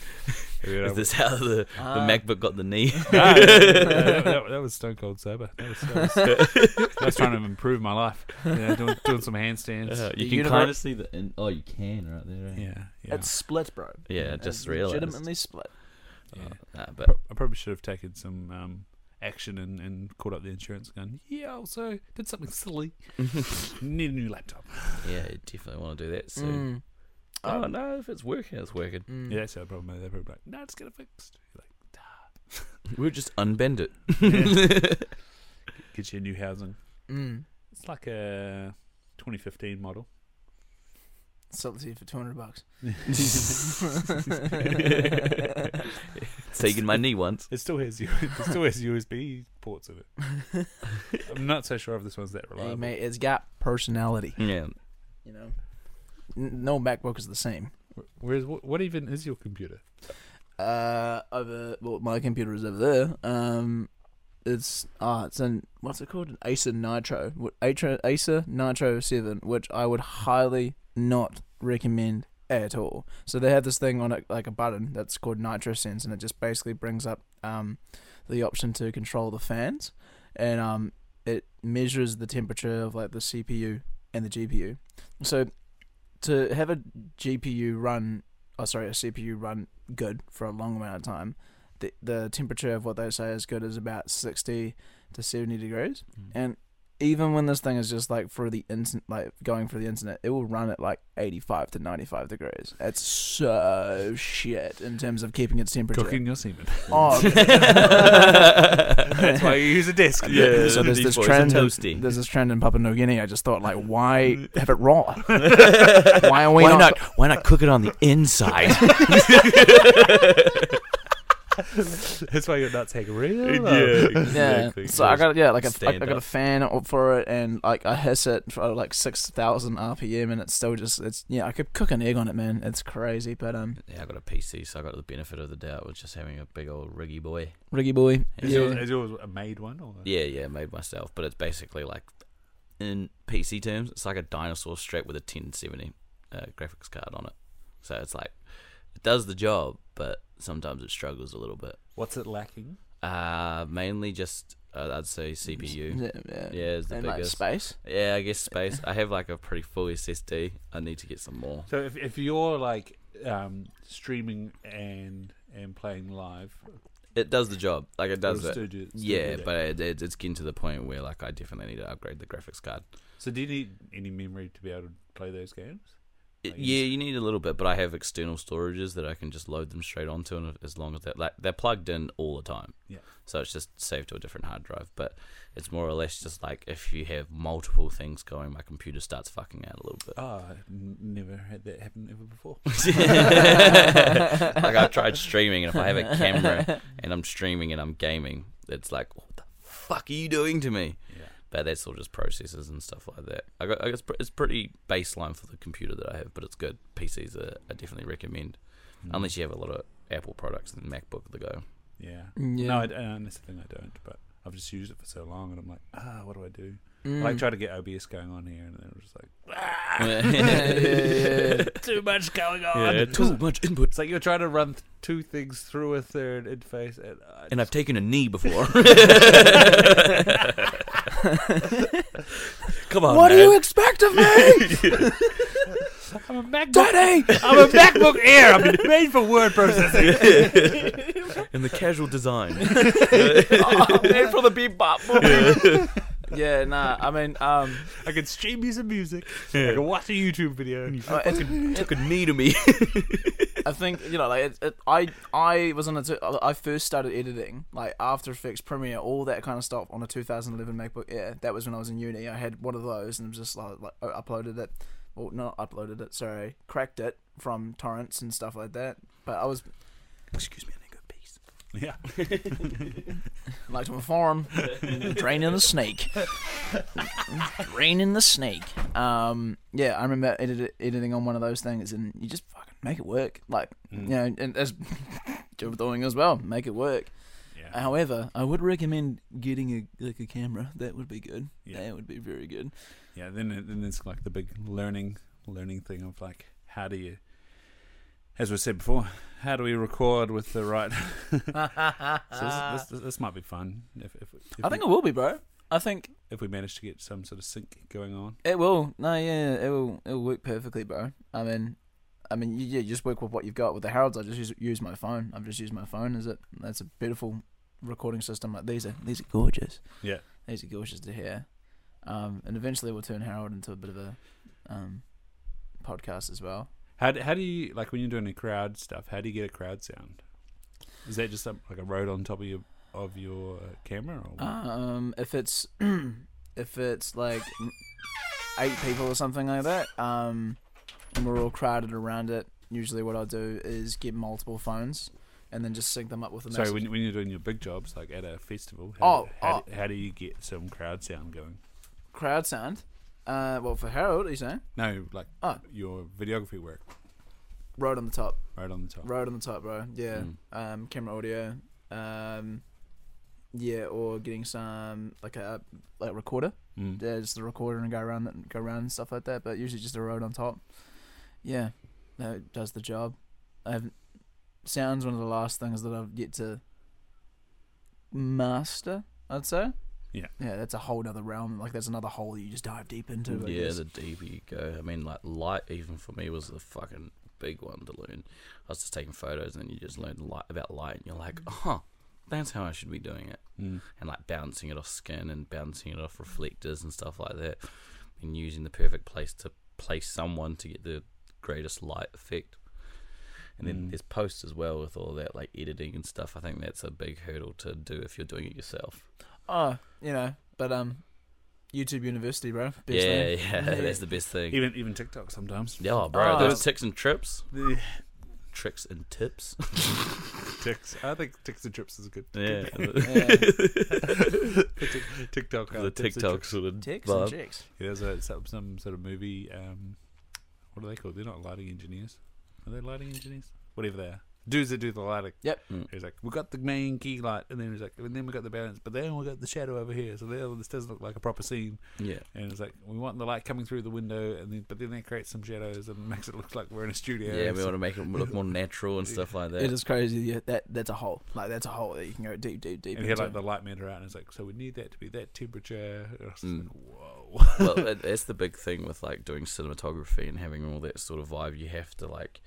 E: And then I
C: Is this how the, the
B: Ah.
C: MacBook got the knee?
E: No, that, that- that was stone cold sober. That was, that was, I was trying to improve my life. You know, doing, doing some handstands.
C: Uh,
E: Yeah,
C: *laughs*
B: you can universe- kinda
C: see the. oh, you can right there. eh? Yeah,
E: yeah.
B: It's split, bro.
C: yeah I
B: It's
C: just realized.
B: Legitimately split.
E: yeah.
C: Oh, nah, but
E: Pro- I probably should have taken some um, action and, and called up the insurance. Going, yeah, also did something *laughs* silly. Need a new laptop.
C: yeah, you definitely want to do that soon.
B: Mm.
C: Oh no, if it's working, it's *laughs* working.
B: Mm.
E: Yeah, that's the problem. They're probably like, no, just get it fixed. You're like,
C: We'll just unbend it. *laughs*
E: get you a new housing.
B: Mm.
E: It's like a 2015 model.
C: *laughs*
B: Sell it to you for two hundred bucks.
C: *laughs* Taking my knee once.
E: It still has U- *laughs* it still has USB ports in it. I'm not so sure if this one's that
B: *laughs* Hey,
E: reliable.
B: mate, it's got personality.
C: Yeah.
B: You know, N- no MacBook is the same.
E: Wh- Whereas, what, what even is your computer? *laughs*
B: Uh, over well, my computer is over there. Um, it's ah, it's an what's it called? An Acer Nitro, What- Atra- Acer Nitro Seven, which I would highly not recommend at all. So they have this thing on it, like a button that's called Nitro Sense, and it just basically brings up um, the option to control the fans, and um, it measures the temperature of like the CPU and the GPU. So to have a GPU run, oh sorry, a CPU run good for a long amount of time. The, the temperature of what they say is good is about 60 to 70 degrees. And even when this thing is just like for the instant, like going for the internet, it will run at like 85 to 95 degrees. It's so shit in terms of keeping its temperature.
E: Cooking your semen.
B: Oh, *laughs*
C: That's
E: why you use a desk.
C: Yeah,
B: so there's this
C: these boys are
B: trend.
C: toasty. *laughs*
B: There's this trend in Papua New Guinea. I just thought, like, *laughs* why have it raw? *laughs* why are we
C: why
B: not?
C: not? Why not cook it on the inside?
E: That's why you're not taking real.
B: Yeah. So I got yeah, like a, I, I
C: Stand
B: got a
C: up.
B: fan up for it, and like I hiss it for like six thousand RPM, and it's still just it's yeah. I could cook an egg on it, man. It's crazy, but um,
C: yeah, I got a PC, so I got the benefit of the doubt with just having a big old riggy boy.
B: Riggy boy.
E: Is,
B: Yeah.
E: yours, is yours a made one or?
C: Yeah, yeah, made myself, but it's basically like in PC terms, it's like a dinosaur strap with a 1070 uh, graphics card on it. So it's like it does the job, but sometimes it struggles a little bit.
E: What's it lacking?
C: Uh, mainly just uh, I'd say CPU.
B: Yeah, yeah.
C: Yeah, is the
B: and like
C: biggest.
B: space.
C: yeah, I guess space. I have like a pretty full SSD. I need to get some more.
E: So if if you're like um, streaming and and playing live,
C: It does the job. Like it does
E: it'll
C: it.
E: still do- still do
C: yeah,
E: that.
C: but it, it, it's getting to the point where like I definitely need to upgrade the graphics card.
E: so do you need any memory to be able to play those
C: *laughs*
E: games?
C: Y-
E: Like, you
C: yeah, you need a little bit, but I have external storages that I can just load them straight onto, and as long as they're like, they're plugged in all the time,
E: Yeah.
C: So it's just saved to a different hard drive. But it's more or less just like if you have multiple things going, my computer starts fucking out a little
E: *laughs*
C: bit.
E: Ah, oh, never had that happen ever before.
C: *laughs* like I've tried streaming, and if I have a camera and I'm streaming and I'm gaming, it's like, what the fuck are you doing to me? *laughs*
E: Yeah.
C: But that's all just processes and stuff like that. I got, I guess pr- it's pretty baseline for the computer that I have, but it's good. PCs are, I definitely recommend, unless you have a lot of Apple products and MacBook to
B: *laughs*
C: go.
E: Mm, Yeah.
B: Yeah.
E: No, I, d- and that's the thing I don't. But I've just used it for so long, and I'm like, ah, what do I do?
B: Mm.
E: Like try to get OBS going on here, and then I'm just like, *laughs*
D: Too much going on.
C: Yeah, *laughs* too much input,
E: it's like you're trying to run th- two things through a third interface, and, uh, I
C: and I've
E: just-
C: taken a knee before. *laughs* Come on,
B: what do
C: man.
B: you expect
E: *laughs*
B: of me,
E: I'm a MacBook.
B: Daddy?
E: I'm a MacBook Air. I'm made for word processing.
C: and the casual
B: *laughs*
C: design.
B: made for the bebop yeah, nah. I mean, um,
E: I can stream you some music. I can watch a YouTube video.
B: uh, it's-
C: took a knee
B: *laughs*
C: to me.
B: I think you know, like it, it, I I was on a t- I first started editing like After Effects, Premiere, all that kind of stuff on a 2011 MacBook Air. That was when I was in uni. I had one of those and just like, like I uploaded it, well not uploaded it, sorry, cracked it from torrents and stuff like that. But I was
C: Excuse me, I need a piece.
E: Yeah.
B: like to inform, draining the snake, draining the snake. Um, yeah, I remember edit- editing on one of those things, and you just fucking make it work. Like
E: Mm.
B: you know, and as *laughs* you're doing as well, make it work.
E: Yeah.
B: However, I would recommend getting a like a camera. That would be good.
E: Yeah.
B: That would be very good.
E: Yeah. Then it- then it's like the big learning learning thing of like how do you, as we said before, how do we record with the right? *laughs* *laughs* so this, this, this might be fun if if, if,
B: I think
E: we,
B: it will be, bro. I think
E: if we manage to get some sort of sync going on.
B: it will. No, yeah, it will. It will work perfectly, bro. I mean, I mean, you, yeah, you just work with what you've got. With the Harolds, I just use, use my phone. I've just used my phone. Is it? That's a beautiful recording system. Like these are these are gorgeous.
E: Yeah.
B: These are gorgeous to hear. Um, and eventually we'll turn Harold into a bit of a um, podcast as well.
E: How do, how do you like when you're doing a crowd stuff? How do you get a crowd sound? Is that just some, like a road on top of your of your uh, camera? Or what?
B: Um, if it's *clears throat* if it's like eight people or something like that, um, and we're all crowded around it. Usually, what I'll do is get multiple phones and then just sync them up with the
E: Sorry,
B: message.
E: when, when you're doing your big jobs, like at a festival, how,
B: Oh,
E: how, how do you get some crowd sound going?
B: crowd sound. Uh, well, for Harold, are you saying?
E: No, like
B: Oh.
E: your videography work,
B: Road on the top.
E: right on the top.
B: Road on the top, bro. Yeah.
C: Mm.
B: Um, camera audio. Um, yeah, or getting some like a like recorder.
E: Mm.
B: Yeah, just the recorder and go around and go around and stuff like that. But usually just a road on top. Yeah, that does the job. I've, sounds one of the last things that I've yet to master. I'd say.
E: Yeah.
B: Yeah, that's a whole other realm. Like that's another hole you just dive deep into. I
C: yeah,
B: guess.
C: the deeper you go. I mean, like light, even for me, was the fucking big one to learn. I was just taking photos, and then you just learn light about light, and you're like, huh, that's how I should be doing it,
E: Mm.
C: and like bouncing it off skin and bouncing it off reflectors and stuff like that, and using the perfect place to place someone to get the greatest light effect. And then
E: Mm.
C: there's post as well with all that like editing and stuff. I think that's a big hurdle to do if you're doing it yourself.
B: Oh, you know, but um, YouTube University, bro. Best
C: yeah,
B: thing.
C: yeah, *laughs* that's the best thing.
E: Even even TikTok sometimes.
C: Yeah, bro,
B: Oh.
C: those ticks and trips.
E: Yeah.
C: Tricks and tips.
E: Ticks. I think ticks and trips is a good.
C: yeah.
E: *laughs*
C: *laughs*
E: TikTok. uh, tips
C: the
E: and
C: TikTok
E: trips.
C: sort of
B: Ticks
C: vibe.
B: and chicks.
E: Yeah, there's a, some, some sort of movie. Um, what are they called? They're not lighting engineers. Are they lighting engineers? Whatever they are. Dudes that do the lighting.
B: Yep.
C: Mm.
E: He's like, we got the main key light, and then he's like, and then we got the balance, but then we got the shadow over here. So there, this doesn't look like a proper scene.
C: Yeah.
E: And it's like, we want the light coming through the window, and then, but then that creates some shadows and *laughs* makes it look like we're in a studio.
C: Yeah, we want to make it look more natural and stuff like that.
B: It is crazy. Yeah, that that's a hole. Like that's a hole that you can go deep, deep, deep
E: And he had
B: into.
E: like the light meter out, and it's like, so we need that to be that temperature. And I was just
C: Mm.
E: like, Whoa. *laughs*
C: well, that- that's the big thing with like doing cinematography and having all that sort of vibe. You have to like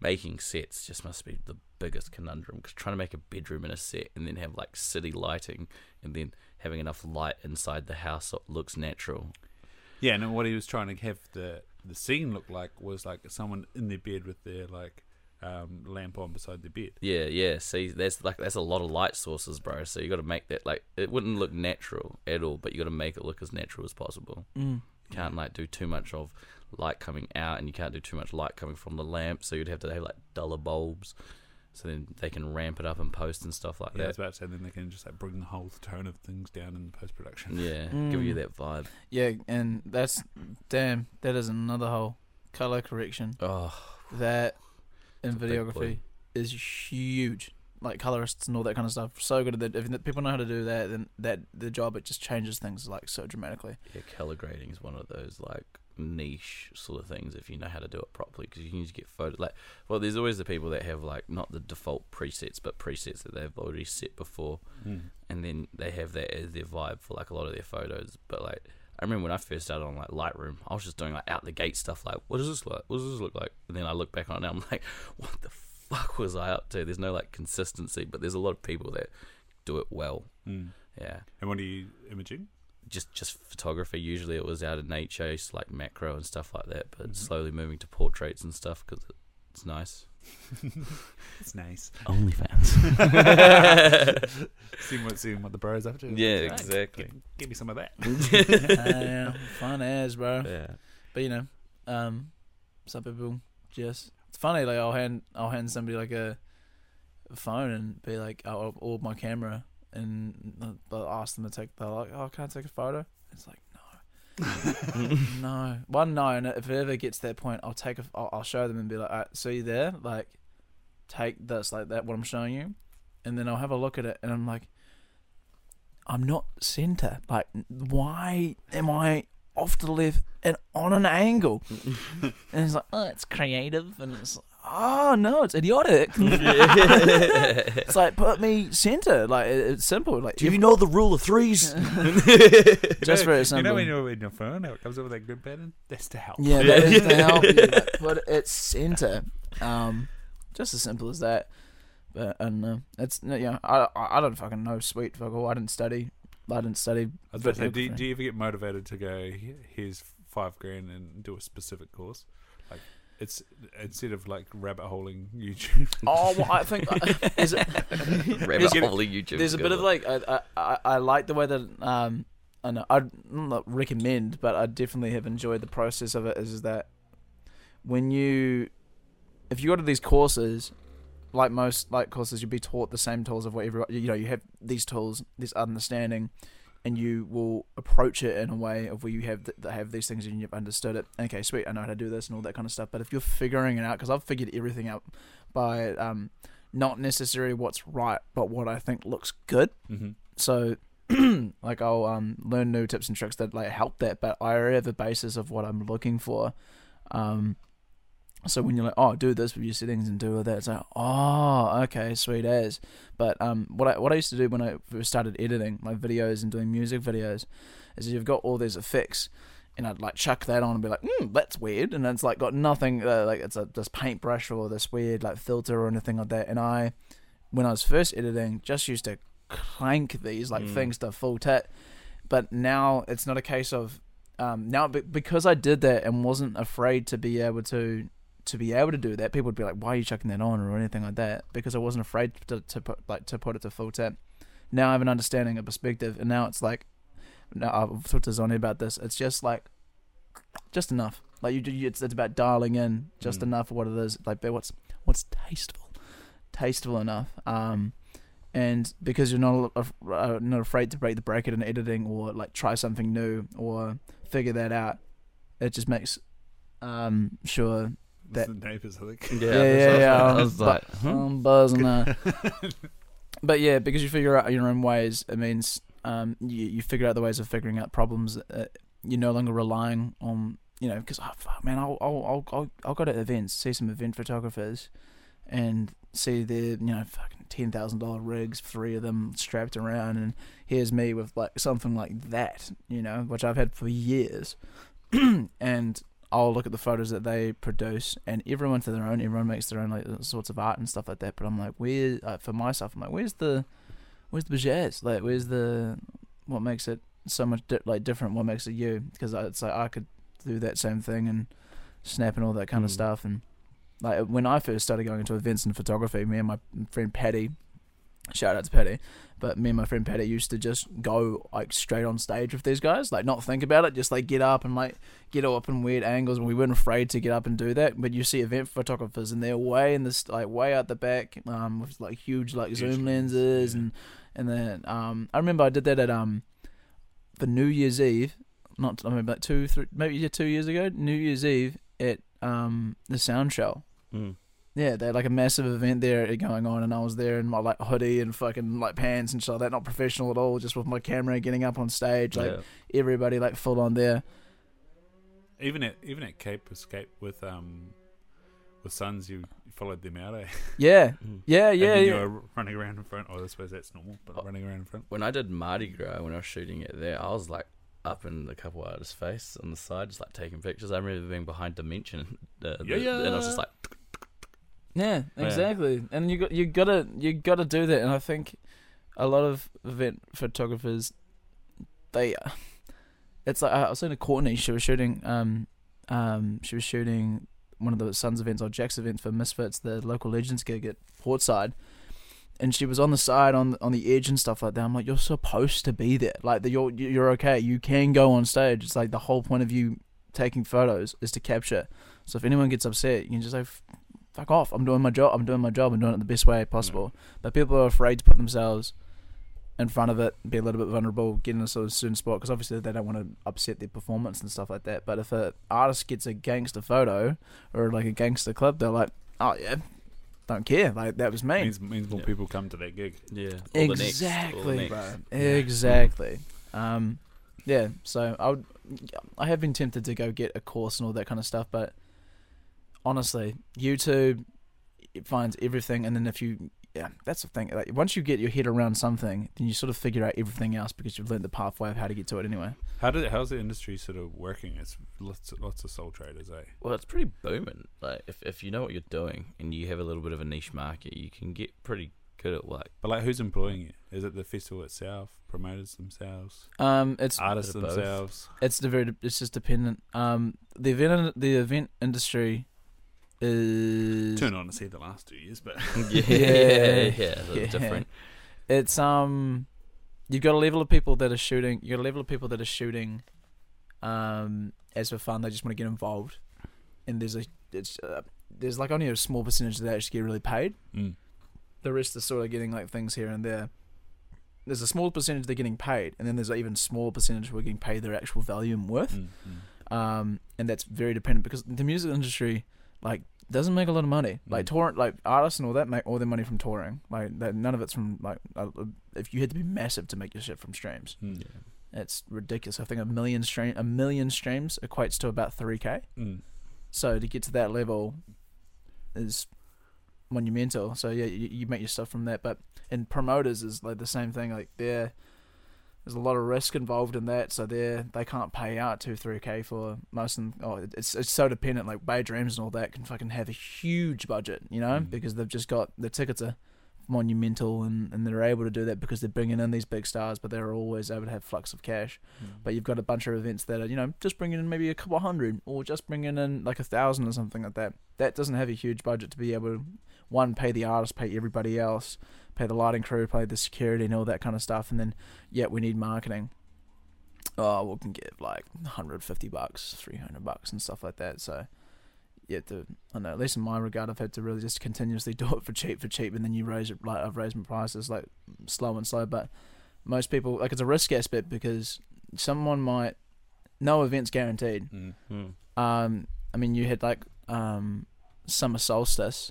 C: making sets just must be the biggest conundrum because trying to make a bedroom in a set and then have like city lighting and then having enough light inside the house so it looks natural.
E: Yeah, and what he was trying to have the the scene look like was like someone in their bed with their like um, lamp on beside their bed.
C: Yeah, yeah. See, that's like that's a lot of light sources, bro. So you got to make that like it wouldn't look natural at all, but you got to make it look as natural as possible.
B: Mm.
C: You can't like do too much of light coming out, and you can't do too much light coming from the lamp. So you'd have to have like duller bulbs, so then they can ramp it up and post and stuff like
E: Yeah, I was
C: that.
E: about to say, and then they can just like bring the whole tone of things down in post
C: *laughs*
E: production.
C: Yeah, give you
B: Mm.
C: that vibe.
B: Yeah, and that's damn. That is another hole. Color correction.
C: Oh,
B: That in
C: It's a big
B: videography
C: point.
B: is huge. Like colorists and all that kind of stuff. So good at that. If people know how to do that, then that the job it just changes things like so
C: *laughs*
B: dramatically.
C: yeah. Color grading is one of those like niche sort of things if you know how to do it properly because you can just get photo like well there's always the people that have like not the default presets but presets that they've already set before
E: Mm.
C: and then they have that as their vibe for like a lot of their photos. But like, I remember when I first started on like Lightroom, I was just doing like out the gate stuff. Like, what does this look? What does this look like? And then I look back on it, I'm like, *laughs* what the fuck was I up to? There's no like consistency, but there's a lot of people that do it well.
E: Mm.
C: Yeah,
E: And what are you imaging?
C: just just photography. Usually it was out of nature, it's like macro and stuff like that. But slowly moving to portraits and stuff because it's nice.
E: It's
C: *laughs*
E: nice. *laughs*
C: OnlyFans.
E: seeing what seeing what the bros up to.
C: yeah,
E: Like,
C: exactly.
E: Give, give me some of that.
C: *laughs*
B: Damn, fun as bro.
C: Yeah.
B: But you know, um, some people just it's funny. Like I'll hand I'll hand somebody like a phone and be like, oh, or my camera, and they'll ask them to take. They're like, oh, can I take a photo? It's like no, *laughs* no. One no, and if it ever gets to that point, I'll take a. I'll, I'll show them and be like, all right, see you there. Like, take this like that. What I'm showing you, and then I'll have a look at it, and I'm like. I'm not center. Like, why am I off to the left and on an angle. and it's like, oh, it's creative. And it's like, oh, no, it's idiotic. it's like, put me center. Like, it, it's simple. Like, if-
C: know the rule of threes?
B: just for
E: You know
B: example.
E: when you're in your phone, how it comes up with that grid pattern? That's to help.
B: yeah, that is to help you. Like, put it center. Um, just as simple as that. But I don't know. It's, no, yeah, I, I I don't fucking know. Sweet fuck all. I didn't study. I didn't study.
E: I was about to say, do, you-
B: videography.
E: do you ever get motivated to go? "Here- Here's five grand and do a specific course, like it's instead of like rabbit holing YouTube. *laughs*
B: Oh, well, I *laughs* think is it,
C: Rabbit hole of YouTube.
B: There's a bit of like I, I- I, I like the way that um I know I'd not recommend, but I definitely have enjoyed the process of it. Is, is that when you if you go to these courses, like most like courses, you'll be taught the same tools of what everyone. You know, you have these tools, this understanding, and you will approach it in a way of where you have th- that have these things and you've understood it. Okay, sweet, I know how to do this and all that kind of stuff. But if you're figuring it out, because I've figured everything out by um, not necessarily what's right, but what I think looks good.
E: Mm-hmm.
B: So, *clears throat* like, I'll um, learn new tips and tricks that like help that, but I already have a basis of what I'm looking for. Um, so when you're like, oh, do this with your settings and do that, it's like, oh, okay, sweet as. But um, what I what I used to do when I first started editing like videos and doing music videos, is you've got all these effects. And I'd like chuck that on and be like, hmm, that's weird. And it's like got nothing, uh, like it's a, this paintbrush or this weird like filter or anything like that. And I, when I was first editing, just used to crank these like
C: Mm.
B: things to full tit. But now it's not a case of um, now be- because I did that and wasn't afraid to be able to to be able to do that. People would be like, "Why are you chucking that on?" or anything like that because I wasn't afraid to, to put like to put it to full tit. Now I have an understanding, a perspective, and now it's like now I've talked to Zonny about this. It's just like just enough. Like you, you it's, it's about dialing in just
E: Mm.
B: enough of what it is. Like but what's what's tasteful, tasteful enough. Um, and because you're not af- uh, not afraid to break the bracket in editing or like try something new or figure that out, it just makes um sure That-
E: the neighbors, I think. *laughs*
C: Yeah,
B: yeah,
C: that's-
B: yeah,
C: I
B: um,
C: was like, huh?
B: I'm buzzing now. but yeah, because you figure out your own ways, it means um, you you figure out the ways of figuring out problems. Uh, you're no longer relying on you know because oh, fuck man, I'll I'll I'll I'll, I'll go to events, see some event photographers, and see their you know fucking ten thousand dollar rigs, three of them strapped around, and here's me with like something like that, you know, which I've had for years, *clears throat* and I'll look at the photos that they produce, and everyone to their own. Everyone makes their own like uh, sorts of art and stuff like that. But I'm like, where uh, for myself, I'm like, where's the, where's the jazz? Like, where's the, what makes it so much di- like different? What makes it you? Because it's like I could do that same thing and snap and all that kind of
E: Mm.
B: stuff. And like when I first started going into events and photography, me and my friend Patty, shout out to Patty, but me and my friend Patty used to just go like straight on stage with these guys, like not think about it, just like get up and like get up in weird angles, and we weren't afraid to get up and do that. But you see event photographers, and they're way in this like way out the back, um, with like huge like
E: Huge
B: zoom
E: lens,
B: lenses,
E: yeah.
B: and and then um, I remember I did that at um, for New Year's Eve, not I mean about two, three, maybe yeah, two years ago, New Year's Eve at um the Sound Show.
E: Hmm.
C: Mm.
B: Yeah, they had like a massive event there going on, and I was there in my like hoodie and fucking like pants and shit like that, not professional at all, just with my camera getting up on stage, like
C: Yeah.
B: everybody like full on there.
E: Even at even at Cape Escape with um with Suns, you you followed them out. Eh? *laughs*
B: Yeah,
C: Mm.
B: yeah,
E: And
B: yeah,
E: then
B: yeah.
E: You were running around in front. Oh, I suppose that's normal, but running around in front.
C: When I did Mardi Gras, when I was shooting it there, I was like up in the couple artists' face on the side, just like taking pictures. I remember being behind Dimension, uh,
E: Yeah,
C: the-
E: yeah.
C: and I was just like,
B: Yeah,
C: Yeah.
B: exactly. And you got you gotta you gotta do that. And I think a lot of event photographers, they, it's like I was saying to Courtney, she was shooting um um she was shooting one of the Suns events or Jack's event for Misfits, the local legends gig at Portside. And she was on the side, on on the edge and stuff like that. I'm like, you're supposed to be there. Like, that you're you're okay. You can go on stage. It's like the whole point of you taking photos is to capture. So if anyone gets upset, you can just say, "F- fuck off. I'm doing my job. I'm doing my job. I'm doing it the best way possible. But people are afraid to put themselves in front of it, be a little bit vulnerable, get in a sort of certain spot because obviously they don't want to upset their performance and stuff like that. But if an artist gets a gangster photo or like a gangster clip, they're like, oh yeah, don't care. Like that was me.
E: means means more
C: Yeah.
E: people come to that gig.
C: yeah, or the next, or the
B: Exactly,
C: next.
B: bro.
E: Yeah.
B: Exactly. Um, yeah. So I would, I have been tempted to go get a course and all that kind of stuff, but honestly, YouTube it finds everything, and then if you, yeah, that's the thing. Like once you get your head around something, then you sort of figure out everything else because you've learned the pathway of how to get to it anyway.
E: How did how's the industry sort of working? It's lots lots of soul traders, eh?
C: Well, it's pretty booming. Like if if you know what you're doing and you have a little bit of a niche market, you can get pretty good at like *laughs*
E: But like, who's employing you? Is it the festival itself, promoters themselves,
B: Um,
C: Ah.
B: it's
E: artists
C: bit of both.
E: themselves?
B: it's the very it's just dependent. Um, the event the event industry is
E: Turn on and see the last two years, but
C: yeah,
B: Yeah.
C: yeah, that's
B: Yeah.
C: different.
B: it's um you've got a level of people that are shooting you've got a level of people that are shooting um as for fun they just want to get involved and there's a it's uh, there's like only a small percentage that actually get really paid
E: Mm.
B: The rest are sort of getting like things here and there. There's a small percentage they're getting paid, and then there's an even smaller percentage who are getting paid their actual value and worth.
E: Mm,
B: um, and that's very dependent because the music industry like doesn't make a lot of money. Like
E: Mm.
B: touring, like artists and all that make all their money from touring. Like that, none of it's from like uh, uh, if you had to be massive to make your shit from streams.
E: Mm.
B: It's ridiculous. I think a million stream a million streams equates to about three k.
E: Mm.
B: So to get to that level is monumental. So yeah, you, you make your stuff from that. But and promoters is like the same thing. Like they're there's a lot of risk involved in that. So they they can't pay out two three k for most. Of them. Oh, it- it's it's so dependent. Like Bay Dreams and all that can fucking have a huge budget, you know,
E: Mm.
B: because they've just got the tickets are monumental and, and they're able to do that because they're bringing in these big stars but they're always able to have flux of cash but you've got a bunch of events that are you know just bringing in maybe a couple hundred or just bringing in like a thousand or something like that that doesn't have a huge budget to be able to one pay the artist pay everybody else pay the lighting crew pay the security and all that kind of stuff and then yeah we need marketing oh we can give like 150 bucks 300 bucks and stuff like that so yeah, the, I don't know. At least in my regard, I've had to really just continuously *laughs* do it for cheap, for cheap, and then you raise it. Like I've raised my prices like slow and slow, but most people like it's a risk aspect because someone might no events guaranteed.
E: Mm.
C: Mm.
B: Um, I mean, you had like um, summer solstice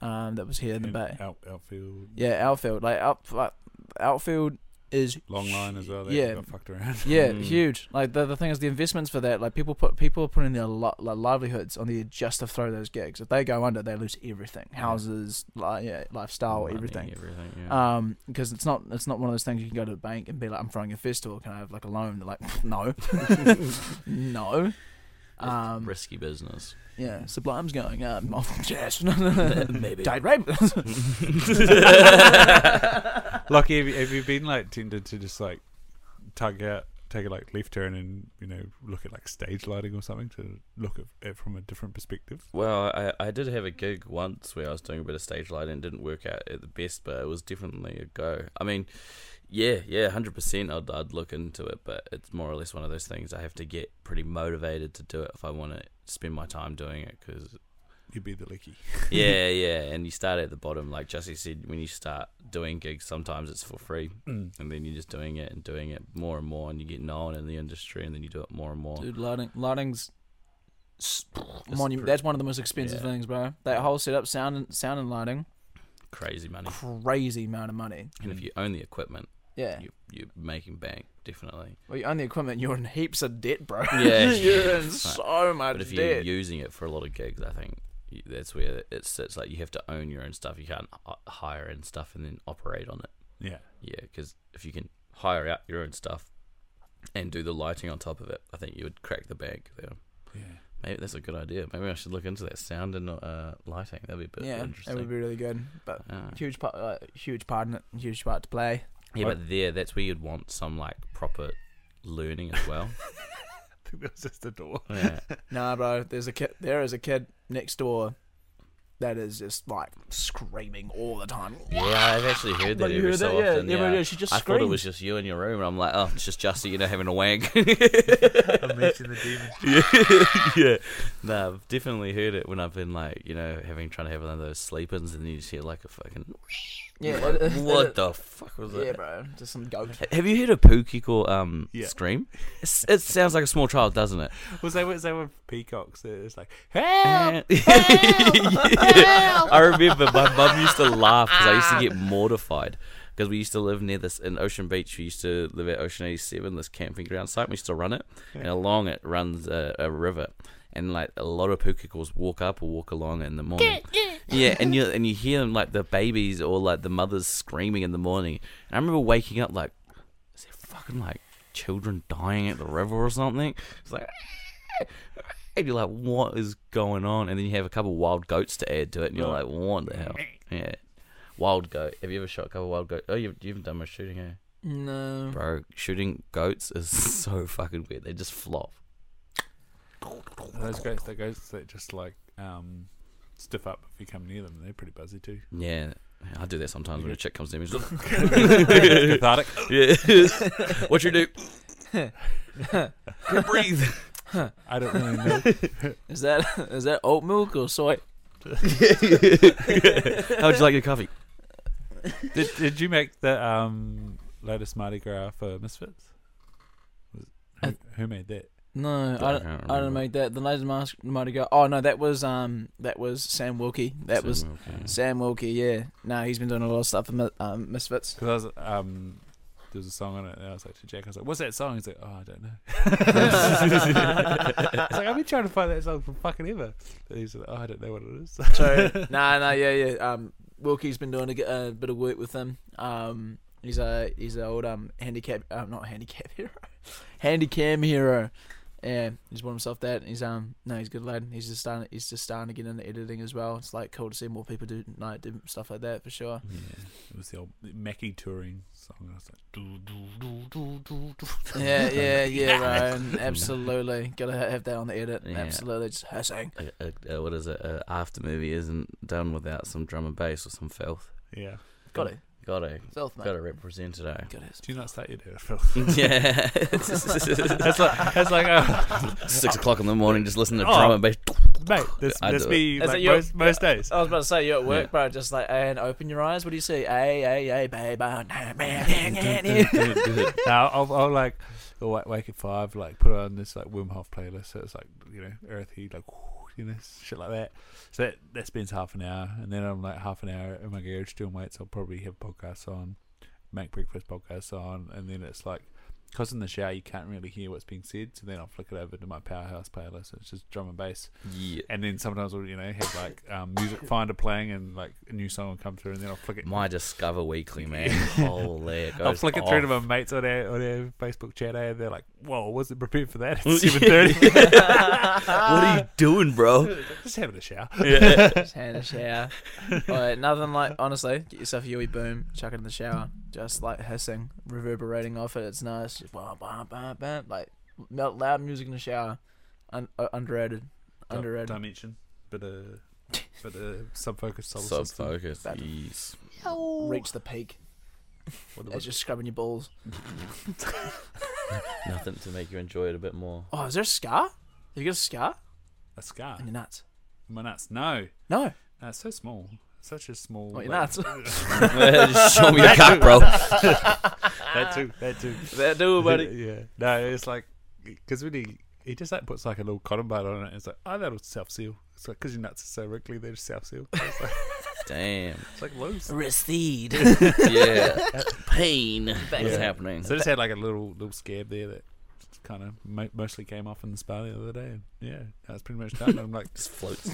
B: um, that was here in the bay.
E: Out, outfield.
B: Yeah, outfield like out like, outfield is
E: Long line as well. They
B: Yeah.
E: Got
B: *laughs*
E: fucked around.
B: yeah,
C: Mm.
B: huge. Like the the thing is the investments for that. Like people put people are putting their lo- like, livelihoods on the just to throw those gigs. If they go under, they lose everything: houses, li- yeah, lifestyle,
C: Money,
B: everything.
C: Everything. Yeah.
B: Um, because it's not it's not one of those things you can go to the bank and be like, I'm throwing a festival. Can I have like a loan? They're like, *laughs* no, no.
C: It's
B: Um,
C: risky business.
B: yeah, Sublime's going. *laughs* Um, oh, jazz, maybe. Died
C: *laughs*
B: rape.
E: Lucky, have you, have you been like tempted to just like tug out, take a like left turn, and you know look at like stage lighting or something to look at it from a different perspective?
C: Well, I, I did have a gig once where I was doing a bit of stage lighting. It didn't work out at the best, but it was definitely a go. I mean, yeah, yeah, hundred percent. I'd I'd look into it, but it's more or less one of those things. I have to get pretty motivated to do it if I want to spend my time doing it.
B: *laughs*
C: Because
E: You'd be the lucky.
C: yeah, yeah, and you start at the bottom, like Jesse said. When you start doing gigs, sometimes it's for free,
E: Mm.
C: and then you're just doing it and doing it more and more, and you get known in the industry, and then you do it more and more.
B: Dude, lighting, lighting's
C: monu-
B: monument. That's one of the most expensive
C: Yeah.
B: things, bro. That whole setup, sound, and, sound and lighting,
C: Crazy money,
B: crazy amount of money.
C: and if you own the equipment,
B: Mm. Yeah.
C: you you're making bank definitely.
B: Well, you own the equipment, you're in heaps of debt, bro. *laughs*
C: Yeah.
B: you're in
C: But-
B: so much
C: But if you're
B: debt.
C: using it for a lot of gigs, I think you- that's where it sits. Like you have to own your own stuff. You can't h- hire in stuff and then operate on it.
E: Yeah.
C: Yeah, because if you can hire out your own stuff and do the lighting on top of it, I think you would crack the bank. There,
E: Yeah. *laughs*
C: maybe that's a good idea. Maybe I should look into that sound and uh, lighting. That'd be a bit
B: yeah,
C: interesting.
B: that would be really good. But
C: Ah.
B: huge part, uh, huge part in it, huge part to play.
C: yeah, but there, that's where you'd want some like proper learning as
B: *laughs*
C: well.
E: I think that was just the door.
C: yeah.
B: Nah, bro. There's a kid. There is a kid next door that is just like screaming all the time.
C: Yeah, I've actually heard that
B: Like, you
C: every
B: heard
C: so
B: that? Yeah,
C: often.
B: yeah,
C: Yeah,
B: but yeah, she just
C: I thought it was
B: screams.
C: just you in your room, and I'm like, oh, it's just Justy, you know, having a wank. *laughs*
E: I'm meeting the demon.
C: yeah. No, I've definitely heard it when I've been like, you know, having trying to have one of those sleep-ins, and you just hear like
B: *laughs*
C: a fucking
B: Yeah,
C: like,
B: it- it-
C: what the fuck was
B: Yeah,
C: that?
B: bro. Just some goat.
C: H- Have you heard a pookie call um
E: Yeah.
C: scream? It's, it sounds like a small child, doesn't it?
E: Was that was that with peacocks? It's like help.
C: *laughs* And- *laughs* Yeah. I remember my mum used to laugh because I used to get mortified because we used to live near this in Ocean Beach. We used to live at Ocean 87, this camping ground site. We used to run it, and along it runs a, a river. And like a lot of pukikos walk up or walk along in the morning. yeah, and you and you hear them like the babies or like the mothers screaming in the morning. And I remember waking up like, is there fucking like children dying at the river or something? It's like, *laughs* and you're like, what is going on? And then you have a couple wild goats to add to it, and you're like, what the hell? Yeah. Wild goat. Have you ever shot a couple wild goat? Oh, you, you haven't done much shooting, eh?
B: *laughs* No.
C: Bro, shooting goats is *laughs* so fucking weird. They just flop.
E: Those goats, those goats that just like um, stiff up if you come near them. They're pretty buzzy too.
C: Yeah. I do that sometimes when a chick comes to me. *laughs* she's like,
E: Cathartic.
C: yeah. *laughs* what you do? Can't breathe.
E: I don't really *laughs* know.
B: Is that *laughs* is that oat milk or soy?
C: How would you like your coffee?
E: did, did you make the um, latest Mardi Gras for Misfits? Was, who, who made that?
B: No, I,
C: I
B: don't,
C: can't
B: I
C: remember.
B: didn't make that. The latest mask might have go. Oh no, that was um that was Sam Wilkie. That was Sam Wilkie. Yeah, no, he's been doing a lot of stuff for Mi- um, Misfits.
E: Because I was um, there was a song on it, and I was like to Jack, I was like, "What's that song?" He's like, "Oh, I don't know." it's like I've been trying to find that song for fucking ever. And he's like, "Oh, I don't know what it is."
B: So nah, nah, yeah, yeah. Um, Wilkie's been doing a, g- a bit of work with them. Um, he's a he's an old um handicap, um, not handicap *laughs* hero, handicam hero. Yeah, he's bought himself that. and He's um no, he's a good lad. He's just starting. He's just starting to get into editing as well. It's like cool to see more people do like do stuff like that for sure.
E: Yeah, it was the old Mackie touring song. And I was like, "Doo, doo, doo, doo, doo, doo."
B: Yeah, yeah, yeah, Ryan. Absolutely. Gotta ha- have that on the edit.
C: Yeah.
B: Absolutely. Just hussing.
C: Uh, uh, what is it? Uh, after movie isn't done without some drum and bass or some filth.
E: Yeah.
B: Got it.
C: Got to,
B: Self, mate.
C: got to represent
E: *laughs*
C: it. eh? *laughs*
B: Got it.
E: Do you not start your day *laughs* at all?
C: yeah,
E: That's like, that's like, uh,
C: six o'clock in the morning, just listen to
E: Oh.
C: drum and bass.
B: *laughs*
E: mate. That's,
C: I
E: that's
C: do it.
E: me.
B: Is
E: Like,
B: it your-
E: most, most days.
B: I was about to say, you're at work,
C: Yeah.
B: bro. Just like, and open your eyes. What do you see? Hey, hey, hey, babe. oh, nah, man, *laughs* yeah,
E: *laughs*
B: yeah, yeah.
E: now I'll, I'll like I'll wake, wake at five, like put on this like Wim Hof playlist. So it's like you know earthy, like *laughs* you know shit like that. So that, that spends half an hour, and then I'm like half an hour in my garage doing weights. I'll probably have podcasts on, make breakfast podcasts on, and then it's like. Because in the shower you can't really hear what's being said, so then I'll flick it over to my powerhouse playlist. It's just drum and bass,
C: yeah.
E: and then sometimes I'll you know have like um, music finder playing, and like a new song will come through, and then I'll flick it.
C: My Discover
E: *laughs*
C: Weekly, man. Holy, it goes
E: I'll flick it through to my
C: off.
E: mates on our, on our Facebook chat, eh, and they're like, "Whoa, wasn't prepared for *laughs* that."
C: *laughs*
E: It's seven thirty.
C: What are you doing, bro?
E: Just having a shower.
B: Just hand a
E: *laughs*
B: shower. Alright, nothing like, honestly, get yourself a Yui Boom, chuck it in the shower. Just like hissing, reverberating off it. It's nice. Just wah, wah, wah, wah. Like, melt loud music in the shower. Un- uh, underrated. Underrated.
E: Dimension, but a but a sub focus solar
C: Sub
E: system.
C: focus.
B: That-
C: Yes.
B: Reach the peak.
E: What
B: As
E: the-
B: you're scrubbing your balls.
C: Nothing to make you enjoy it a
E: *laughs*
C: bit more. *laughs*
B: Oh, is there a scar? You got a scar
E: A scar.
B: on your nuts?
E: My nuts. No,
B: No,
E: no, it's so small. Such a small.
B: not your nuts.
E: like-
B: *laughs*
C: Just show me your cock, bro.
E: That too.
B: *laughs*
E: That too.
B: that do,
E: *laughs* yeah. No, it's like because when he he just like puts like a little cotton bud on it, and it's like, oh, that'll self seal. It's like because your nuts are so wrinkly, they just self seal. It's like,
C: Damn.
E: it's like loose.
B: Recede.
E: *laughs*
C: Yeah. Pain. What's happening?
E: So I just had like a little little scab there that kind of mo- mostly came off in the spa the other day. And yeah, that's pretty much done. I'm like
C: just
E: *laughs*
C: floats.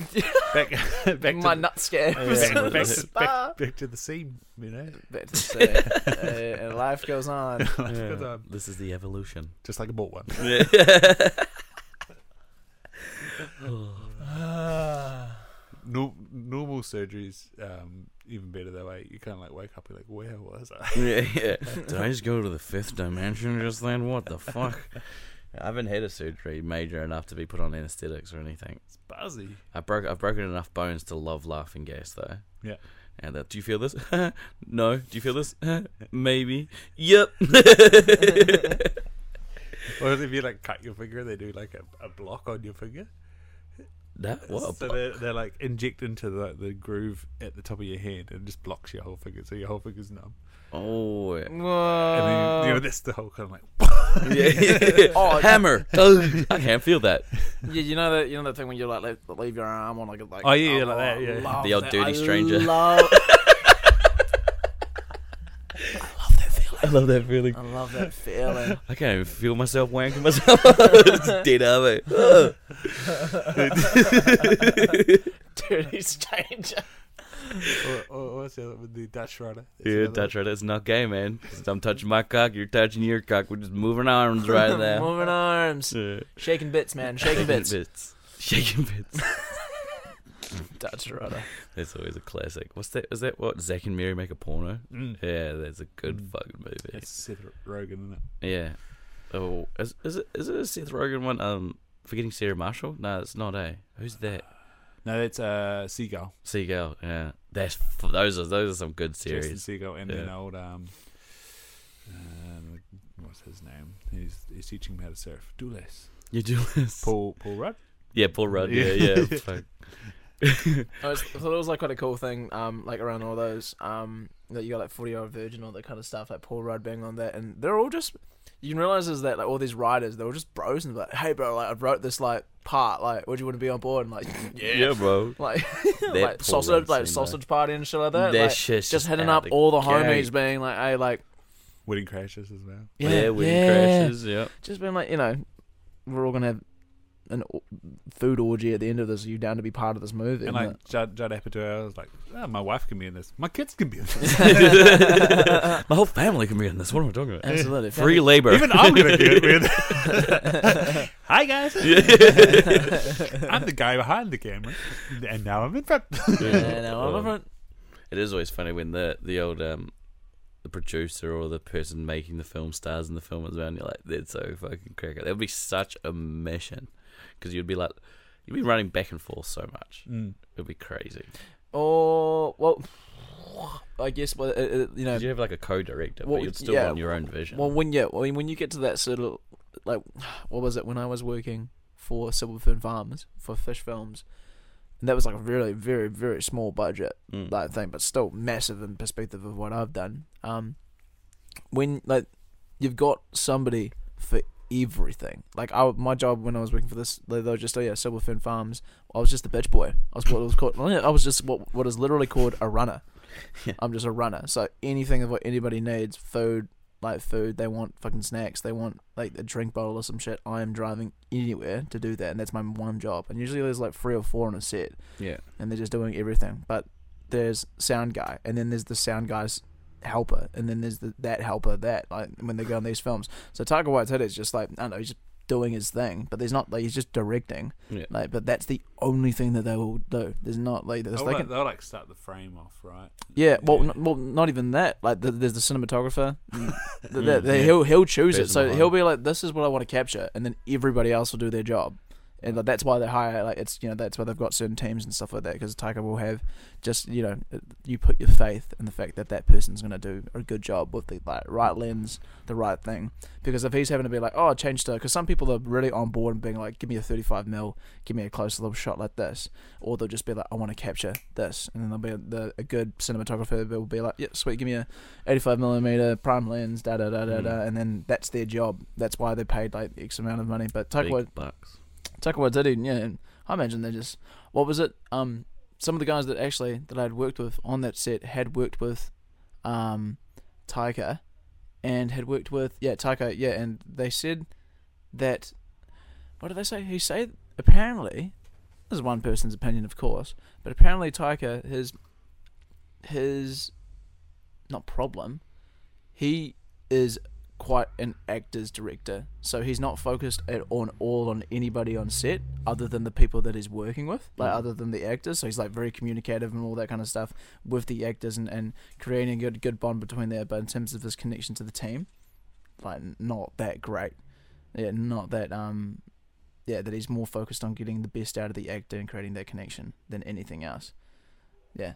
E: back *laughs* back
B: My
E: to
B: nut
E: *laughs*
B: scare.
E: the,
B: *laughs*
E: back, back,
C: Back
E: back, back, to the seam, you *laughs* know.
B: But it's, uh, uh, and life goes
E: *laughs*
B: on.
E: Because I'm
C: This is the evolution.
E: just like a bought one. Nor normal surgeries, um, even better that way. You kind of like wake up and like, where was I?
C: *laughs*
E: *laughs*
C: yeah, yeah. Did I just go to the fifth dimension just then? What the fuck? *laughs* I haven't had a surgery major enough to be put on anesthetics or anything.
E: It's buzzy.
C: I broke. I've broken enough bones to love laughing gas though.
E: Yeah.
C: And that. Do you feel this? *laughs* no. Do you feel this? *laughs* Maybe. Yep.
E: Or if you like cut your finger, they do like a, a block on your finger.
C: that what?
E: so they're, they're like inject into the, the groove at the top of your hand and just blocks your whole finger, so your whole finger's numb.
C: *laughs* Oh. yeah.
E: And then, you know,
B: Whoa.
E: that's the whole kind of like,
C: Yeah.
B: Oh, I-
C: Hammer. *laughs* I can't feel that.
B: Yeah, you know that you know that thing when you like leave, leave your arm on like a like.
E: Oh, yeah, yeah,
B: oh,
E: like that,
B: I
E: yeah.
B: love
C: The old
B: that.
C: dirty
B: I
C: stranger. *laughs*
B: Love,
C: I love that feeling.
B: I love that
E: *laughs*
B: feeling.
C: I can't even feel myself wanking myself. *laughs* it's dead, aren't *laughs* I?
B: dirty stranger.
E: or, or what's the other with the Dutch rider? That's
C: Yeah,
E: another-
C: touch right. That's not gay, *laughs* man. 'Cause I'm touching my cock. You're touching your cock. We're just moving arms *laughs* right now.
B: Moving arms,
C: Yeah.
B: shaking bits, man, shaking bits.
C: bits. Shaking bits.
B: Dutch rudder.
C: *laughs* That's always a classic. What's that? Is that what Zack and Mary make a porno?
E: Mm.
C: Yeah, that's a good
E: Mm.
C: fucking movie.
E: That's Seth Rogen, isn't it?
C: Yeah. Oh, is is it is it a Seth Rogen one? Um, forgetting Sarah Marshall? No, it's not. Eh, who's that?
E: No, that's uh, Seagull.
C: Seagull. Yeah, that's f- those are those are some good
E: Jason
C: series.
E: Seagull, and then
C: Yeah.
E: old um, um, what's his name? He's he's teaching me how to surf. Do less.
C: *laughs* You do this.
E: Paul Paul Rudd.
C: *laughs* Yeah, Paul Rudd. Yeah, yeah. Fuck.
B: I, was, I thought it was like quite a cool thing, um, like around all those, um, that you got like forty year old virgin, all that kind of stuff, like Paul Rudd being on that, and they're all just. You can realize is that like all these writers, they were just bros and like, hey bro, like I wrote this like part, like would you want to be on board?
C: *laughs*
B: And like, yeah,
C: bro.
B: like, *laughs*
C: Paul
B: like
C: Rudd
B: sausage, like
C: scene, though.
B: sausage party and shit like that.
C: That
B: like,
C: shit's
B: just hitting
C: out
B: up
C: the
B: all the
C: gate.
B: homies, being like, hey, like,
G: Wedding crashes as well.
B: yeah,
C: yeah, wedding
B: *laughs*
C: crashes. Yep. *laughs*
B: just been like, you know, we're all gonna have an o- food orgy at the end of this. Are you down to be part of this movie?
E: And like Judd, Judd Apatow, I was like, "Ah, my wife can be in this. My kids can be in this.
C: *laughs* My whole family can be in this. What am I talking about?
B: absolutely
C: *laughs* Free labor.
E: Even I'm gonna do it
C: *laughs*
E: with. *laughs* Hi guys. I'm the guy behind the camera, and now I'm in front.
C: *laughs*
B: Yeah, no, I'm
C: Um,
B: different.
C: It is always funny when the the old um the producer or the person making the film stars in the film as well. And you're like, they're so fucking cracker. That would be such a mission because you'd be like, you'd be running back and forth so much.
E: Mm.
C: It'd be crazy.
B: Or Oh, well, I guess well, it, it, you know,
C: 'Cause you have like a co-director,
B: What
C: but you'd
B: would-
C: still
B: yeah,
C: want your own vision.
B: well when yeah, well, when you get to that sort of like, what was it when I was working for Silverfern Farms for fish films, and that was like a really very very small budget.
C: Mm.
B: like thing, but still massive in perspective of what I've done. Um, when like you've got somebody for everything, like I, my job when I was working for this, they they were just oh yeah, Silverfin Farms. I was just the bitch boy. I was what it was called. *laughs* I was just what what is literally called a runner.
C: *laughs* Yeah.
B: I'm just a runner. So anything of what anybody needs, food. Like food, they want fucking snacks, they want like a drink bottle or some shit. I am driving anywhere to do that, and that's my one job. And usually there's like three or four on a set,
C: yeah,
B: and they're just doing everything. But there's sound guy, and then there's the sound guy's helper, and then there's the, that helper that like when they go on these films. So Tiger Waititi is just like I don't know, he's just doing his thing, but there's not like he's just directing.
C: yeah.
B: Like, but that's the only thing that they will do. There's not like there's
E: They'll
B: they
E: like,
B: can,
E: they'll like start the frame off, right?
B: yeah, well,
E: Yeah.
B: n- well, not even that. Like, the, there's the cinematographer. th *laughs* th-
C: yeah.
B: He'll he'll choose it.
C: Person
B: So
C: behind
B: he'll be like, "This is what I want to capture," and then everybody else will do their job. And like, that's why they hire like it's you know that's why they've got certain teams and stuff like that because Taika will have just you know uh, you put your faith in the fact that that person's going to do a good job with the like right lens, the right thing. Because if he's having to be like, "Oh, change to," because some people are really on board and being like, "Give me a 35 mil, give me a close little shot like this," or they'll just be like, "I want to capture this," and then there'll be a, the, a good cinematographer will be like, "Yeah, sweet, give me a 85 millimeter prime lens, da da da da da," and then that's their job. That's why they paid like X amount of money. But
C: Big
B: Taika
C: bucks.
B: Taika Waititi, yeah, and I imagine they just what was it? Um, some of the guys that actually that I'd worked with on that set had worked with, um, Taika, and had worked with yeah Taika yeah, and they said that what did they say? He said apparently this is one person's opinion, of course, but apparently Taika his his not problem, he is quite an actor's director, so he's not focused at on all on anybody on set other than the people that he's working with, like other than the actors. So he's like very communicative and all that kind of stuff with the actors and, and creating a good good bond between there. But in terms of his connection to the team, like not that great. Yeah, not that um, yeah, that he's more focused on getting the best out of the actor and creating that connection than anything else. Yeah,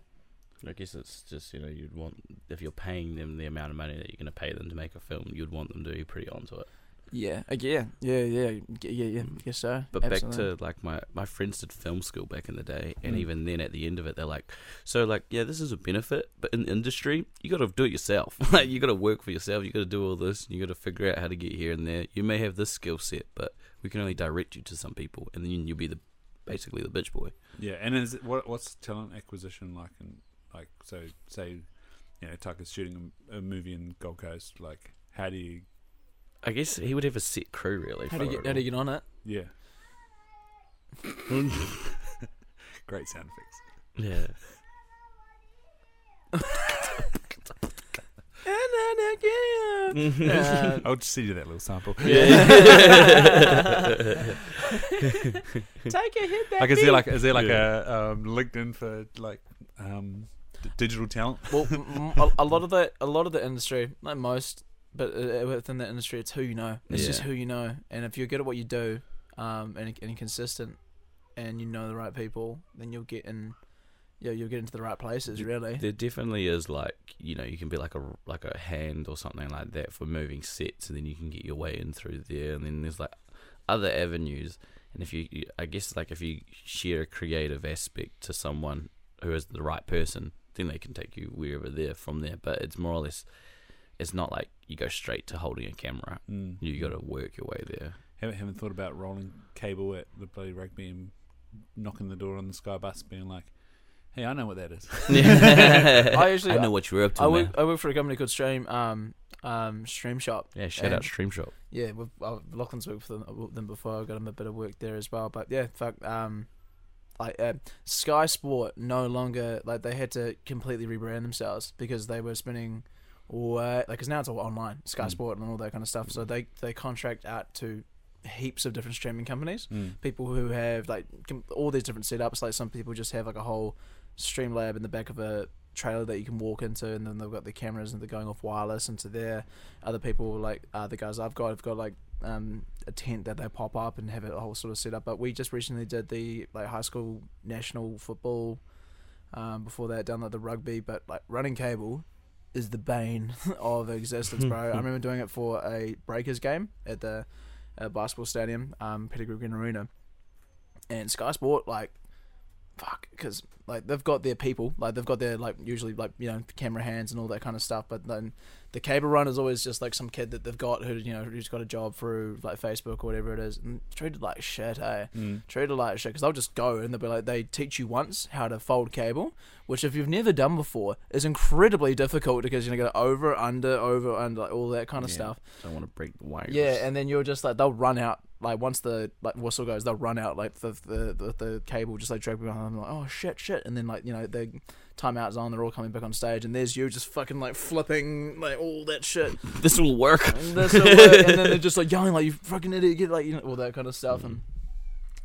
C: I guess it's just you know you'd want if you're paying them the amount of money that you're going to pay them to make a film, you'd want them to be pretty onto it.
B: yeah, yeah, yeah, yeah, yeah, yeah. I guess so.
C: But back to like my my friends did film school back in the day, and
B: Mm.
C: even then at the end of it, they're like, so like yeah, this is a benefit, but in the industry, you got to do it yourself. *laughs* like you got to work for yourself. You got to do all this. And you got to figure out how to get here and there. You may have this skill set, but we can only direct you to some people, and then you'll be the basically the bitch boy.
E: Yeah, and is it, what what's talent acquisition like? And like, so say, you know, Tucker's shooting a, a movie in Gold Coast. Like, how do you?
C: I guess he would have a set crew really.
B: how do you
C: for
B: get
C: it
B: how do
C: all.
B: you get on it?
E: Yeah. *laughs* Great sound effects.
C: Yeah.
B: Uh,
E: *laughs*
C: Mm-hmm. *laughs*
E: I'll just send you that little
B: *laughs*
E: sample.
C: *laughs*
B: Take a hit.
E: Like, is there like is there like a um, LinkedIn for like um, d- digital talent?
B: Well, m- m- a, a lot of the a lot of the industry, not most, but uh, within the industry, it's who you know. It's just
C: Yeah.
B: who you know, and if you're good at what you do, um, and and consistent, and you know the right people, then you'll get in. Yeah, you'll get into the right places. Really,
C: There definitely is like you know you can be like a like a hand or something like that for moving sets, and then you can get your way in through there, and then there's like other avenues, And if you, you- I guess, like if you share a creative aspect to someone who is the right person, then they can take you wherever they're from there. But it's more or less, it's not like you go straight to holding a camera.
E: Mm.
C: You got to work your way there.
E: Haven't, haven't thought about rolling cable at the bloody rugby and knocking the door on the sky bus, being like, "Hey, I know what that is."
C: I
B: usually-
C: know what you're up to,
B: I
C: man.
B: work, I work for a company called Stream um, um, Stream Shop.
C: Yeah, shout out
B: and-
C: Stream Shop.
B: Yeah, we've, uh, Lachlan's worked for them, uh, them before. I got him a bit of work there as well. But yeah, fuck. Um, like uh, Sky Sport no longer like they had to completely rebrand themselves because they were spending way like because now it's all online Sky
E: Mm.
B: Sport and all that kind of stuff. So they they contract out to heaps of different streaming companies.
E: Mm.
B: People who have like com- all these different setups. Like some people just have like a whole stream lab in the back of a trailer that you can walk into, and then they've got the cameras and they're going off wireless into there other people like uh, the guys I've got have got like um, a tent that they pop up and have a whole sort of setup. But we just recently did the like high school national football. Um, before that, done like the rugby, but like running cable is the bane *laughs* of existence, bro. I remember doing it for a Breakers game at the uh, basketball stadium, um, Pettigrew Green Arena, and Sky Sport like. Fuck, because like they've got their people, like they've got their like usually like you know camera hands and all that kind of stuff. But then the cable run is always just like some kid that they've got who you know who's got a job through like Facebook or whatever it is, and treated like shit, eh? Treated like shit because they'll just go and they'll be like, they teach you once how to fold cable, which if you've never done before is incredibly difficult because you're gonna go over, under, over, under, like, all that kind of
C: Yeah.
B: stuff.
C: Don't want to break the wires.
B: Yeah, and then you're just like they'll run out like once the like whistle goes, they'll run out like the the, the, the cable just like dragging behind them like oh shit shit, and then like you know the timeout's on, they're all coming back on stage, and there's you just fucking like flipping like all that shit,
C: *laughs* this will work.
B: and, this and that, and then they're just like yelling like you fucking idiot, get like you know all that kind of stuff, and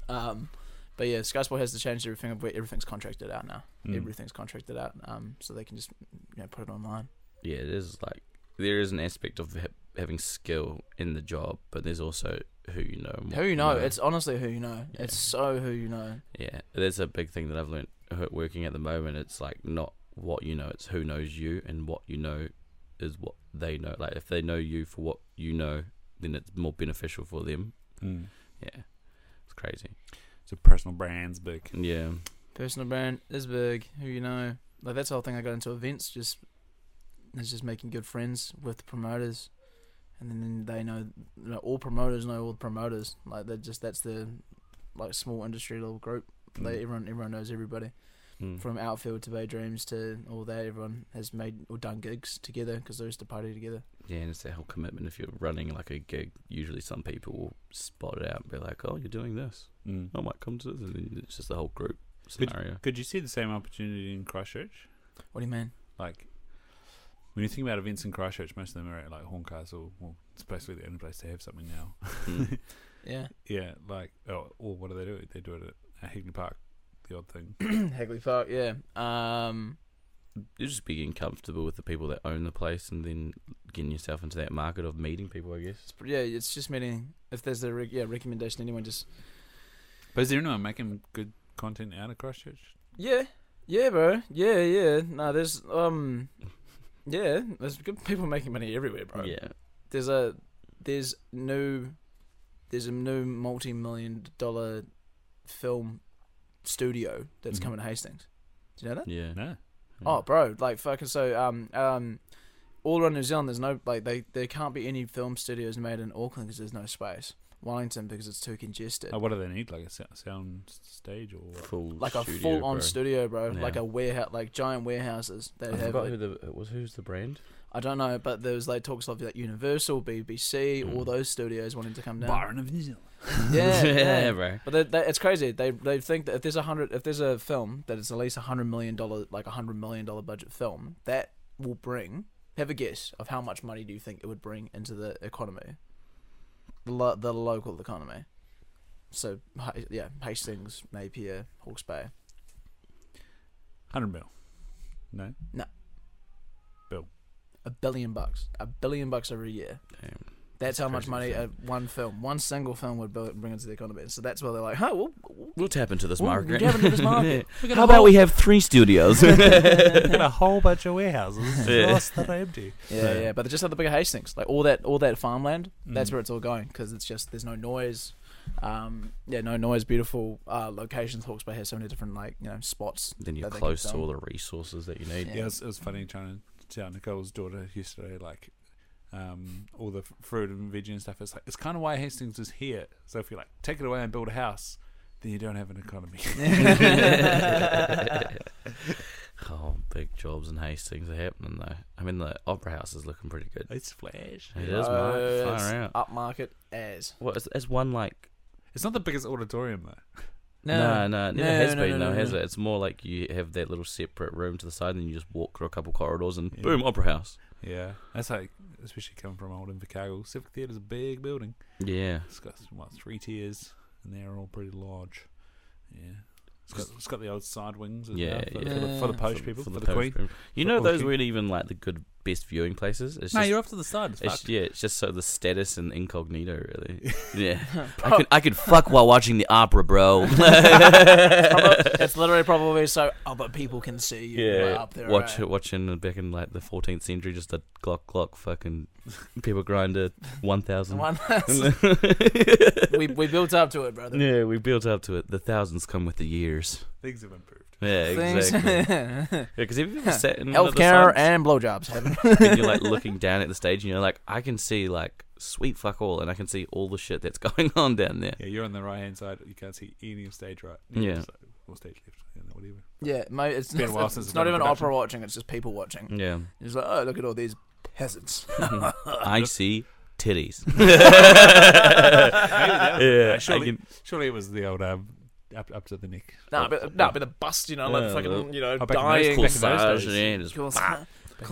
B: um, but yeah, Sky Sport has to change everything. but Everything's contracted out now.
E: Mm.
B: Everything's contracted out, um, so they can just you know put it online.
C: yeah, it is like there is an aspect of ha- having skill in the job, but there's also who you know. and
B: Who
C: what
B: you know? It's honestly who you know.
C: Mm. Yeah.
B: It's so who you know.
C: yeah, that's a big thing that I've learned working at the moment. It's like not what you know, it's who knows you, and what you know is what they know. Like if they know you for what you know, then it's more beneficial for them.
E: Mm.
C: Yeah, it's crazy.
E: So personal brands, big.
C: Yeah,
B: Personal brand is big. Who you know, like that's the whole thing. I got into events. Just it's just making good friends with the promoters, and then they know, you know all promoters know all the promoters. Like they just that's the like small industry little group. They everyone everyone knows everybody
C: Mm.
B: from outfield to Bay Dreams to all that. Everyone has made or done gigs together because they used to party together.
C: yeah, and it's that whole commitment. If you're running like a gig, usually some people will spot it out and be like, "Oh, you're doing this.
E: Mm.
C: I might come to this." And then it's just the whole group
E: Good-
C: scenario.
E: Could you see the same opportunity in Christchurch?
B: What do you mean?
E: Like when you think about events in Christchurch, most of them are at like Horncastle. Well, it's basically the only place they have something now. *laughs*
C: Mm. *laughs*
B: Yeah, *clears throat*
E: Yeah, like oh, or what do they do? They do it at Higley Park, the odd thing.
B: Hagley Park. Yeah. Um.
C: you just be getting comfortable with the people that own the place and then getting yourself into that market of meeting people, I guess.
B: It's, yeah. It's just meaning if there's a re- yeah recommendation, anyone just
E: But is there anyone making good content out of Christchurch?
B: Yeah, yeah, bro. Yeah, yeah. No, there's um, yeah, there's good people making money everywhere, bro.
C: Yeah.
B: There's a there's new there's a new multi-million dollar film studio that's
C: Mm-hmm.
E: Mhm.
B: coming to Hastings. Do you know that?
C: Yeah.
E: No.
C: Mm.
B: Oh, bro, like fucking so um um. All around New Zealand, there's no like they there can't be any film studios made in Auckland because there's no space. Wellington because it's too congested.
E: Oh, what do they need? Like a sou- sound stage or what?
C: Full
B: like a
C: studio,
B: full on
C: bro.
B: studio, bro.
C: Yeah.
B: Like a warehouse, like giant warehouses that
C: I
B: have
C: forgot
B: like,
C: who the it was who's the brand.
B: I don't know, but there was like talks of like Universal, BBC, all
C: Mm.
B: those studios wanting to come down.
E: Byron of New Zealand.
C: *laughs*
B: Yeah, yeah.
C: bro.
B: But they, they, it's crazy. They they think that if there's a hundred, if there's a film that is at least a hundred million dollar, like a hundred million dollar budget film, that will bring. Have a guess of how much money do you think it would bring into the economy, the lo- the local economy. So Hi- yeah, Hastings, Napier, Hawke's Bay.
E: Hundred mil. No.
B: a billion bucks, a billion bucks every year.
C: Damn.
B: That's how much
C: crazy,
B: money
C: isn't
B: a, one film, one single film would bu- bring into the economy. So that's why they're like, huh, well,
C: We'll tap into this
B: Ooh,
C: market.
B: we'll tap into this
C: *laughs*
B: market.
C: How about we have three *laughs*
E: *laughs*
C: studios?
E: Got a whole bunch of warehouses
C: Yeah.
E: just that are empty.
B: yeah, yeah, but they just have the bigger Hastings, like all that, all that farmland. That's
E: Mm.
B: where it's all going because it's just there's no noise. Um, yeah, no noise. Beautiful uh, locations. Hawke's Bay has so many different like you know spots.
C: Then you're
B: that they can
C: close to
B: film.
C: all the resources that you
B: *laughs*
C: need. *laughs*
E: Yeah, it was, it was funny trying to tell Nicole's daughter yesterday, like, um, all the f- fruit and veggie and stuff. It's like it's kind of why Hastings is here. So if you like take it away and build a house, then you don't have an economy. *laughs*
C: Oh, big jobs and Hastings are happening though. I mean, the Opera House is looking pretty good.
E: it's flash.
C: It is,
B: Uh,
C: mate.
B: it's
C: Far out.
B: Upmarket as
C: What is, is one like?
E: It's not the biggest auditorium though.
C: No, no, it never
B: No,
C: has
B: no,
C: been.
B: no,
C: No,
B: no,
C: has
B: no.
C: it? It's more like you have that little separate room to the side, and you just walk through a couple corridors, and boom, Opera House.
E: Yeah, that's like especially coming from old Invercargill. Civic Theatre's a big building.
C: Yeah,
E: It's got what three tiers, and they're all pretty large. Yeah. It's got, it's got the old side wings as
C: Yeah,
E: well for,
C: yeah.
E: For, the, for the post
C: For-
E: people, for,
C: for
E: the,
C: post
E: queen.
C: people. You
E: For
C: know,
E: all
C: those
E: queen.
C: weren't even like the good best viewing places. It's
E: No,
C: just,
E: you're off to the side. It's
C: it's,
E: fucked.
C: yeah, it's just so the status and incognito,
E: *laughs*
C: really. Yeah,
B: *laughs*
C: I could I could fuck while watching the opera, bro. *laughs*
B: it's literally probably so other people can see *laughs* you
C: Yeah,
B: yeah, up there.
C: watch
B: right?
C: watching back in like the 14th century, just a Glock Glock fucking people grinder 1,000. *laughs*
B: One we we built up to it, brother.
C: yeah, we built up to it. The thousands come with the years.
E: Things have improved.
C: Yeah,
B: Things- *laughs*
C: exactly. Because if you've ever sat in one of the
B: Healthcare
C: sides
B: and blowjobs.
C: *laughs*
B: Heaven.
C: and you're like looking down at the stage, and you're like, I can see like sweet fuck all, and I can see all the shit that's *laughs* going on down there.
E: Yeah, you're on the right hand side. You can't see any of stage right.
C: Yeah.
E: So- or stage left. You know,
C: *laughs*
E: whatever.
B: yeah, mate, it's,
E: been a while
B: it's,
E: since I've
B: not
E: done a
B: even
E: production.
B: opera watching. It's just people watching.
C: Yeah,
B: It's like, oh, look at all these peasants.
C: *laughs* I see
E: *laughs*
C: titties.
E: yeah.
C: I
E: Surely,
C: can,
E: surely it was the old um, up up to the neck.
B: nah, but nah, but the bust, you know, like
C: Yeah,
B: fucking, you know,
E: back in those
B: dying.
E: cool those
C: corsage,
E: days.
C: yeah, just
B: Girls,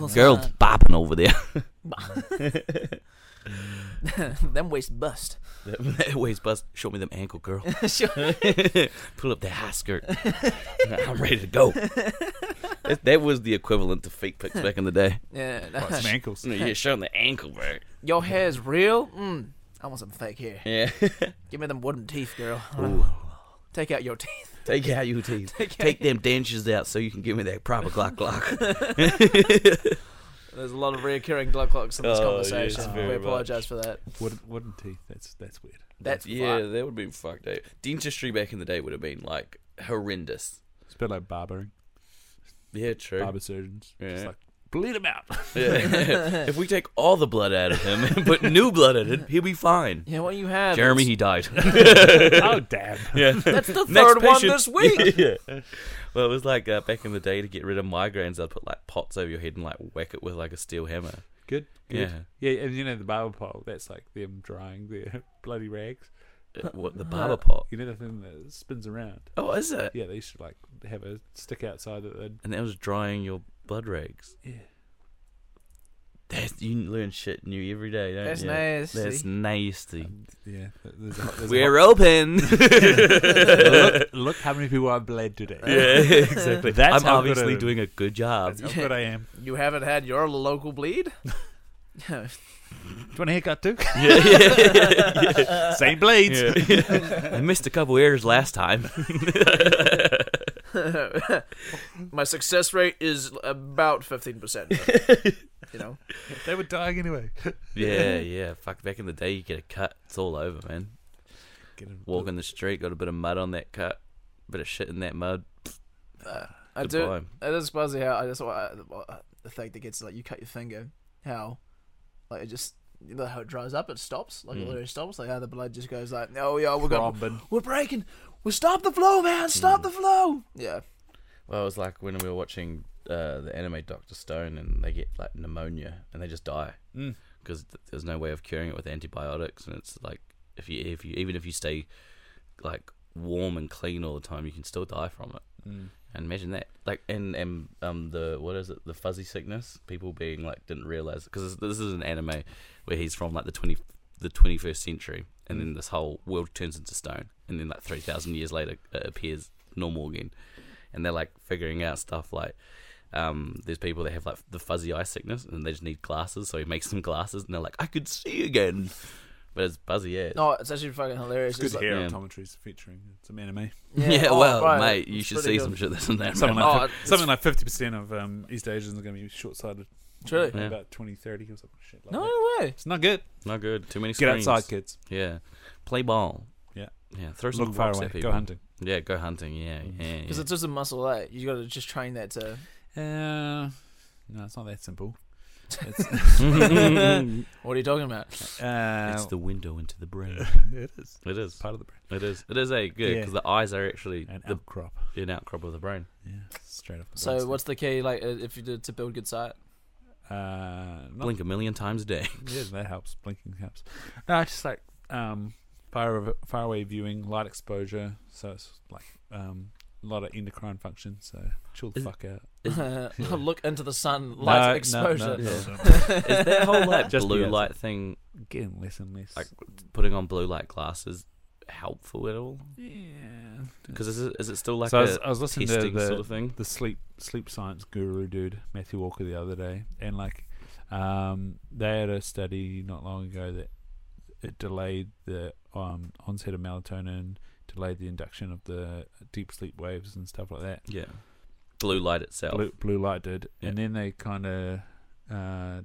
B: girls,
C: girls bopping over there.
B: *laughs* them waist bust. *laughs*
C: *laughs* That waist bust. Show me them ankle, girl. Pull up that high skirt. I'm ready to go. That, that was the equivalent to fake pics back in the day.
B: Yeah,
E: Oh,
B: *laughs*
E: it's some ankles.
C: You know, You're showing the ankle, bro.
B: your hair's real. Mm, I want some fake hair.
C: Yeah. *laughs*
B: Give me them wooden teeth, girl. Take out your teeth.
C: Take out your teeth. *laughs* Take them dentures out so you can give me that proper glock *laughs* glock.
B: *laughs* There's a lot of reoccurring glow clocks in this
C: Oh,
B: conversation.
C: yes,
B: we
C: very
B: apologize for that.
E: Wooden, wooden teeth. That's that's weird.
B: That's
C: yeah,
B: fucked.
C: that would have been fucked. eh? Dentistry back in the day would have been like horrendous.
E: It's a bit like barbering.
C: Yeah, true.
E: Barber surgeons. Just
C: Yeah.
E: like bleed them out.
C: Yeah. *laughs* if we take all the blood out of him and put new blood in it, he'll be fine.
B: Yeah, what you have?
C: Jeremy, he *laughs* died.
E: oh damn.
C: yeah.
B: is the
C: Next
B: third one
C: patient.
B: this week.
C: *laughs* yeah. Well, it was like uh, back in the day to get rid of migraines, I'd put like pots over your head and like whack it with like a steel hammer.
E: Good. Good.
C: Yeah.
E: Yeah. And you know the barber pole. That's like them drying their *laughs* bloody rags.
C: *laughs* Uh, What the barber pot?
E: You know the thing that spins around.
C: Oh, is it?
E: Yeah, they used to like have a stick outside that they'd
C: And that was drying your blood rags.
E: Yeah.
C: That's, you learn shit new every day, don't
B: That's
C: you?
B: nasty.
C: That's nasty.
E: yeah. There's a, there's a
C: We're *laughs* open.
E: look, *laughs* look how many people I've bled today.
C: yeah, exactly.
E: That's
C: I'm
E: how good I
C: obviously
E: am.
C: doing a good job.
E: That's how good I am.
C: *laughs*
B: You haven't had your local bleed? *laughs*
E: Do you want a haircut
C: *laughs*
E: too?
C: yeah, yeah, yeah,
E: Same blades.
C: yeah, yeah. I missed a couple errors last time.
B: My success rate is about 15%.
C: *laughs*
B: but, you know?
E: *laughs* They were dying anyway.
C: *laughs* Yeah, yeah. Fuck, back in the day, you get a cut, it's all over, man.
E: Get him.
C: Walking the street, got a bit of mud on that cut, bit of shit in that mud.
B: I
C: Goodbye.
B: do. It is fuzzy how I just I, the fact that gets like you cut your finger, how like it just you know how it dries up, it stops, like it
C: Mm.
B: literally stops, like how the blood just goes like, oh yeah, we're going,
E: Throbbing.
B: we're breaking, we stop the flow, man,
C: Mm.
B: stop the flow. Yeah,
C: Well, it was like when we were watching uh, the anime Doctor Stone, and they get like pneumonia, and they just die
E: Mm.
C: because th- there's no way of curing it with antibiotics, and it's like if you if you even if you stay like warm and clean all the time, you can still die from it.
E: Mm.
C: And imagine that, like, and and um, the what is it, the fuzzy sickness? People being like didn't realize because this is an anime where he's from like the twenty the twenty first century, and then this whole world turns into stone, and then like three thousand years later, it appears normal again, and they're like figuring out stuff like. Um, there's people that have like the fuzzy eye sickness and they just need glasses, so he makes them glasses and they're like, I could see again, but it's fuzzy, yeah.
B: no, it's actually fucking hilarious.
E: It's good
B: like,
E: hair
C: Yeah.
E: optometry's featuring some anime.
C: *laughs* Yeah,
B: oh,
C: well,
B: right,
C: mate, you
B: it's
C: should see
B: pretty
C: some
B: good.
C: shit that's in there.
E: Something
C: man.
B: Oh,
E: like, fif-
B: it's-
E: something like 50% of um, East Asians are going to be short sighted.
B: Truly.
C: Yeah.
E: About 2030 or something. Shit like
B: No
E: that.
B: way.
E: It's not good.
C: Not good. Too many
E: Get
C: screens.
E: outside, kids.
C: Yeah. Play ball.
E: Yeah.
C: Yeah, throw some
E: Look far
C: rocks
E: away.
C: at people.
E: Go hunting. Mm.
C: Yeah, go hunting. Yeah, yeah.
H: Because
C: yeah.
H: it's just a muscle, eh? You got to just train that to.
E: Uh, no, it's not that simple. It's,
H: What are you talking about?
E: uh,
C: It's the window into the brain.
E: *laughs* it is
C: It is.
E: part of the brain.
C: It is. It is a good
E: Yeah.
C: because the eyes are actually
E: An
C: the
E: outcrop.
C: an outcrop of the brain.
E: Yeah, straight off. The
H: So,
E: brainstem.
H: what's the key? Like, uh, if you did to build good sight,
E: Uh, not-
C: Blink a million times a day.
E: *laughs* Yeah, that helps. Blinking helps. No, it's just like um, far av- far away viewing, light exposure. So it's like um, a lot of endocrine function. So chill the
C: Is-
E: fuck out.
H: *laughs* look into the sun,
E: No,
H: light
E: no,
H: exposure.
E: no, no, no.
H: *laughs*
C: Is that whole
E: *laughs*
C: like
E: Just
C: blue
E: the
C: light thing,
E: Getting less and less.
C: Like- putting on blue light glasses, helpful at all?
E: yeah.
C: Because is it, is it still like
E: so I
C: a
E: was, I was listening to
C: testing
E: the,
C: sort of thing?
E: the sleep sleep science guru dude Matthew Walker the other day, and like um, they had a study not long ago that it delayed the um, onset of melatonin, delayed the induction of the deep sleep waves and stuff like that.
C: Yeah, blue light itself.
E: Blue, blue light did,
C: Yeah.
E: and then they kind of uh,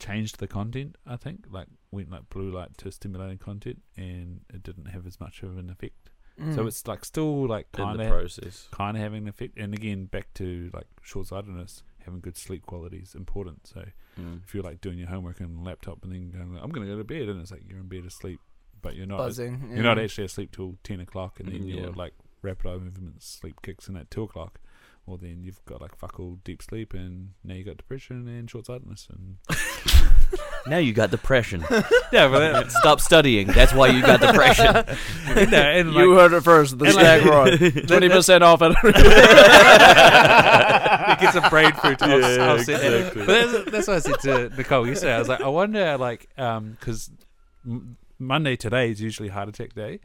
E: changed the content. I think like went like blue light to stimulating content, and it didn't have as much of an effect.
H: Mm.
E: So it's like still like
C: Hmm. in
E: kind
C: the
E: of
C: process.
E: kind of having an effect. And again, back to like short sightedness, having good sleep quality is important. So
C: Mm.
E: if you're like doing your homework on the laptop and then going, I'm going to go to bed, and it's like you're in bed asleep, but you're not
H: buzzing.
E: you're
C: *laughs*
E: not actually asleep till ten o'clock, and then
C: Mm,
E: your
C: yeah.
E: like rapid eye movement sleep kicks in at two o'clock. Well, then you've got like fuck all deep sleep, and now you got depression and short sightedness,
C: *laughs*
E: and
C: *laughs*
E: *laughs*
C: Now you got depression.
E: yeah, but that,
C: Stop studying. That's why you got depression.
E: no, and
H: *laughs*
E: like,
H: you heard it first. The
E: And like-
H: stag
E: *laughs*
H: rod. Twenty percent off
C: *laughs*
H: at
E: it gets a brain fruit. to offs-
C: Yeah,
E: offset that.
C: exactly.
E: But that's, that's what I said to Nicole yesterday. I was like, I wonder, like, because m- Monday today is usually heart attack day,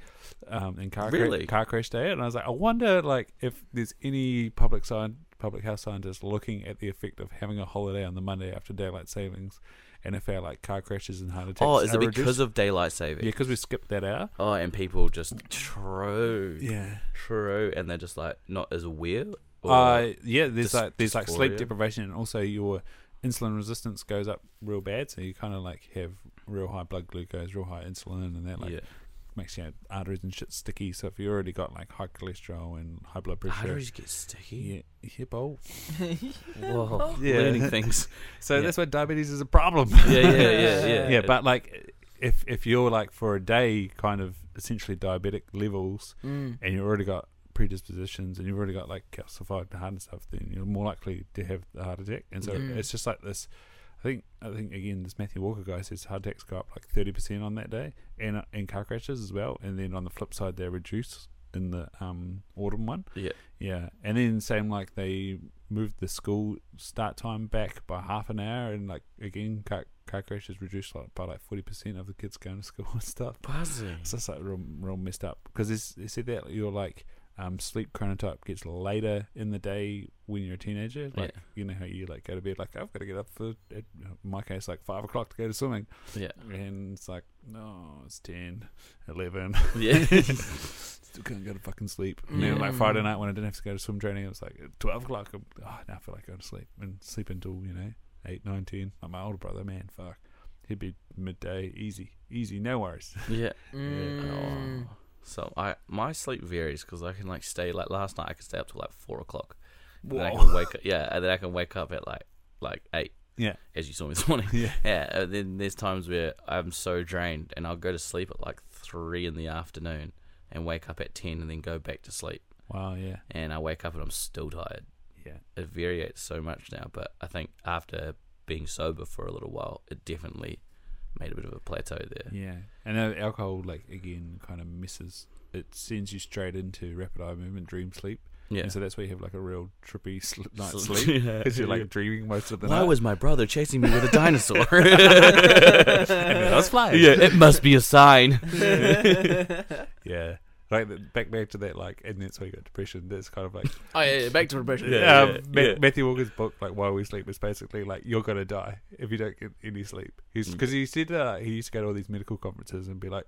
E: um, and car, cra-
C: Really?
E: car crash day, and I was like, I wonder, like, if there's any public sign, public health scientists looking at the effect of having a holiday on the Monday after daylight savings, and if our like car crashes and heart attacks.
C: oh, is
E: are
C: it because
E: reduced.
C: of daylight saving?
E: yeah, because we skipped that hour.
C: Oh, and people just true,
E: Yeah.
C: true, and they're just like not as aware. or-
E: Uh, yeah, there's
C: dys-
E: like there's like sleep
C: dysphoria?
E: deprivation, and also your insulin resistance goes up real bad, so you kind of like have real high blood glucose, real high insulin, and that like
C: yeah,
E: makes your arteries and shit sticky. So if you already got like high cholesterol and high blood pressure,
C: arteries get sticky.
E: yeah, hip old.
C: *laughs* Whoa,
E: Yeah.
C: learning things.
E: So
C: Yeah.
E: that's why diabetes is a problem.
C: *laughs*
E: *laughs*
C: Yeah, yeah, yeah, yeah. *laughs*
E: yeah, but like if if you're like for a day kind of essentially diabetic levels,
H: Mm,
E: and you've already got predispositions and you've already got like calcified heart and stuff, then you're more likely to have the heart attack. And so
H: Yeah.
E: it's just like this. I think I think again this Matthew Walker guy says heart attacks go up like thirty percent on that day, and uh, and car crashes as well. And then on the flip side, they reduce in the um autumn one.
C: Yeah.
E: yeah. And then same like they moved the school start time back by half an hour, and like again car car crashes reduced like by like forty percent of the kids going to school *laughs* and stuff.
C: buzzing.
E: It's just like real, real messed up because they said that your like um, sleep chronotype gets later in the day when you're a teenager. *laughs* Like
C: Yeah.
E: you know how you like go to bed like I've got to get up for at, in my case like five o'clock to go to swimming,
C: Yeah,
E: and it's like no, it's 10, 11.
C: *laughs* yeah.
E: *laughs* Still couldn't go to fucking sleep. And then like
C: Mm.
E: Friday night when I didn't have to go to swim training, it was like at twelve o'clock. I'm, oh, now I feel like going to sleep and sleep until you know eight, nine, ten. Like my older brother, man, fuck, he'd be midday, easy, easy, no worries. *laughs*
C: Yeah.
H: mm.
C: Oh. So I my sleep varies because I can like stay like last night I could stay up till like four o'clock. And then I
E: Whoa.
C: can wake up, yeah, and then I can wake up at like like eight.
E: Yeah.
C: As you saw me this morning.
E: Yeah.
C: *laughs* Yeah. And then there's times where I'm so drained and I'll go to sleep at like three in the afternoon and wake up at ten and then go back to sleep.
E: Wow, yeah,
C: And I wake up and I'm still tired.
E: yeah.
C: It variates so much now, but I think after being sober for a little while, it definitely made a bit of a plateau there.
E: Yeah, and uh, alcohol, like again, kind of misses. It sends you straight into rapid eye movement, dream sleep,
C: Yeah. *laughs*
E: and so that's why you have like a real trippy sl- night's
C: Sl-
E: sleep
C: *laughs* Yeah.
E: because you're like dreaming most of the
C: Why
E: night.
C: was my brother chasing me with
E: *laughs*
C: a dinosaur?
E: I was flying.
C: Yeah, it must be
E: *laughs*
C: a sign.
E: yeah, like the, back back to that, like, and that's why you got depression. That's kind of like
H: Oh yeah, yeah, back to depression.
C: Yeah,
E: um,
C: yeah,
E: Ma-
C: yeah.
E: Matthew Walker's book, like Why We Sleep, is basically like you're gonna die if you don't get any sleep.
C: Mm.
E: Because he said uh, he used to go to all these medical conferences and be like,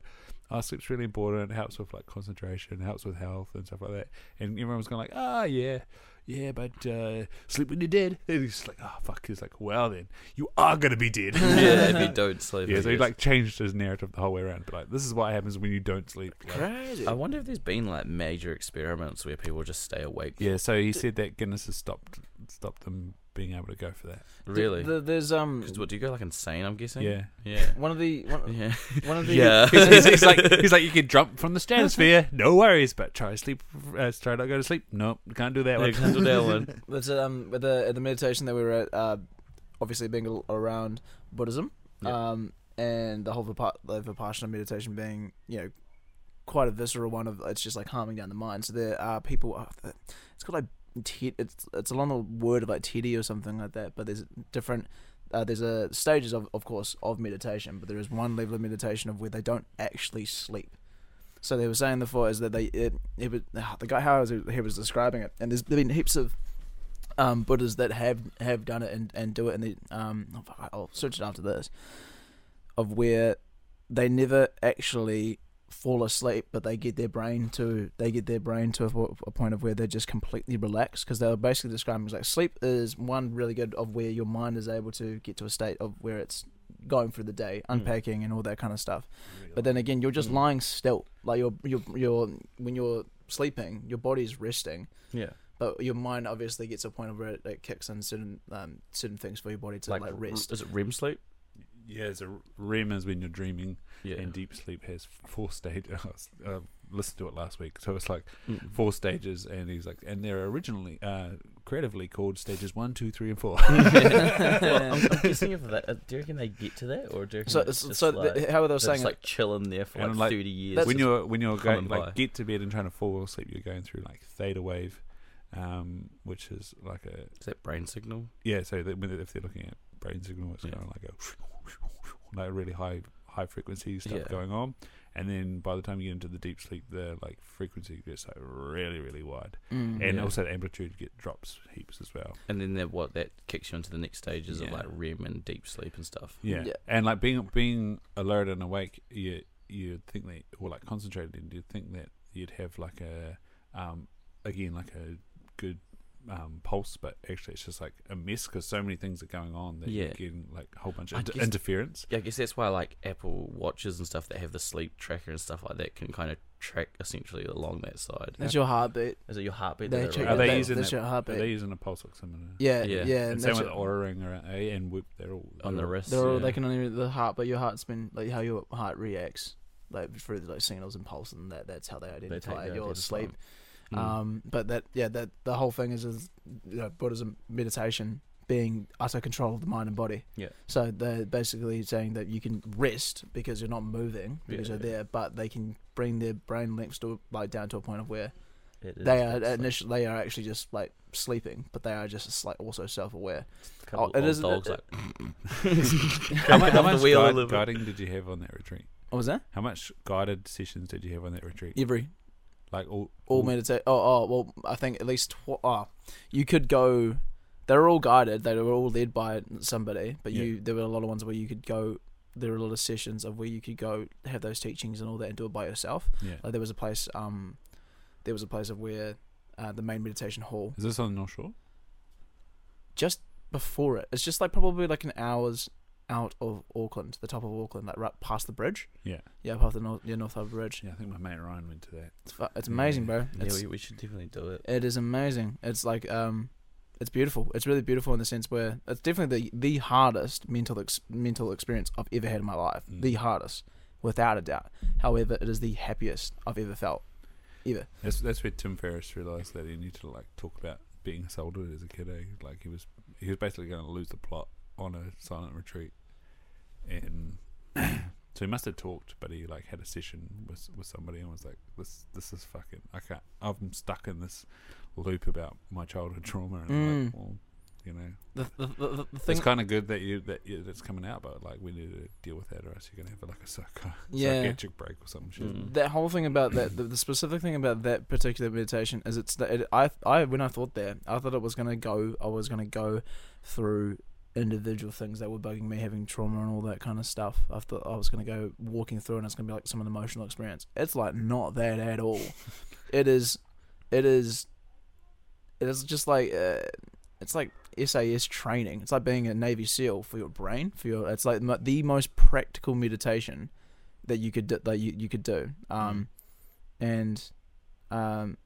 E: "Our sleep's really important. It helps with like concentration, helps with health and stuff like that." And everyone was going like, "Ah, yeah, yeah, but uh, sleep when you're dead. And he's like, oh, fuck. He's like, well, then, you are going to be dead.
C: *laughs* yeah, if you don't
E: *laughs*
C: sleep.
E: yeah,
C: I
E: so he
C: guess.
E: like changed his narrative the whole way around. But like, this is what happens when you don't sleep. Like,
B: Crazy.
C: I wonder if there's been like major experiments where people just stay awake.
E: yeah, so he said that Guinness has stopped stopped them being able to go for that.
C: Really?
B: The- there's um
C: 'Cause what do you go like insane? I'm guessing.
E: Yeah.
C: Yeah.
B: one of the one,
C: Yeah.
B: one
E: *laughs*
B: of
H: *laughs*
B: the
C: Yeah.
E: he's, he's like *laughs* he's like you can jump from the stratosphere, no worries, but try to sleep, uh, try not to go to sleep. Nope, can't do that
C: Yeah, *laughs*
E: one.
C: can't do
B: *laughs*
C: that one.
B: But um, at the at the meditation that we were at, uh, obviously being al- around Buddhism,
C: Yeah.
B: um, and the whole vipa- the vipassana meditation being you know quite a visceral one of it's just like calming down the mind. So there are people. uh, It's called like te- it's it's along the word of like teddy or something like that. But there's different. Uh, there's a stages of of course of meditation, but there is one level of meditation of where they don't actually sleep. So they were saying before is that they it, it was, the guy how was, he was describing it, and there's been heaps of um, Buddhas that have have done it and, and do it, and they, um, oh, fuck, I'll search it after this, of where they never actually fall asleep, but they get their brain to they get their brain to a, a point of where they're just completely relaxed because they were basically describing it's like sleep is one really good of where your mind is able to get to a state of where it's going through the day, unpacking and all that kind of stuff. But then again, you're just lying still, like you're you're you're when you're sleeping, your body's resting
C: Yeah.
B: but your mind obviously gets to a point where it, it kicks in certain um, certain things for your body to like, rest.
C: Is it REM sleep?
E: Yeah, it's a REM is when you're dreaming,
C: Yeah.
E: and deep sleep has four stages. *laughs* I was, uh, listened to it last week, so it's like
C: Mm.
E: four stages, and he's like, and they're originally uh, creatively called stages one, two, three, and four.
C: well, I'm, I'm guessing if that. uh, Do you reckon they get to that, or do you reckon
B: So,
C: mm, it's
B: so,
C: just
B: so
C: like,
B: the, how they were
C: they're
B: saying
C: just like chilling there for
E: And like,
C: like, 30 years?
E: when you're when you're going,
C: coming by.
E: like get to bed and trying to fall asleep, you're going through like theta wave, um, which is like a
C: Is that brain signal?
E: yeah. So that when, if they're looking at brain signal, it's
C: Yeah.
E: kind of like a *laughs* like really high high frequency stuff
C: Yeah.
E: going on, and then by the time you get into the deep sleep, the like frequency gets like really really wide,
B: Mm.
E: and
C: Mm-hmm. Yeah.
E: also the amplitude get drops heaps as well.
C: And then that what that kicks you into the next stages of
E: Yeah.
C: like REM and deep sleep and stuff.
E: Yeah.
B: Yeah.
E: and like being being alert and awake, you you'd think that or like concentrated, and you'd think that you'd have like a um again like a good um pulse, but actually it's just like a mess because so many things are going on that
C: Yeah.
E: you're getting like a whole bunch
C: I
E: of inter-
C: guess-
E: interference.
C: Yeah, I guess that's why like Apple watches and stuff that have the sleep tracker and stuff like that can kind of track essentially along that side.
B: that's your heartbeat.
C: Is it your heartbeat?
B: They
C: that
B: check
E: Are
C: reads?
E: they
B: that-
E: using
B: that's
E: that-
B: your
E: Are they
B: heartbeat.
E: using a pulse oximeter?
B: Yeah, yeah,
C: Yeah.
B: yeah.
E: and
B: And
E: same
B: that's
E: with
B: your-
E: the aura ring or A and Whoop, they're all
C: on the
E: they're all-
C: wrist?
B: they're all,
C: yeah.
B: they can only the heart, but your heart's been like how your heart reacts, like through like signals and pulse, and that that's how they
C: They take
B: identify
C: that
B: your
C: as
B: sleep.
C: well. Mm.
B: Um, but that yeah, that the whole thing is is you know, Buddhism meditation being utter control of the mind and body.
C: Yeah.
B: So they're basically saying that you can rest because you're not moving because
C: Yeah,
B: you're there, but they can bring their brain links to like down to a point of where
C: It is
B: they are
C: that sleep.
B: initially they are actually just like sleeping, but they are just like also self aware. oh,
C: Couple
B: it
C: old
B: is-
C: dogs
B: it-
C: *laughs* like
E: How
C: *laughs*
E: mu-
C: Off
E: how
C: the
E: much
C: wheel a
E: guide-
C: little bit.
E: guiding did you have on that retreat?
B: What was that?
E: How much guided sessions did you have on that retreat?
B: Every
E: Like all
B: all meditate. Oh, oh, well, I think at least tw- oh, you could go. They were all guided. They were all led by somebody, but
E: Yeah.
B: you there were a lot of ones where you could go. There were a lot of sessions of where you could go have those teachings and all that and do it by yourself.
E: yeah.
B: Like there was a place, um, there was a place of where uh, the main meditation hall
E: Is this on the North Shore?
B: just before it. It's just like probably like an hour's out of Auckland, the top of Auckland, like right past the bridge.
E: Yeah.
B: Yeah, past the North, yeah, North Harbour Bridge.
E: Yeah, I think my mate Ryan went to that.
B: It's, fu- it's amazing, bro.
C: Yeah,
B: It's,
C: we, we should definitely do it.
B: It is amazing. It's like um, it's beautiful. It's really beautiful in the sense where it's definitely the the hardest mental ex- mental experience I've ever had in my life.
E: Mm.
B: The hardest, without a doubt. However, it is the happiest I've ever felt, ever.
E: That's that's where Tim Ferriss realised that he needed to like talk about being assaulted as a kid. Eh? Like he was he was basically going to lose the plot on a silent retreat, and *coughs* so he must have talked, but he like had a session with with somebody and was like, "This this is fucking I can't. I'm stuck in this loop about my childhood trauma." And I'm
B: Mm.
E: like, well, you know,
B: The, the, the, the
E: it's kind of good that you that you, that's coming out, but like we need to deal with that, or else you're gonna have like a psycho-
B: Yeah.
E: psychiatric break or something. shit.
C: Mm.
B: that whole thing about that the, the specific thing about that particular meditation is it's that it, I I when I thought that I thought it was gonna go I was gonna go through individual things that were bugging me having trauma and all that kind of stuff I thought I was gonna go walking through and it's gonna be like some emotional experience it's like not that at all it is it is it's just like uh, it's like SAS training. It's like being a Navy SEAL for your brain. For your, it's like mo- the most practical meditation that you could do, that you, you could do. Um, and um,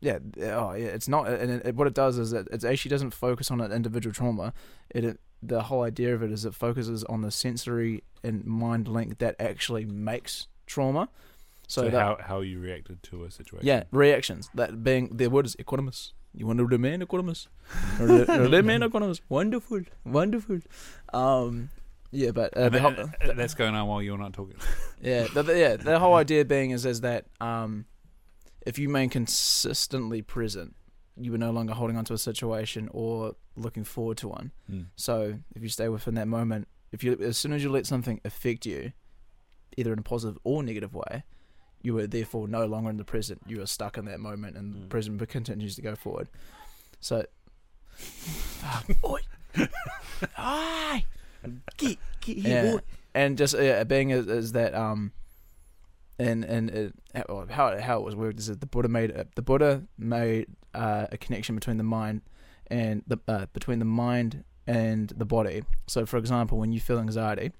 B: yeah, th- oh yeah, it's not. And it, it- what it does is it, it actually doesn't focus on an individual trauma. It, it the whole idea of it is it focuses on the sensory and mind link that actually makes trauma. So,
E: So,
B: that,
E: how how you reacted to a situation?
B: yeah, reactions. That being the word is equanimous. You want to remain
E: *laughs*
B: equanimous. Re- remain equanimous. Wonderful, wonderful. Um, yeah, but uh,
E: And
B: the
E: that-
B: whole,
E: uh, that's going on while you're not talking.
B: yeah, the, the- yeah. The whole idea being is is that um, if you remain consistently present, you are no longer holding onto a situation or looking forward to one.
E: Mm.
B: So if you stay within that moment, if you as soon as you let something affect you, either in a positive or negative way, you are therefore no longer in the present. You are stuck in that moment, and the
E: Mm.
B: present continues to go forward. So, Oi. Aye. Get- get here, boy. and just uh, being is, is that um, and and it, how- how how it was worked is that the Buddha made a, the Buddha made uh, a connection between the mind and the uh, between the mind and the body. So, for example, when you feel anxiety,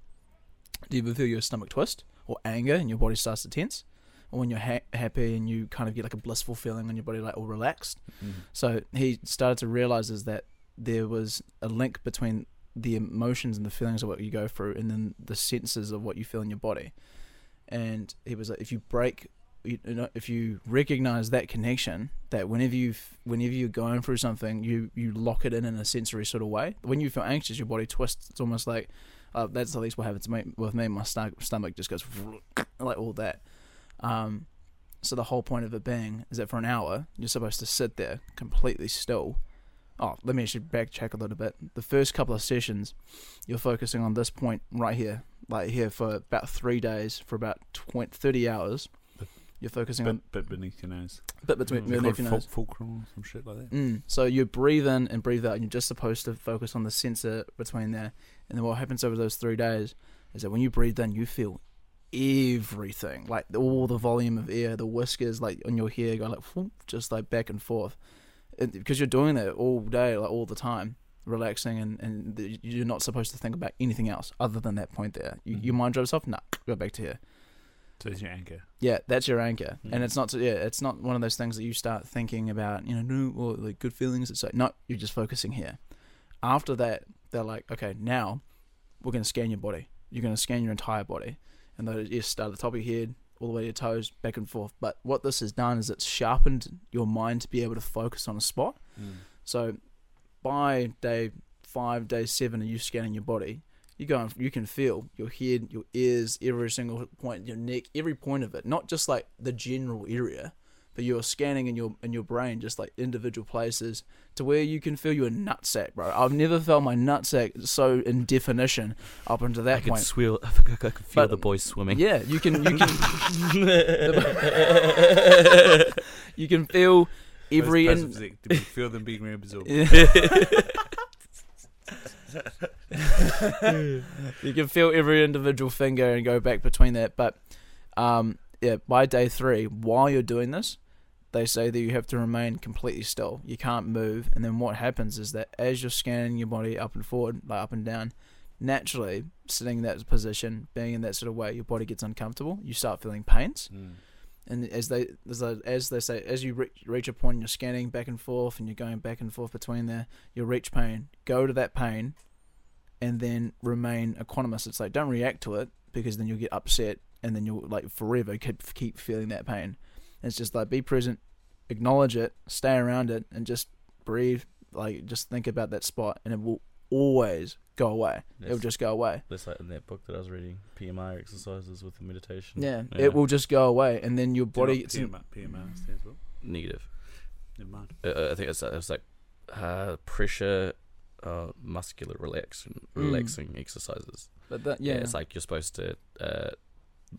B: do you ever feel your stomach twist or anger and your body starts to tense? Or when you're ha- happy and you kind of get like a blissful feeling on your body, like all relaxed. So he started to realize is that there was a link between the emotions and the feelings of what you go through, and then the senses of what you feel in your body. And he was like, if you break, you know, if you recognize that connection, that whenever you whenever you're going through something, you you lock it in in a sensory sort of way. When you feel anxious, your body twists. It's almost like uh, that's at least what happened to me with me. My stomach stomach just goes *sniffs* like all that. Um, so the whole point of it being is that for an hour you're supposed to sit there completely still. Oh, let me actually backtrack a little bit. The first couple of sessions, you're focusing on this point right here, like here for about three days, for about 20, 30 hours. You're focusing on
E: Bit, bit beneath your nose.
B: bit between
E: Is it
B: beneath
E: called
B: your
E: ful-
B: nose.
E: fulcrum or some shit like that.
B: Mm. So you breathe in and breathe out, and you're just supposed to focus on the sensor between there. And then what happens over those three days is that when you breathe in, you feel everything, like all the volume of air, the whiskers, like on your hair, go like whoop, just like back and forth, And because you're doing that all day, like all the time, relaxing, and and the, you're not supposed to think about anything else other than that point there. You, Your mind drives off. Nah, go back to here.
E: So there's your anchor.
B: Yeah, that's your anchor, and
E: Mm.
B: it's not. Yeah, it's not one of those things that you start thinking about. You know, no, or like good feelings. It's like no, you're just focusing here. After that, they're like, okay, now we're going to scan your body. You're going to scan your entire body, and those you start at the top of your head all the way to your toes, back and forth. But what this has done is it's sharpened your mind to be able to focus on a spot. So by day five, day seven, are you scanning your body? You go. and- You can feel your head, your ears, every single point, your neck, every point of it. Not just like the general area, but you're scanning in your in your brain just like individual places to where you can feel your nutsack, bro. I've never felt my nutsack so in definition up until that
C: I can
B: point.
C: swill. *laughs* I could, I could feel
B: But-
C: the boys swimming.
B: Yeah, you can *laughs* you
C: *laughs*
B: can you can feel every
E: Those
B: in,
E: passive exec- feel them being reabsorbed.
B: you can feel every individual finger and go back between that. But um, yeah, by day three, while you're doing this, they say that you have to remain completely still. You can't move. And then what happens is that as you're scanning your body up and forward, like up and down, naturally sitting in that position, being in that sort of way, your body gets uncomfortable. You start feeling pains
E: Mm.
B: and as they as they, as they say, as you reach, reach a point, you're scanning back and forth, and you're going back and forth between there. You'll reach pain, go to that pain, and then remain equanimous. It's like don't react to it because then you'll get upset, and then you'll like forever keep keep feeling that pain. It's just like be present, acknowledge it, stay around it, and just breathe. Like just think about that spot, and it will always go away. It'll
C: That's-
B: just go away.
C: That's like in that book that I was reading, PMI exercises with meditation.
B: Yeah, it will just go away, and then your
E: Do you know
B: body
E: what
B: gets in-
E: PMR, PMR stands for?
C: negative.
E: Never mind.
C: Uh, Uh, I think it's, it's like uh, pressure, uh, muscular relaxing, relaxing exercises.
B: but that,
C: Yeah.
B: Mm. yeah,
C: it's like you're supposed to, uh,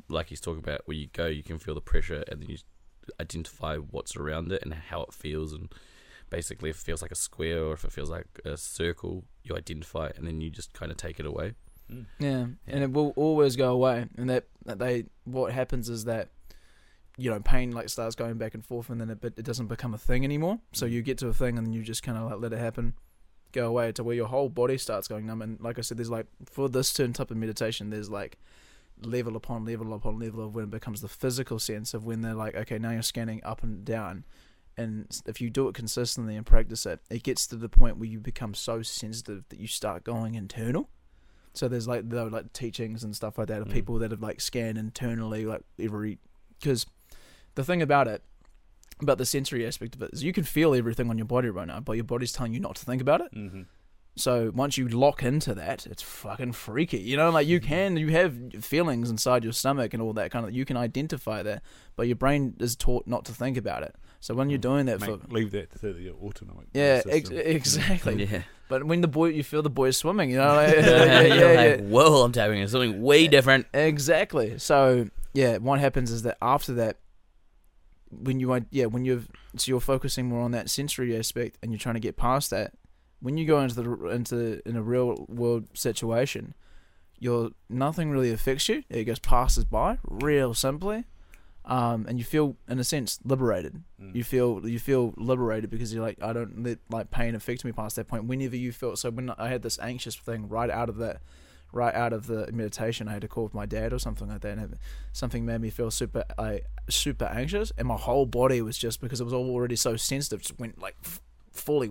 C: like he's talking about, where you go, you can feel the pressure, and then you identify what's around it and how it feels, and basically if it feels like a square or if it feels like a circle, you identify it, and then you just kind of take it away.
B: Yeah, and it will always go away. And that, that they what happens is that you know pain like starts going back and forth and then it, but it doesn't become a thing anymore so you get to a thing and then you just kind of like let it happen go away to where your whole body starts going numb and like i said there's like for this certain type of meditation there's like level upon level upon level of when it becomes the physical sense of when they're like okay now you're scanning up and down and s- if you do it consistently and practice it it gets to the point where you become so sensitive that you start going internal so there's like the like teachings and stuff like that of
A: Mm.
B: people that have like scanned internally like every because the thing about it about the sensory aspect of it is you can feel everything on your body right now but your body's telling you not to think about it
A: Mm-hmm.
B: so once you lock into that, it's fucking freaky. You know, like you can, you have feelings inside your stomach and all that kind of. You can identify that, but your brain is taught not to think about it. So when you're doing that for,
E: Mate, leave that to the autonomic.
B: yeah, ex-
E: system.
B: exactly.
C: *laughs* yeah.
B: But when the boy, you feel the boy swimming. You know, like, *laughs*
C: yeah,
B: yeah, yeah, yeah.
C: Like, Whoa, I'm tapping into something way different.
B: Exactly. So yeah, what happens is that after that, when you are yeah when you've so you're focusing more on that sensory aspect and you're trying to get past that, when you go into the into in a real world situation, your nothing really affects you. It goes passes by real simply, um, and you feel in a sense liberated. You feel you feel liberated because you're like I don't let like pain affect me past that point. Whenever you felt so when I had this anxious thing right out of that right out of the meditation, I had a call with my dad or something like that, and it, something made me feel super, like super anxious, and my whole body was just because it was all already so sensitive, just went like f- fully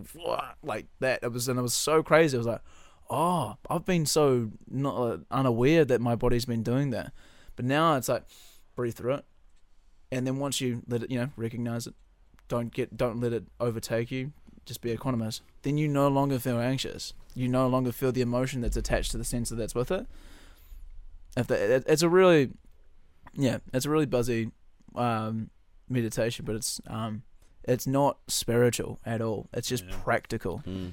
B: like that. It was and it was so crazy. I was like, oh, I've been so not uh, unaware that my body's been doing that, but now it's like breathe through it, and then once you let it, you know, recognize it, don't get, don't let it overtake you. Just be equanimous. Then you no longer feel anxious you no longer feel the emotion that's attached to the sensor that's with it. If that, it, it's a really, yeah, it's a really buzzy um, meditation, but it's um, it's not spiritual at all. It's just
A: Yeah.
B: practical.
C: Mm.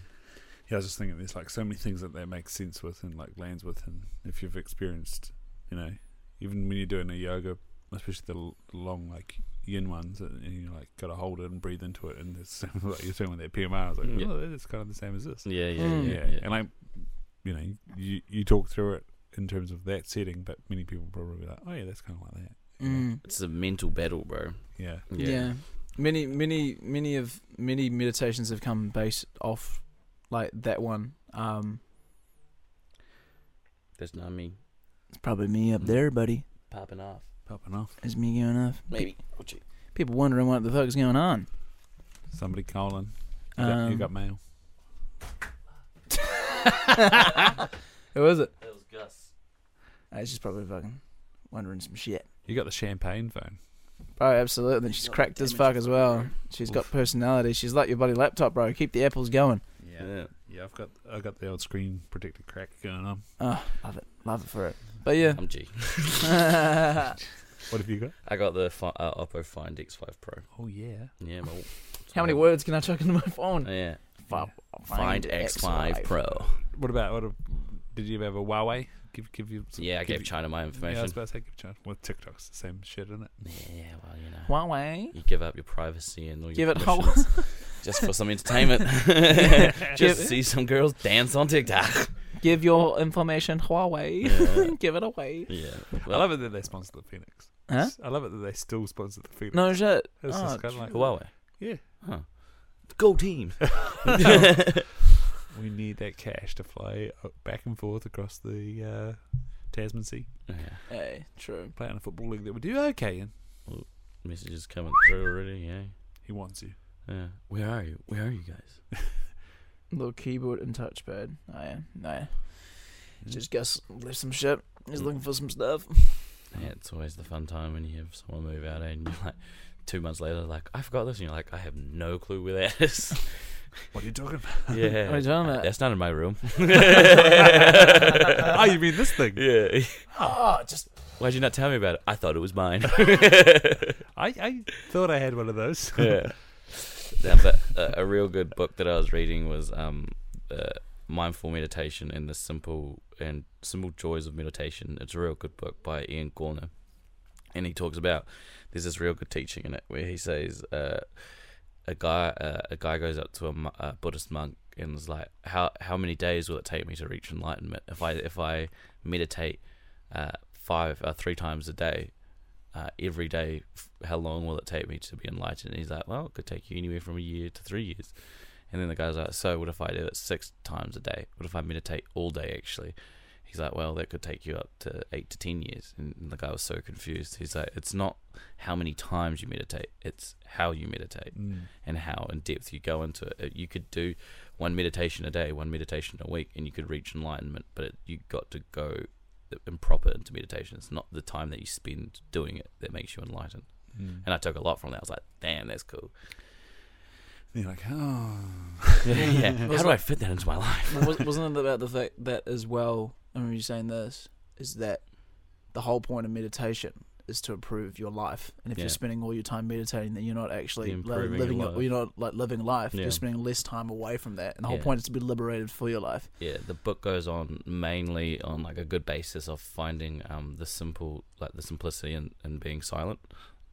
E: Yeah, I was just thinking there's like so many things that that makes sense with and like lands with, and if you've experienced, you know, even when you're doing a yoga, especially the l- long like yin ones, uh, and and you like got to hold it and breathe into it, and it's *laughs* like you're saying with that PMR, I was like,
C: Mm.
E: oh, that is kind of the same as this.
C: Yeah, yeah,
B: Mm.
C: yeah,
E: Yeah,
C: yeah.
E: and I, you know, you you talk through it in terms of that setting, but many people probably be like, oh yeah, that's kind of like that.
B: Mm.
C: it's a mental battle, bro.
E: Yeah,
B: Yeah. many, many, many of many meditations have come based off like that one. Um,
C: That's not me
B: it's probably me up there, buddy.
C: popping off.
E: popping off.
B: It's me going off.
C: Maybe. Oh, gee.
B: People wondering what the fuck is going on.
E: Somebody calling. You got, you
B: Um,
E: got mail.
B: Who is it?
C: That was Gus.
B: Uh, she's probably fucking wondering some shit.
E: You got the champagne phone.
B: Oh, absolutely. And she's
I: Got
B: cracked
I: the
B: as
I: damage
B: fuck
I: as
B: as
I: well,
B: well.
I: bro.
B: She's got personality. She's like your buddy laptop, bro. Keep the apples going.
C: Yeah.
E: Yeah, I've got I got the old screen protector crack going on.
B: Oh, love it. Love it for it. But yeah.
C: I'm G.
E: What have you got?
C: I got the fi- uh, Oppo Find X5 Pro.
E: Oh yeah.
C: Yeah, *laughs* my,
B: How many words can I chuck into my phone?
C: Oh, yeah.
B: Find,
C: Find, X5, Pro.
E: What about what? A, did you have a Huawei? Give give you. Some,
C: Yeah, I
E: give
C: gave
E: you-
C: China my
E: Yeah, I was
C: information.
E: about to say give China. Well, TikTok's the same shit, isn't it?
C: Yeah, well, you know.
B: Huawei.
C: You give up your privacy and all your
B: Give it whole.
C: permissions *laughs* just for some *laughs* entertainment.
B: Give-
C: just see some girls dance on TikTok.
B: Give your information Huawei.
C: Yeah.
B: *laughs* Give it away.
C: yeah.
E: I
C: Well,
E: love it that they sponsor the Phoenix.
B: Huh?
E: I love it that they still sponsor the Phoenix.
B: No shit.
E: It's just
B: Oh,
E: kinda like,
C: Huawei.
E: Yeah.
C: Huh. Go team.
E: we need that cash to fly up- back and forth across the uh, Tasman Sea,
C: Oh, yeah.
B: Hey, true.
E: play in a football league that we do okay in.
C: Messages coming through already. Yeah.
E: He wants you.
C: Yeah. Where are you? Where are you guys?
B: Little keyboard and touchpad. Oh, yeah. No. Yeah. Just Gus left some shit. He's
C: Mm.
B: looking for some stuff.
C: Yeah, it's always the fun time when you have someone move out eh, and you're like, two months later, like, I forgot this. And you're like, I have no clue where that is.
E: What are you talking about?
C: yeah.
B: What are you talking about?
C: That's not in my room. *laughs*
E: oh, you mean this thing?
C: Yeah. *laughs*
B: Oh, just
C: Why'd you not tell me about it? I thought it was mine. *laughs*
E: I, I thought I had one of those. *laughs*
C: yeah. yeah but uh, a real good book that I was reading was um, uh, Mindful Meditation and the Simple and Simple Joys of Meditation. It's a real good book by Ian Corner, and he talks about there's this real good teaching in it where he says uh, a guy uh, a guy goes up to a, mo- a Buddhist monk and is like, how how many days will it take me to reach enlightenment if I if I meditate uh, five uh, three times a day? uh, every day, f- how long will it take me to be enlightened? And he's like, well, it could take you anywhere from a year to three years. And then the guy's like, so what if I do it six times a day? What if I meditate all day, actually? He's like, well, that could take you up to eight to 10 years. And the guy was so confused. He's like, it's not how many times you meditate, it's how you meditate
E: Mm.
C: and how in depth you go into it. You could do one meditation a day, one meditation a week, and you could reach enlightenment, but it, you got to go and proper into meditation. It's not the time that you spend doing it that makes you enlightened. And I took a lot from that. I was like, damn, that's cool. *laughs*
E: And you're like, oh.
C: yeah. How do I fit that into my life?
B: Well, was- wasn't it about the fact that as well? I remember you saying this is that the whole point of meditation is to improve your life, and if
C: Yeah.
B: you're spending all your time meditating, then you're not actually
C: You're
B: li-
C: improving your
B: living.
C: life.
B: You're not like living life.
C: Yeah.
B: You're spending less time away from that, and the whole
C: Yeah.
B: point is to be liberated for your life.
C: Yeah, the book goes on mainly on like a good basis of finding um, the simple, like the simplicity in, in being silent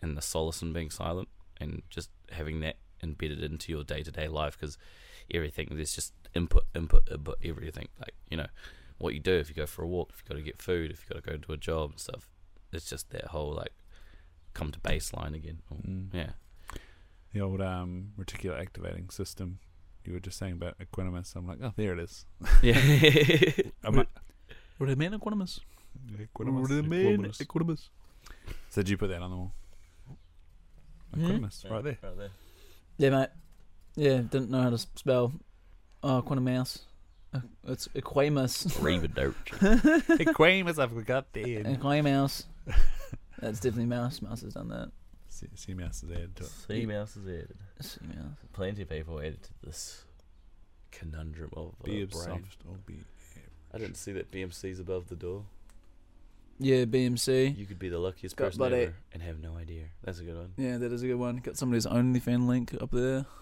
C: and the solace in being silent and just having that embedded into your day to day life because everything, there's just input, input, input, everything. Like, you know, what you do if you go for a walk, if you got to get food, if you got to go to a job and stuff. It's just that whole like come to baseline again. Or-
E: Mm.
C: Yeah. *laughs*
E: The old um, reticular activating system you were just saying about equanimous. I'm like, oh, there it is.
C: Yeah.
E: I'm like,
B: Remain equanimous.
E: equanimous. equanimous. So did you put that on the wall?
B: Yeah.
E: Equanimous, right there.
C: Right there. *laughs*
B: Yeah, mate. Yeah, didn't know how to spell uh, equanimous. Uh, it's equanimous.
C: Raven Dirt.
E: equanimous, I've got there.
B: equanimous. That's definitely mouse. Mouse has done that.
E: See, see mouse is added to it.
C: Sea mouse is added.
B: Let's see, mouse.
C: plenty of people added to this conundrum of uh,
E: Be
C: brain.
E: obsessed or be.
C: I didn't see that BMC's above the door.
B: Yeah, BMC.
C: You could be the luckiest
B: Got
C: person
B: bloody-
C: ever and have no idea. That's a good one.
B: Yeah, that is a good one. Got somebody's OnlyFan link up there. *laughs*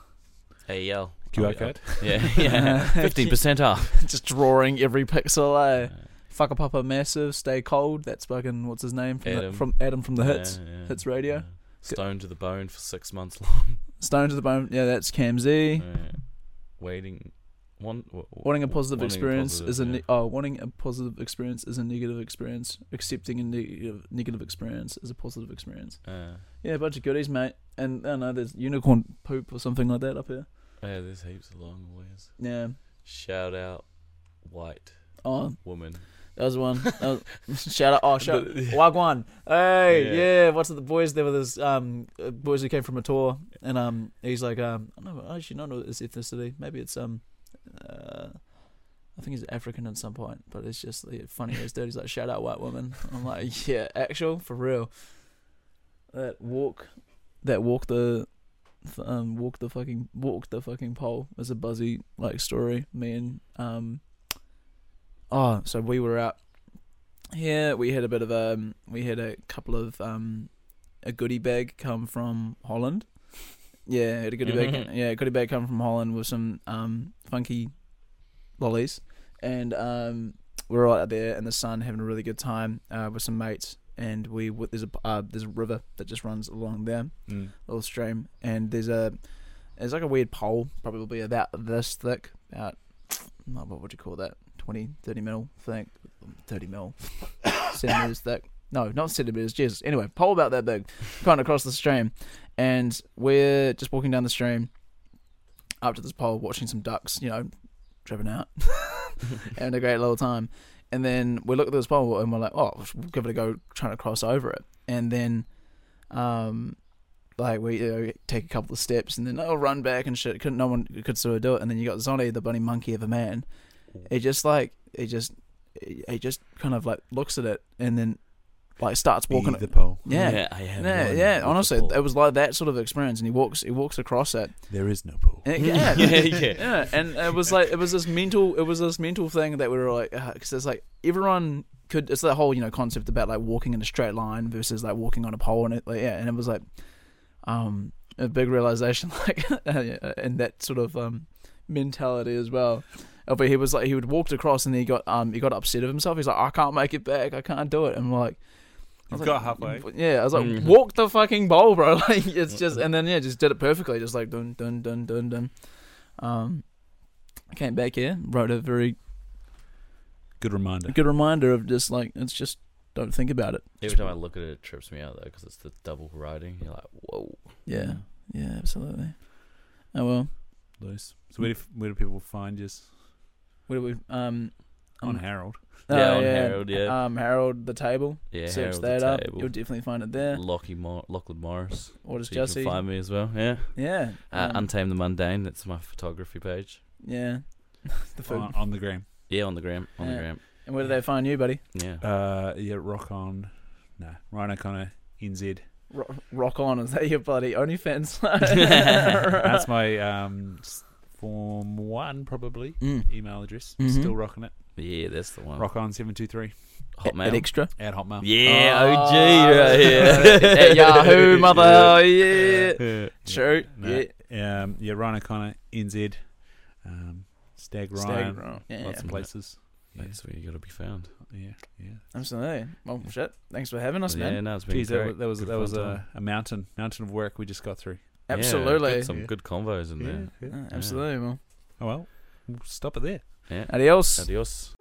C: Hey, yo.
E: QR code.
C: Yeah, *laughs* yeah. 15% off. *laughs*
B: Just drawing every pixel. Eh?
C: Uh,
B: Fuck a papa massive. Stay cold. That's fucking what's his name from
C: Adam.
B: The, from Adam from the hits.
C: yeah, yeah,
B: Hits radio.
C: yeah. Stone to the bone for six months long.
B: Stone to the bone. Yeah, that's Cam Z.
C: Yeah. Waiting. One, w- w-
B: Wanting a positive
C: wanting a
B: experience
C: positive,
B: is a ne-
C: yeah.
B: oh, wanting a positive experience is a negative experience. Accepting a negative negative experience is a positive experience.
C: Uh,
B: Yeah, a bunch of goodies, mate. And I don't know there's unicorn poop or something like that up here.
C: yeah, there's heaps along the ways.
B: Yeah.
C: Shout out, white
B: Oh,
C: woman.
B: That was one. That was, *laughs* shout out! Oh, shout
C: The-
B: *laughs* Wagwan. Hey,
C: Yeah.
B: yeah. What's it? The boys there were this um uh, boys who came from a tour, and um he's like um I don't know, I actually don't know his ethnicity. Maybe it's um uh I think he's African at some point, but it's just like, funny as dude. He's like shout out white woman. I'm like yeah, actual for real. That walk, that walk the. f- Um, walk the fucking walk the fucking pole is a buzzy like story. Me and um, oh, so we were out here we had a bit of um we had a couple of um a goodie bag come from Holland. Yeah, had a goodie bag yeah, a goodie bag come from Holland with some um funky lollies. And um we were all out there in the sun having a really good time uh with some mates and we w- there's a uh, there's a river that just runs along there
E: Mm.
B: little stream, and there's a there's like a weird pole, probably about this thick, about not what would you call that, 20, 30 mil, I think, thirty mil *coughs* centimeters thick. No, not centimeters. Jesus. Anyway, pole about that big, kind of across the stream, and we're just walking down the stream, up to this pole, watching some ducks, you know, tripping out, having a great little time. And then we look at this pole and we're like, oh, we'll give it a go trying to cross over it. And then um, like we you know, take a couple of steps and then oh run back and shit. Couldn't no one could sort of do it. And then you got Zonny, the bunny monkey of a man. It just like it just it, it just kind of like looks at it and then like starts
E: Be
B: walking.
E: the pole.
B: yeah. yeah.
C: yeah, I am.
B: Yeah,
C: one with the
B: honestly,
C: ball.
B: it was like that sort of experience, and he walks, he walks across it.
E: There is no pole.
B: And it- yeah, *laughs*
C: Yeah,
B: yeah,
C: yeah.
B: and it was like it was this mental, it was this mental thing that we were like, because it's like everyone could, it's that whole you know concept about like walking in a straight line versus like walking on a pole, and it, like, yeah, and it was like, um, a big realization, *laughs* like, and that sort of um mentality as well. Uh, But he was like, he would walked across, and he got um, he got upset of himself. He's like, I can't make it back, I can't do it, and we're like. I was
E: You've
B: like,
E: got halfway.
B: Yeah, I was like,
C: Mm.
B: walk the fucking bowl, bro. *laughs* Like it's just, and then yeah, just did it perfectly, just like dun dun dun dun dun. Um, I came back here, wrote a very
E: Good reminder.
B: good reminder of just like it's just don't think about it.
C: Every time I look at it, it trips me out though because it's the double writing. You're like, whoa. Mm.
B: Yeah, yeah, absolutely. Oh well,
E: Loose. So where do, where do people find you?
B: what do we um
E: On
B: Mm.
E: Harold.
C: Yeah,
B: oh,
C: on Harold, yeah.
B: um Harold the table.
C: Yeah,
B: Search
C: Harold
B: that
C: the
B: up.
C: Table.
B: You'll definitely find it there.
C: Lockie Mor- Lockwood Morris.
B: Or just
C: So
B: Jesse.
C: you can find me as well. Yeah.
B: yeah,
C: Uh,
B: um,
C: Untamed the Mundane. That's my photography page.
B: yeah. the food.
E: On, on the gram.
C: Yeah, on the gram. On
B: Yeah.
C: the gram.
B: and where do they find you, buddy?
C: Yeah.
E: Uh, yeah, rock on. Nah, Rhino Connor NZ.
B: Ro- rock on. Is that your bloody OnlyFans? *laughs*
E: That's my um s- form one probably
B: Mm.
E: email address.
B: Mhm.
E: Still rocking it.
C: Yeah, that's the one.
E: Rock on seven two three
C: Hotmail.
B: At extra.
E: at Hotmail.
C: yeah,
B: Oh,
C: OG right *laughs*
B: *laughs*
C: here.
B: at
C: *laughs*
B: Yahoo, mother. Oh,
C: Yeah.
B: yeah.
E: Yeah.
B: True.
E: Nah. Um, yeah, Ryan O'Connor, NZ, um, Stag
B: Yeah.
E: Ryan,
B: Stag- Yeah.
E: lots of places. Yeah,
C: That's where you gotta be found.
E: yeah, yeah.
B: Absolutely. Well, shit. Thanks for having us,
C: yeah,
B: man.
C: no, it's been
E: Geez, that,
C: great.
E: wa- that was
C: Good
E: that was
C: fun
E: a,
C: time.
E: a mountain mountain of work we just got through.
C: Yeah,
B: Absolutely.
C: good- some good convos in there.
E: yeah.
B: Uh, absolutely. Well,
E: Oh well, we'll stop it there.
C: Yeah.
B: adios.
C: Adios.